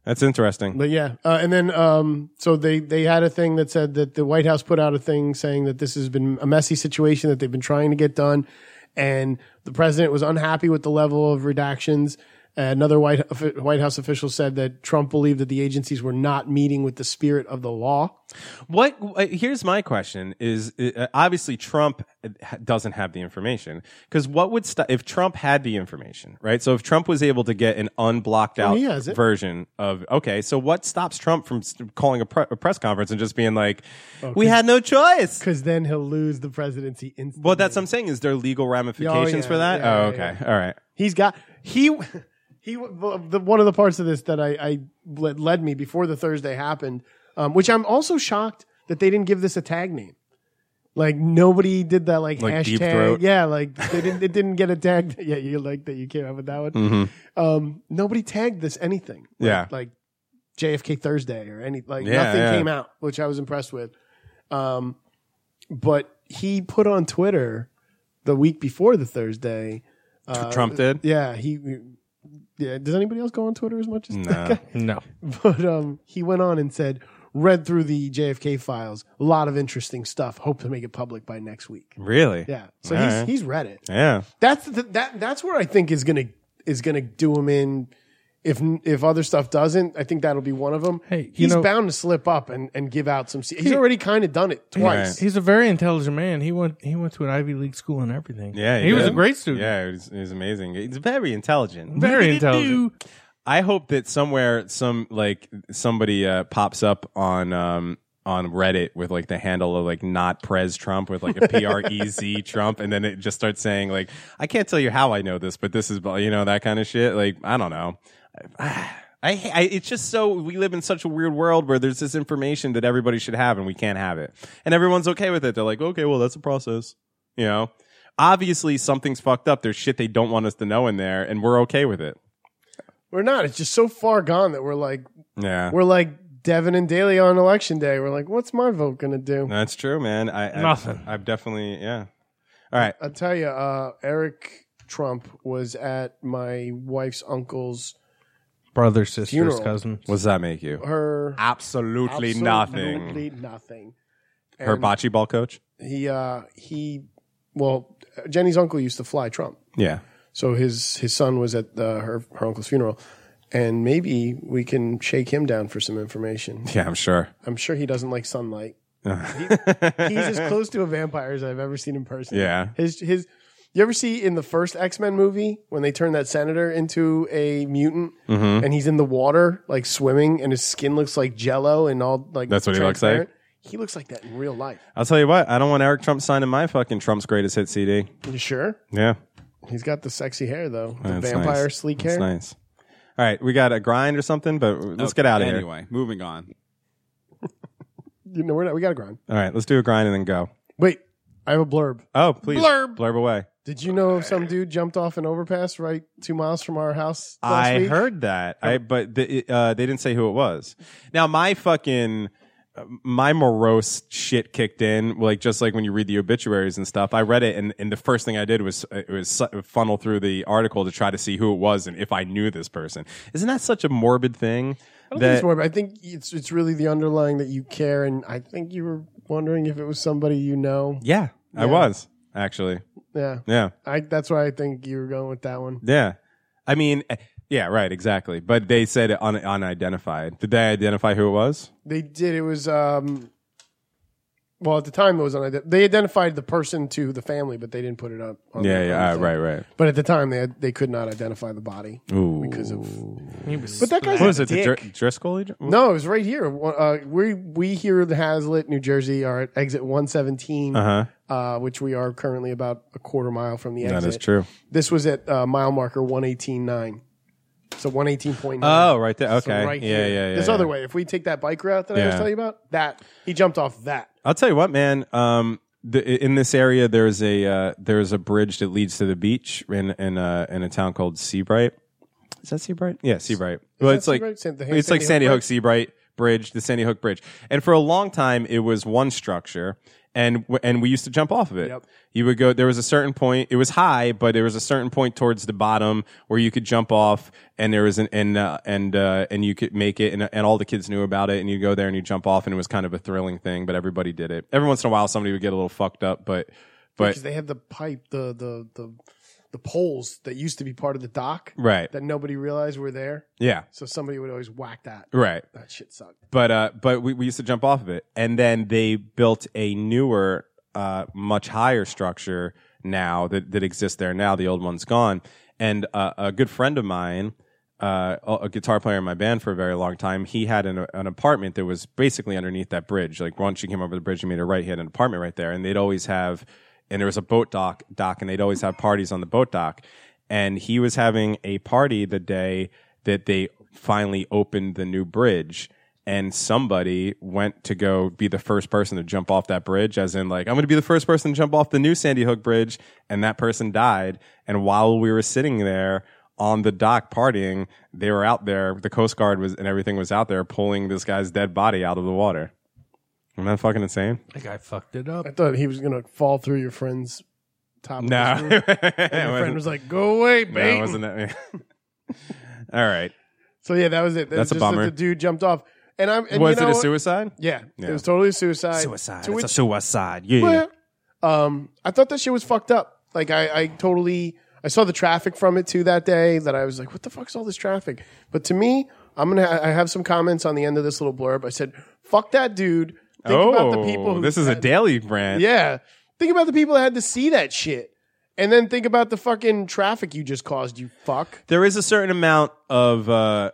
A: That's interesting.
B: But yeah, uh, and then um, so they they had a thing that said that the White House put out a thing saying that this has been a messy situation that they've been trying to get done, and the president was unhappy with the level of redactions, Another White, offi- White House official said that Trump believed that the agencies were not meeting with the spirit of the law.
A: What? uh, Here's my question: Is uh, obviously Trump uh, ha- doesn't have the information because what would st- if Trump had the information, right? So if Trump was able to get an unblocked out
B: Oh, he has it.
A: version of okay, so what stops Trump from st- calling a, pre- a press conference and just being like,
B: Oh,
A: "We had no choice."
B: Because then he'll lose the presidency instantly.
A: Well, that's what I'm saying. Is there legal ramifications for that?
B: Oh, yeah,
A: oh,
B: yeah,
A: okay, all right.
B: He's got he he the one of the parts of this that I, I led, led me before the Thursday happened, um, which I'm also shocked that they didn't give this a tag name. Like nobody did that, like,
A: Like
B: hashtag.
A: Deep Throat?
B: Yeah, like they didn't. It didn't get a tag. [LAUGHS] Yeah, you like that you came up with that one.
A: Mm-hmm.
B: Um, nobody tagged this anything. Like-
A: Yeah.
B: like JFK Thursday or any like
A: Yeah,
B: nothing
A: yeah.
B: came out, which I was impressed with. Um, but he put on Twitter the week before the Thursday. uh,
A: Trump did?
B: Yeah, he. Yeah, does anybody else go on Twitter as much as [LAUGHS] that
A: No.
B: guy?
C: No.
B: But um, he went on and said, "Read through the JFK files. A lot of interesting stuff. Hope to make it public by next week."
A: Really?
B: Yeah, so
A: All
B: he's
A: right.
B: he's read it
A: Yeah.
B: that's the, that that's where I think is gonna is gonna do him in. If if other stuff doesn't, I think that'll be one of them.
C: Hey, you
B: he's
C: know-
B: bound to slip up and, and give out some. se- He's already kind of done it twice.
C: He's a very intelligent man. He went he went to an Ivy League school and everything.
A: Yeah,
C: He, was
A: did.
C: a great student.
A: Yeah, he's, he's amazing. He's very intelligent.
C: Very intelligent.
A: I hope that somewhere, some like somebody uh, pops up on um, on Reddit with like the handle of like not Prez Trump with like a P R E Z Trump, and then it just starts saying like, I can't tell you how I know this, but this is you know that kind of shit. Like I don't know. [SIGHS] I, I it's just so we live in such a weird world where there's this information that everybody should have and we can't have it, and everyone's okay with it. They're like, okay, well that's a process, you know. Obviously, something's fucked up. There's shit they don't want us to know in there, and we're okay with it.
B: We're not. It's just so far gone that we're like
A: Yeah,
B: we're like Devin and Daly on election day. We're like, what's my vote gonna do?
A: That's true, man. I, I
C: Nothing.
A: I've definitely yeah. All right.
B: I'll tell you, uh, Eric Trump was at my wife's uncle's
C: Brother, sisters,
B: Funeral.
C: cousins.
A: What does that make you?
B: her
A: Absolutely,
B: absolutely nothing.
A: Her bocce ball coach.
B: He uh, he, well, Jenny's uncle used to fly Trump.
A: Yeah.
B: So his his son was at uh, her her uncle's funeral, and maybe we can shake him down for some information.
A: Yeah, I'm sure.
B: I'm sure he doesn't like sunlight. He's as close to a vampire as I've ever seen in person.
A: [LAUGHS] Yeah.
B: His his. You ever see in the first X Men movie when they turn that senator into a mutant
A: Mm-hmm.
B: and he's in the water like swimming and his skin looks like Jello and all like
A: That's what he looks
B: transparent? He looks like that in real life.
A: I'll tell you what. I don't want Eric Trump signing my fucking Trump's greatest hit CD.
B: You sure?
A: Yeah.
B: He's got the sexy hair though, the
A: That's
B: vampire
A: nice.
B: sleek
A: That's
B: hair.
A: nice. All right, we got a grind or something, but let's get out of here.
D: Anyway, moving on.
B: You know, we're not, we got to grind.
A: All right, let's do a grind and then go.
B: Wait, I have a blurb.
A: Oh, please
D: Blurb.
A: blurb away.
B: Did you know some dude jumped off an overpass right two miles from our house? Last
A: I
B: week? Oh.
A: heard that. I but the, it, uh, they didn't say who it was. Now my fucking uh, my morose shit kicked in like just like when you read the obituaries and stuff i read it and, and the first thing i did was it was su- funnel through the article to try to see who it was and if i knew this person isn't that such a morbid
B: I
A: thing
B: don't think
A: that
B: it's morbid. I think it's it's really the underlying that you care, and I think you were wondering if it was somebody you know.
A: yeah, i
B: Yeah.
A: was actually
B: Yeah,
A: yeah
B: I, that's why I think you were going with that one.
A: yeah i mean eh, yeah right exactly but they said un- unidentified did they identify who it was
B: They did. It was um. Well, at the time it was unidentified. They identified the person to the family, but Oh, they didn't put it up. On
A: yeah
B: the-
A: yeah
B: on
A: ah,
B: the
A: right
B: thing.
A: right
B: But at the time, they had, they could not identify the body
A: Ooh.
B: because of
C: He was
B: But that guy's
A: What was it?
B: dick. Mm-hmm.
A: The Dr- Driscoll? he dr-
B: No, it was right here. One- Uh, we we here in Hazlitt, New Jersey, are at exit 117,
A: Uh-huh.
B: uh, which we are currently about a quarter mile from the exit.
A: That is true.
B: This was at uh, mile marker 118.9. So 118.9.
A: Oh, right there. Okay.
B: So right
A: yeah,
B: here.
A: yeah, yeah.
B: This
A: yeah.
B: other way, if we take that bike route that I was
A: Yeah.
B: telling you about, that he jumped off that.
A: I'll tell you what, man. Um, the, in this area, there's a uh, there's a bridge that leads to the beach in in uh, in a town called Seabright. Is that Seabright? Yeah, Seabright. well,
B: that
A: it's like
B: Seabright? San- the
A: it's like
B: Sandy
A: Sandy
B: Hook
A: Hook Seabright Bridge, the Sandy Hook Bridge. And for a long time, it was one structure, and w- and we used to jump off of it.
B: Yep.
A: You would go. There was a certain point. It was high, but there was a certain point towards the bottom where you could jump off, and there was an and uh, and uh, and you could make it, and and all the kids knew about it, and you go there and you jump off, and it was kind of a thrilling thing. But everybody did it. Every once in a while, somebody would get a little fucked up, but but
B: Because they had the pipe, the the the the poles that used to be part of the dock
A: Right.
B: that nobody realized were there.
A: Yeah.
B: So somebody would always whack that.
A: Right.
B: That shit sucked.
A: but uh, but we, we used to jump off of it, and then they built a newer, uh, much higher structure now that that exists there now. The old one's gone, and uh, a good friend of mine, uh, a a guitar player in my band for a very long time, he had an, an apartment that was basically underneath that bridge. Like once you came over the bridge, you made a right, he had an apartment right there, and they'd always have, and there was a boat dock dock, and they'd always have parties on the boat dock, and he was having a party the day that they finally opened the new bridge and somebody went to go be the first person to jump off that bridge, as in like, I'm going to be the first person to jump off the new Sandy Hook Bridge. And that person died. And while we were sitting there on the dock partying, they were out there. The Coast Guard was and everything was out there pulling this guy's dead body out of the water. Isn't that fucking insane?
C: Like I fucked it up.
B: I thought he was gonna fall through your friend's top. of
A: No. [LAUGHS]
B: his roof. And your friend was like, "Go away,
A: No, it
B: mate."
A: wasn't that. [LAUGHS] All right.
B: so yeah, that was it. That
A: That's
B: was
A: a
B: just that
A: bummer.
B: the dude jumped off, and I'm. And
A: was
B: you know,
A: it a suicide?
B: Yeah,
A: Yeah.
B: it was totally suicide. To
A: It's a
B: which-
A: suicide. Yeah.
B: Well, um, I thought that shit was fucked up. Like I, I totally, I saw the traffic from it too that day. That I was like, what the fuck's all this traffic? But to me, I'm gonna. Ha- I have some comments on the end of this little blurb. I said, fuck that dude. Think
A: oh,
B: about the people. Who
A: this is a
B: had-
A: daily brand.
B: Yeah, think about the people that had to see that shit, and then think about the fucking traffic you just caused. You fuck.
A: there is a certain amount of uh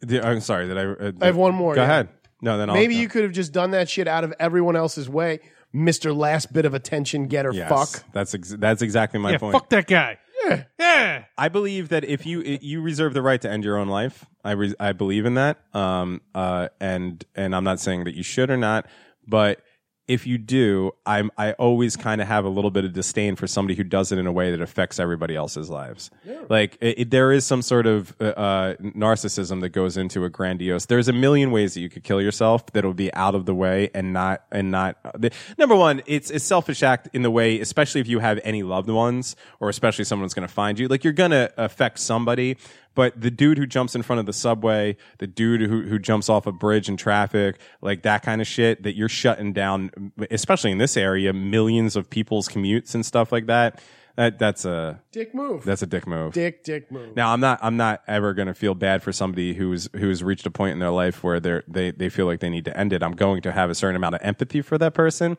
A: the, i'm sorry that i uh,
B: I have one more,
A: go
B: yeah.
A: ahead no then I'll,
B: Maybe you could have just done that shit out of everyone else's way, Mister Last Bit of Attention Getter.
A: uh, yes,
B: Fuck.
A: that's ex- that's exactly my
C: yeah,
A: point
C: fuck that guy. Yeah, yeah.
A: i believe that if you i- you reserve the right to end your own life i re- i believe in that um uh and and i'm not saying that you should or not but if you do i'm i always kind of have a little bit of disdain for somebody who does it in a way that affects everybody else's lives like it, it- there is some sort of uh, uh, narcissism that goes into a grandiose there's a million ways that you could kill yourself that'll be out of the way and not and not uh, the, number one it's a selfish act in the way especially if you have any loved ones or especially someone's going to find you like you're going to affect somebody but the dude who jumps in front of the subway the dude who, who jumps off a bridge in traffic like that kind of shit that you're shutting down especially in this area millions of people's commutes and stuff like that that, that's a
B: Dick move.
A: that's a dick move.
B: dick, dick move.
A: Now I'm not I'm not ever going to feel bad for somebody who's who's reached a point in their life where they they they feel like they need to end it. I'm going to have a certain amount of empathy for that person.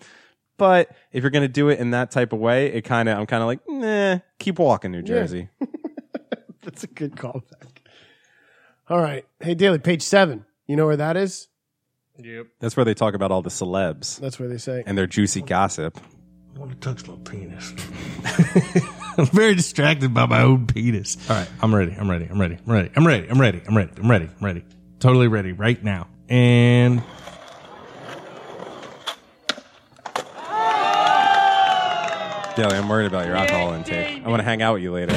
A: But if you're going to do it in that type of way, it kind of I'm kind of like, "Nah, keep walking, New Jersey."
B: [LAUGHS] That's a good callback. All right. Hey, Daily, page seven. You know where that is?
A: That's where they talk about all
B: [LAUGHS]
A: the celebs
B: That's where they say.
A: and their juicy gossip.
C: want to touch my penis. I'm [LAUGHS] very distracted by my own penis. All right, I'm ready. I'm ready. I'm ready. I'm ready. I'm ready. I'm ready. I'm ready. I'm ready. I'm ready. Totally ready right now. And
A: Daly, I'm worried about your alcohol intake. I want to hang out with you later.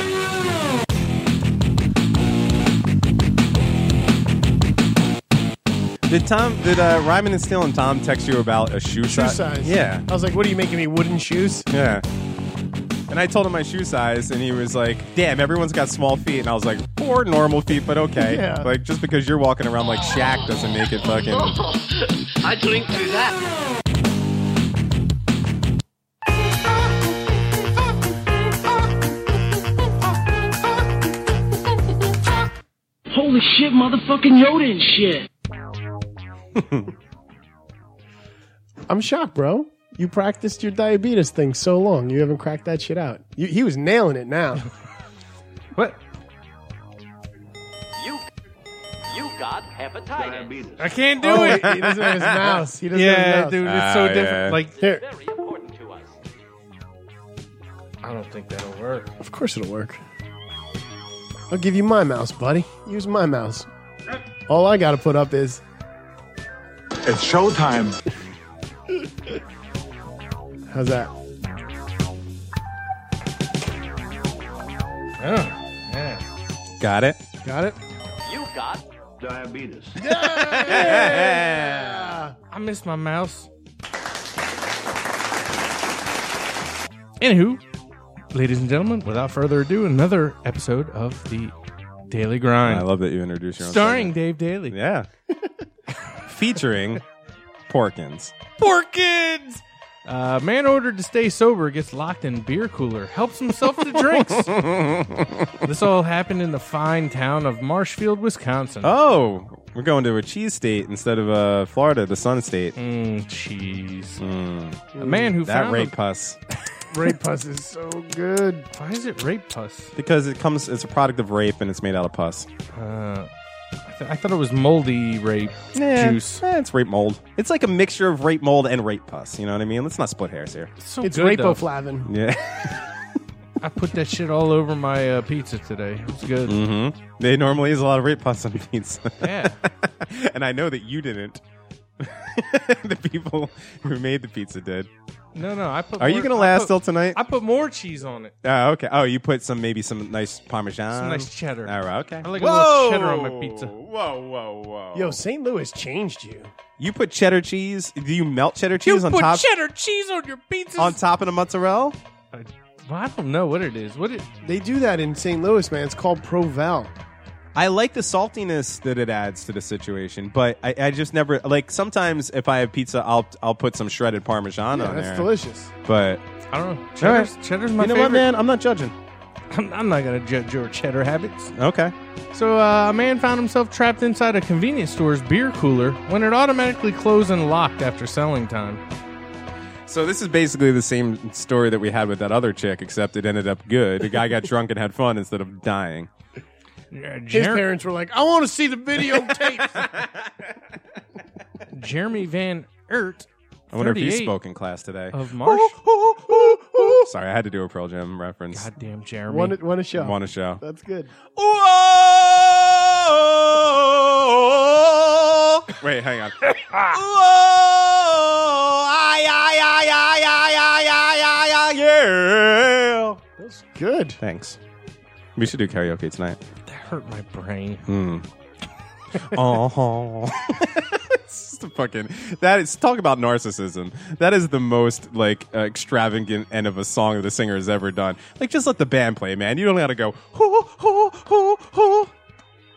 A: Did Tom, did uh, Ryman and Steel and Tom text you about a shoe,
C: uh,
B: Shoe
A: size?
B: size.
A: Yeah.
B: I was like, what are you making me? Wooden shoes?
A: Yeah. And I told him my shoe size, and he was like, "Damn, everyone's got small feet." And I was like, "Or normal feet, but okay."
B: Yeah.
A: Like just because you're walking around like Shaq doesn't make it fucking.
G: I drink to that.
H: Holy shit, motherfucking Yoda and shit.
B: I'm shocked, bro. You practiced your diabetes thing so long. You haven't cracked that shit out. You, he was nailing
C: [LAUGHS]
B: it now.
C: what?
H: You, you got hepatitis.
C: I can't do
B: oh, [LAUGHS] he, he
C: it.
B: doesn't have his mouse. He doesn't have his
C: Yeah, dude,
B: mouse.
C: it's so
A: Ah,
C: different.
A: yeah.
C: Like,
B: Here.
H: Very important to us.
C: I don't think that'll work.
B: Of course it'll work. I'll give you my mouse, buddy. Use my mouse. All I got to put up is
I: It's showtime.
B: how's that?
C: oh,
A: Got it.
B: Got it?
H: You got
I: Diabetes.
C: I miss my mouse. Anywho, ladies and gentlemen, without further ado, another episode of the Daily
A: I
C: Grind,
A: love that you introduced your own.
C: starring Dave Daly.
A: Yeah. Featuring Porkins.
C: Porkins. Uh, man ordered to stay sober gets locked in beer cooler, helps himself to
A: [LAUGHS]
C: drinks. this all happened in the fine town of Marshfield, Wisconsin.
A: Oh, we're going to a cheese state instead of uh, Florida, the sun state.
C: Mm, cheese. A man who
A: Mm. That
C: found
A: rape pus.
B: Rape pus is so good.
C: A, why is it rape pus?
A: Because it comes, it's a product of rape and it's made out of pus.
C: Uh, I, th- I thought it was moldy rape
A: Yeah,
C: juice.
A: Eh, it's rape mold. It's like a mixture of rape mold and rape pus. You know what I mean? Let's not split hairs here.
C: It's, so
B: It's
C: good, though.
B: rapoflavin.
A: Yeah. [LAUGHS]
C: I put that shit all over my uh, pizza today. It was good.
A: Mm-hmm. They normally use a lot of rape pus on pizza.
C: Yeah.
A: [LAUGHS] and I know that you didn't. [LAUGHS] the people who made the pizza did.
C: No, no. I put.
A: Are you
C: more-
A: going to
C: I
A: last
C: put-
A: till tonight?
C: I put more cheese on it.
A: Oh, okay. Oh, you put some maybe some nice parmesan,
C: Some nice cheddar.
A: Uh, All right, okay.
C: I like a little cheddar on my pizza.
A: Whoa, whoa, whoa!
B: Yo, St. Louis changed you.
A: you put cheddar cheese? Do you melt cheddar cheese on
C: put
A: top
C: cheddar cheese on your pizza.
A: on top of the mozzarella?
C: well, I don't know what it is. What it?
B: They do that in St. Louis, man. It's called Provel.
A: I like the saltiness that it adds to the situation, but I, I just never like. Sometimes if I have pizza, I'll I'll put some shredded parmesan
B: Yeah,
A: on
B: that's
A: there.
B: delicious.
A: But
C: I don't know. Cheddar's, cheddar's my
A: you know
C: favorite.
A: what, man? I'm not judging.
C: I'm, I'm not gonna judge your cheddar habits.
A: Okay.
C: So uh, a man found himself trapped inside a convenience store's beer cooler when it automatically closed and locked after selling time.
A: So this is basically the same story that we had with that other chick, except it ended up good. The guy got [LAUGHS] drunk and had fun instead of dying.
C: Yeah,
B: His
C: Jer-
B: parents were like, I want to see the [LAUGHS] videotape.
C: Jeremy Van Ert.
A: I wonder if he
C: 38
A: spoke in class today.
C: of Marsh.
A: [LAUGHS] Sorry, I had to do a Pearl Jam reference.
C: Goddamn Jeremy.
B: want, a, want a show.
A: Want a show?
B: That's good.
A: Wait,
C: [LAUGHS]
A: hang on.
B: That's good.
A: Thanks. We should do
C: [LAUGHS]
A: karaoke tonight.
C: that hurt my brain.
A: Hmm. Oh, it's just a fucking that is talk about narcissism. That is the most like uh, extravagant end of a song that the singer has ever done. Like, just let the band play, man. You don't got to go. Hoo, hoo, hoo, hoo.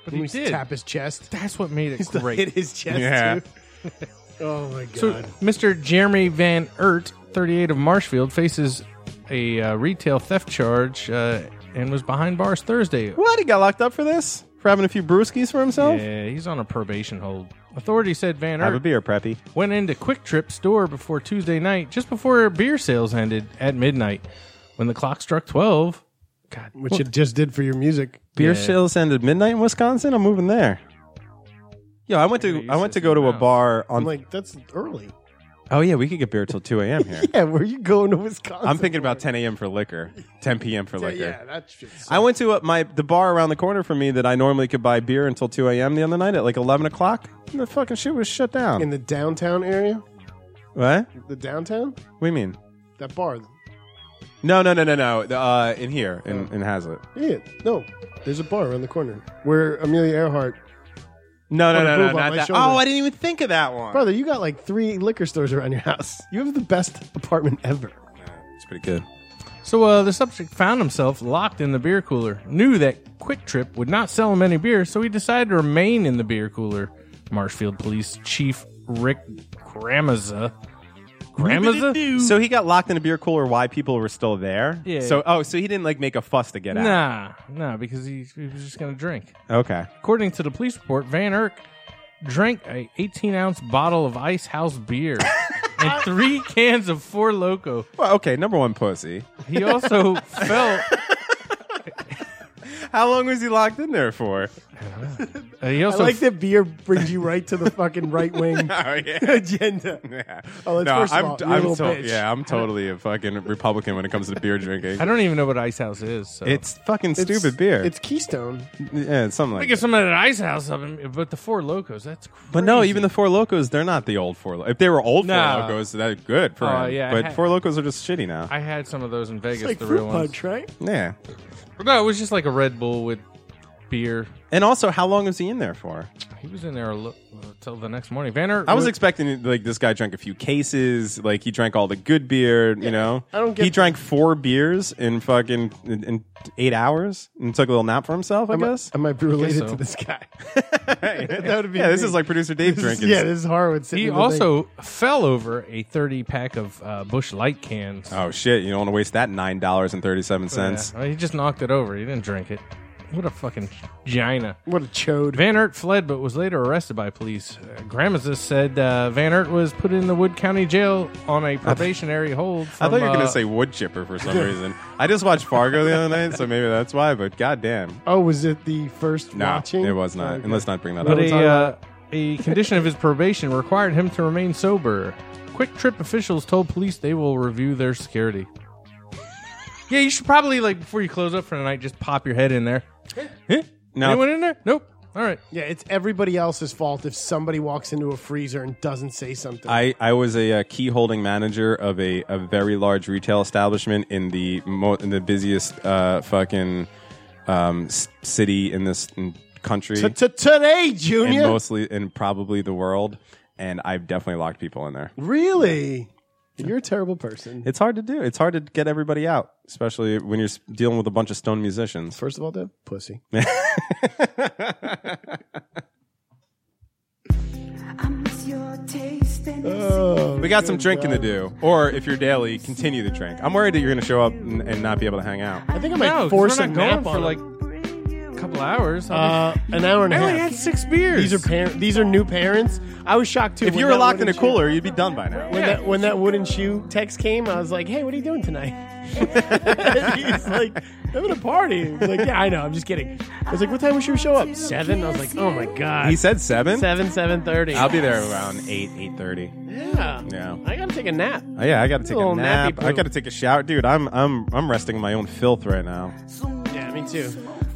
C: But
B: Can
C: he
B: we
C: did.
B: tap his [LAUGHS] chest?
C: That's what made it
B: He's to hit
C: great.
B: his chest,
A: Yeah.
B: too. [LAUGHS] Oh, my God.
C: So, Mr. Jeremy Van Ert, 38 of Marshfield, faces a uh, retail theft charge uh, and was behind bars Thursday.
A: What? He got locked up for this for having a few brewskis for himself.
C: Yeah, he's on a probation hold. Authorities said Van
A: Have a
C: Ert
A: beer, preppy.
C: went into Quick Trip store before Tuesday night, just before beer sales ended at midnight. When the clock struck 12, God,
B: Which it just did for your music.
A: Beer sales end at midnight in Wisconsin. I'm moving there. Yo, I went to I went to go to a bar on.
B: I'm like, that's early.
A: oh yeah, we could get beer till 2
B: [LAUGHS]
A: a.m. here.
B: Yeah, where are you going to Wisconsin?
A: I'm thinking about 10 a.m. for liquor, 10 p.m. for
B: Yeah,
A: liquor.
B: yeah that shit's
A: I went to uh my the bar around the corner from me that I normally could buy beer until 2 a.m. the other night at like 11 o'clock. And the fucking shit was shut down.
B: in the downtown area.
A: what?
B: The downtown?
A: What do you mean?
B: That bar.
A: No, no, no, no, no. Uh, in here,
B: Oh.
A: in, in Hazlitt.
B: Yeah, no. There's a bar around the corner where Amelia Earhart.
A: No, no,
B: On a
A: no,
B: boob
A: no,
B: on
A: not
B: my
A: that.
B: shoulder.
A: Oh, I didn't even think of that one.
B: Brother, you got like three liquor stores around your house. You have the best apartment ever.
A: It's pretty good.
C: So uh, the subject found himself locked in the beer cooler. Knew that Quick Trip would not sell him any beer, so he decided to remain in the beer cooler. Marshfield Police Chief Rick Gramaza. Gramaza?
A: So he got locked in a beer cooler while people were still there.
C: Yeah.
A: So oh, so he didn't like make a fuss to get out.
C: Nah, nah, because he, he was just going to drink.
A: Okay.
C: According to the police report, Van Erk drank a 18 ounce bottle of Ice House
B: [LAUGHS]
C: beer and three cans of Four Loco.
A: Well, okay. Number one, pussy.
C: He
B: [LAUGHS]
C: also fell.
A: How long was he locked in there for? [LAUGHS]
C: uh, he
B: I
C: also
B: like that beer brings you right to the fucking right wing
A: Oh yeah.
B: agenda.
A: [LAUGHS] Yeah.
B: Oh, let's- first of
A: I'm,
B: all, you're a
A: I'm
B: little
A: to-
B: bitch.
A: yeah, I'm totally a fucking Republican when it comes to beer drinking.
C: I don't even know what Ice House is. So.
A: It's fucking stupid
B: [LAUGHS] It's-
A: beer.
B: It's Keystone.
A: yeah, it's something
C: I
A: like.
C: get some of that ice house up, in, but the four locos, that's crazy.
A: But no, even the Four Locos, they're not the old Four Locos. If they were old
C: No.
A: Four Locos, that's good for
C: Oh,
A: him.
C: yeah, I
A: but
C: had-
A: Four Locos are just shitty now.
C: I had some of those in Vegas,
B: It's like
C: the
B: fruit
C: real
B: punch, right?
A: yeah.
C: ones. No, it was just like a Red Bull with beer.
A: And also, how long was he in there for?
C: He was in there a lo- until the next morning. Vanner,
A: I was
C: what-
A: expecting like this guy drank a few cases, like he drank all the good beer, you know.
B: I don't get-
A: He drank four beers in fucking in, in eight hours and took a little nap for himself. I
B: I might,
A: guess.
B: I might be related
C: so.
B: to this guy. [LAUGHS]
A: that
B: would be
A: yeah. This
B: me.
A: is like producer Dave
B: This is-
A: drinking.
B: yeah, this is Horowitz. sitting
C: he
B: in the thing.
C: also fell over a 30 pack of uh, Bush Light cans.
A: Oh shit! You don't want to waste that nine dollars and thirty
B: Oh,
A: seven cents.
C: Yeah, well, he just knocked it over. He didn't drink it. What a fucking gina.
B: what a chode.
C: Van Ert fled but was later arrested by police. Uh, Gramazis said uh, Van Ert was put in the Wood County Jail on a probationary hold.
A: I
C: From,
A: thought you were
C: uh,
A: gonna say wood chipper
B: [LAUGHS]
A: for some reason. I just watched Fargo the other night, so maybe that's why. But goddamn,
B: Oh, was it the first
A: no,
B: watching?
A: it was not.
B: Okay.
A: And let's not bring that
C: But
A: up.
C: a, uh, a condition of his probation required him to remain sober. Quick Trip officials told police they will review their security. yeah, you should probably like before you close up for the night, just pop your head in there. Huh?
A: Now-
C: Anyone in there? Nope. All right.
B: Yeah, it's everybody else's fault if somebody walks into a freezer and doesn't say something.
A: I, I was a, uh key holding manager of a, a very large retail establishment in the mo- in the busiest uh, fucking um, s- city in this in country
B: T- t- Today,
A: and
B: Junior.
A: mostly and probably the world. And I've definitely locked people in there.
B: really? You're a terrible person.
A: It's hard to do. It's hard to get everybody out, especially when you're s- dealing with a bunch of stone musicians.
B: First of all, Deb, pussy.
A: We got some drinking to do, or if you're daily, continue to drink. I'm worried that you're going to show up and, and not be able to hang out.
B: I think I might
C: No, 'cause
B: force
C: we're
B: a
C: not
B: nap
C: going
B: on
C: for
B: him.
C: like a couple hours. I'll
B: uh, an hour and
C: be-
B: a
C: I only
B: half.
C: had six beers.
B: These are par- These are new parents. I was shocked too.
A: If
B: when
A: you were
B: that
A: locked in a
B: wooden
A: cooler, you'd be done by now.
B: shoe- when that when that wooden shoe text came, I was like, "Hey, what are you doing tonight?" [LAUGHS] He's like, "I'm at a party." I was like, "Yeah, I know. I'm just kidding." I was like, "What time will she show up?" Seven. I was like, "Oh my god."
A: He said seven.
B: seven seven thirty.
A: I'll be there around eight, eight thirty.
B: Yeah.
A: Yeah.
B: I gotta take a nap.
A: Oh, yeah, I got to take a
B: Little nappy
A: nap. I
B: poo.
A: got to take a shower, dude. I'm I'm I'm resting in my own filth right now.
B: Yeah, me too.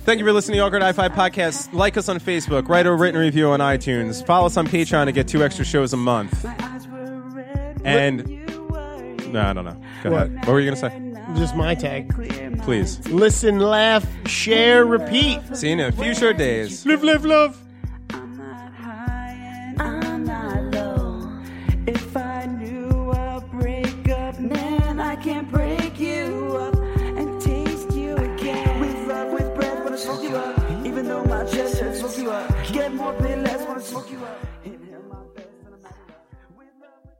A: Thank you for listening to Awkward I-5 Podcast. Like us on Facebook, write a written review on iTunes, follow us on Patreon to get two extra shows a month. And no, I don't know. Go
B: What?
A: ahead. What were you gonna say?
B: Just my tag.
A: Please.
B: Listen, laugh, share, repeat.
A: See you in a few short days.
B: Live, live, love.
J: I'm not low. If I knew a breakup, man, I can't break you up and taste you again.
E: With love, with breath, wanna smoke you up. Even though my chest hurts, smoke you up. Get more, pay less, wanna smoke you up. Inhale my best, and I'm out of luck. With love, with breath, wanna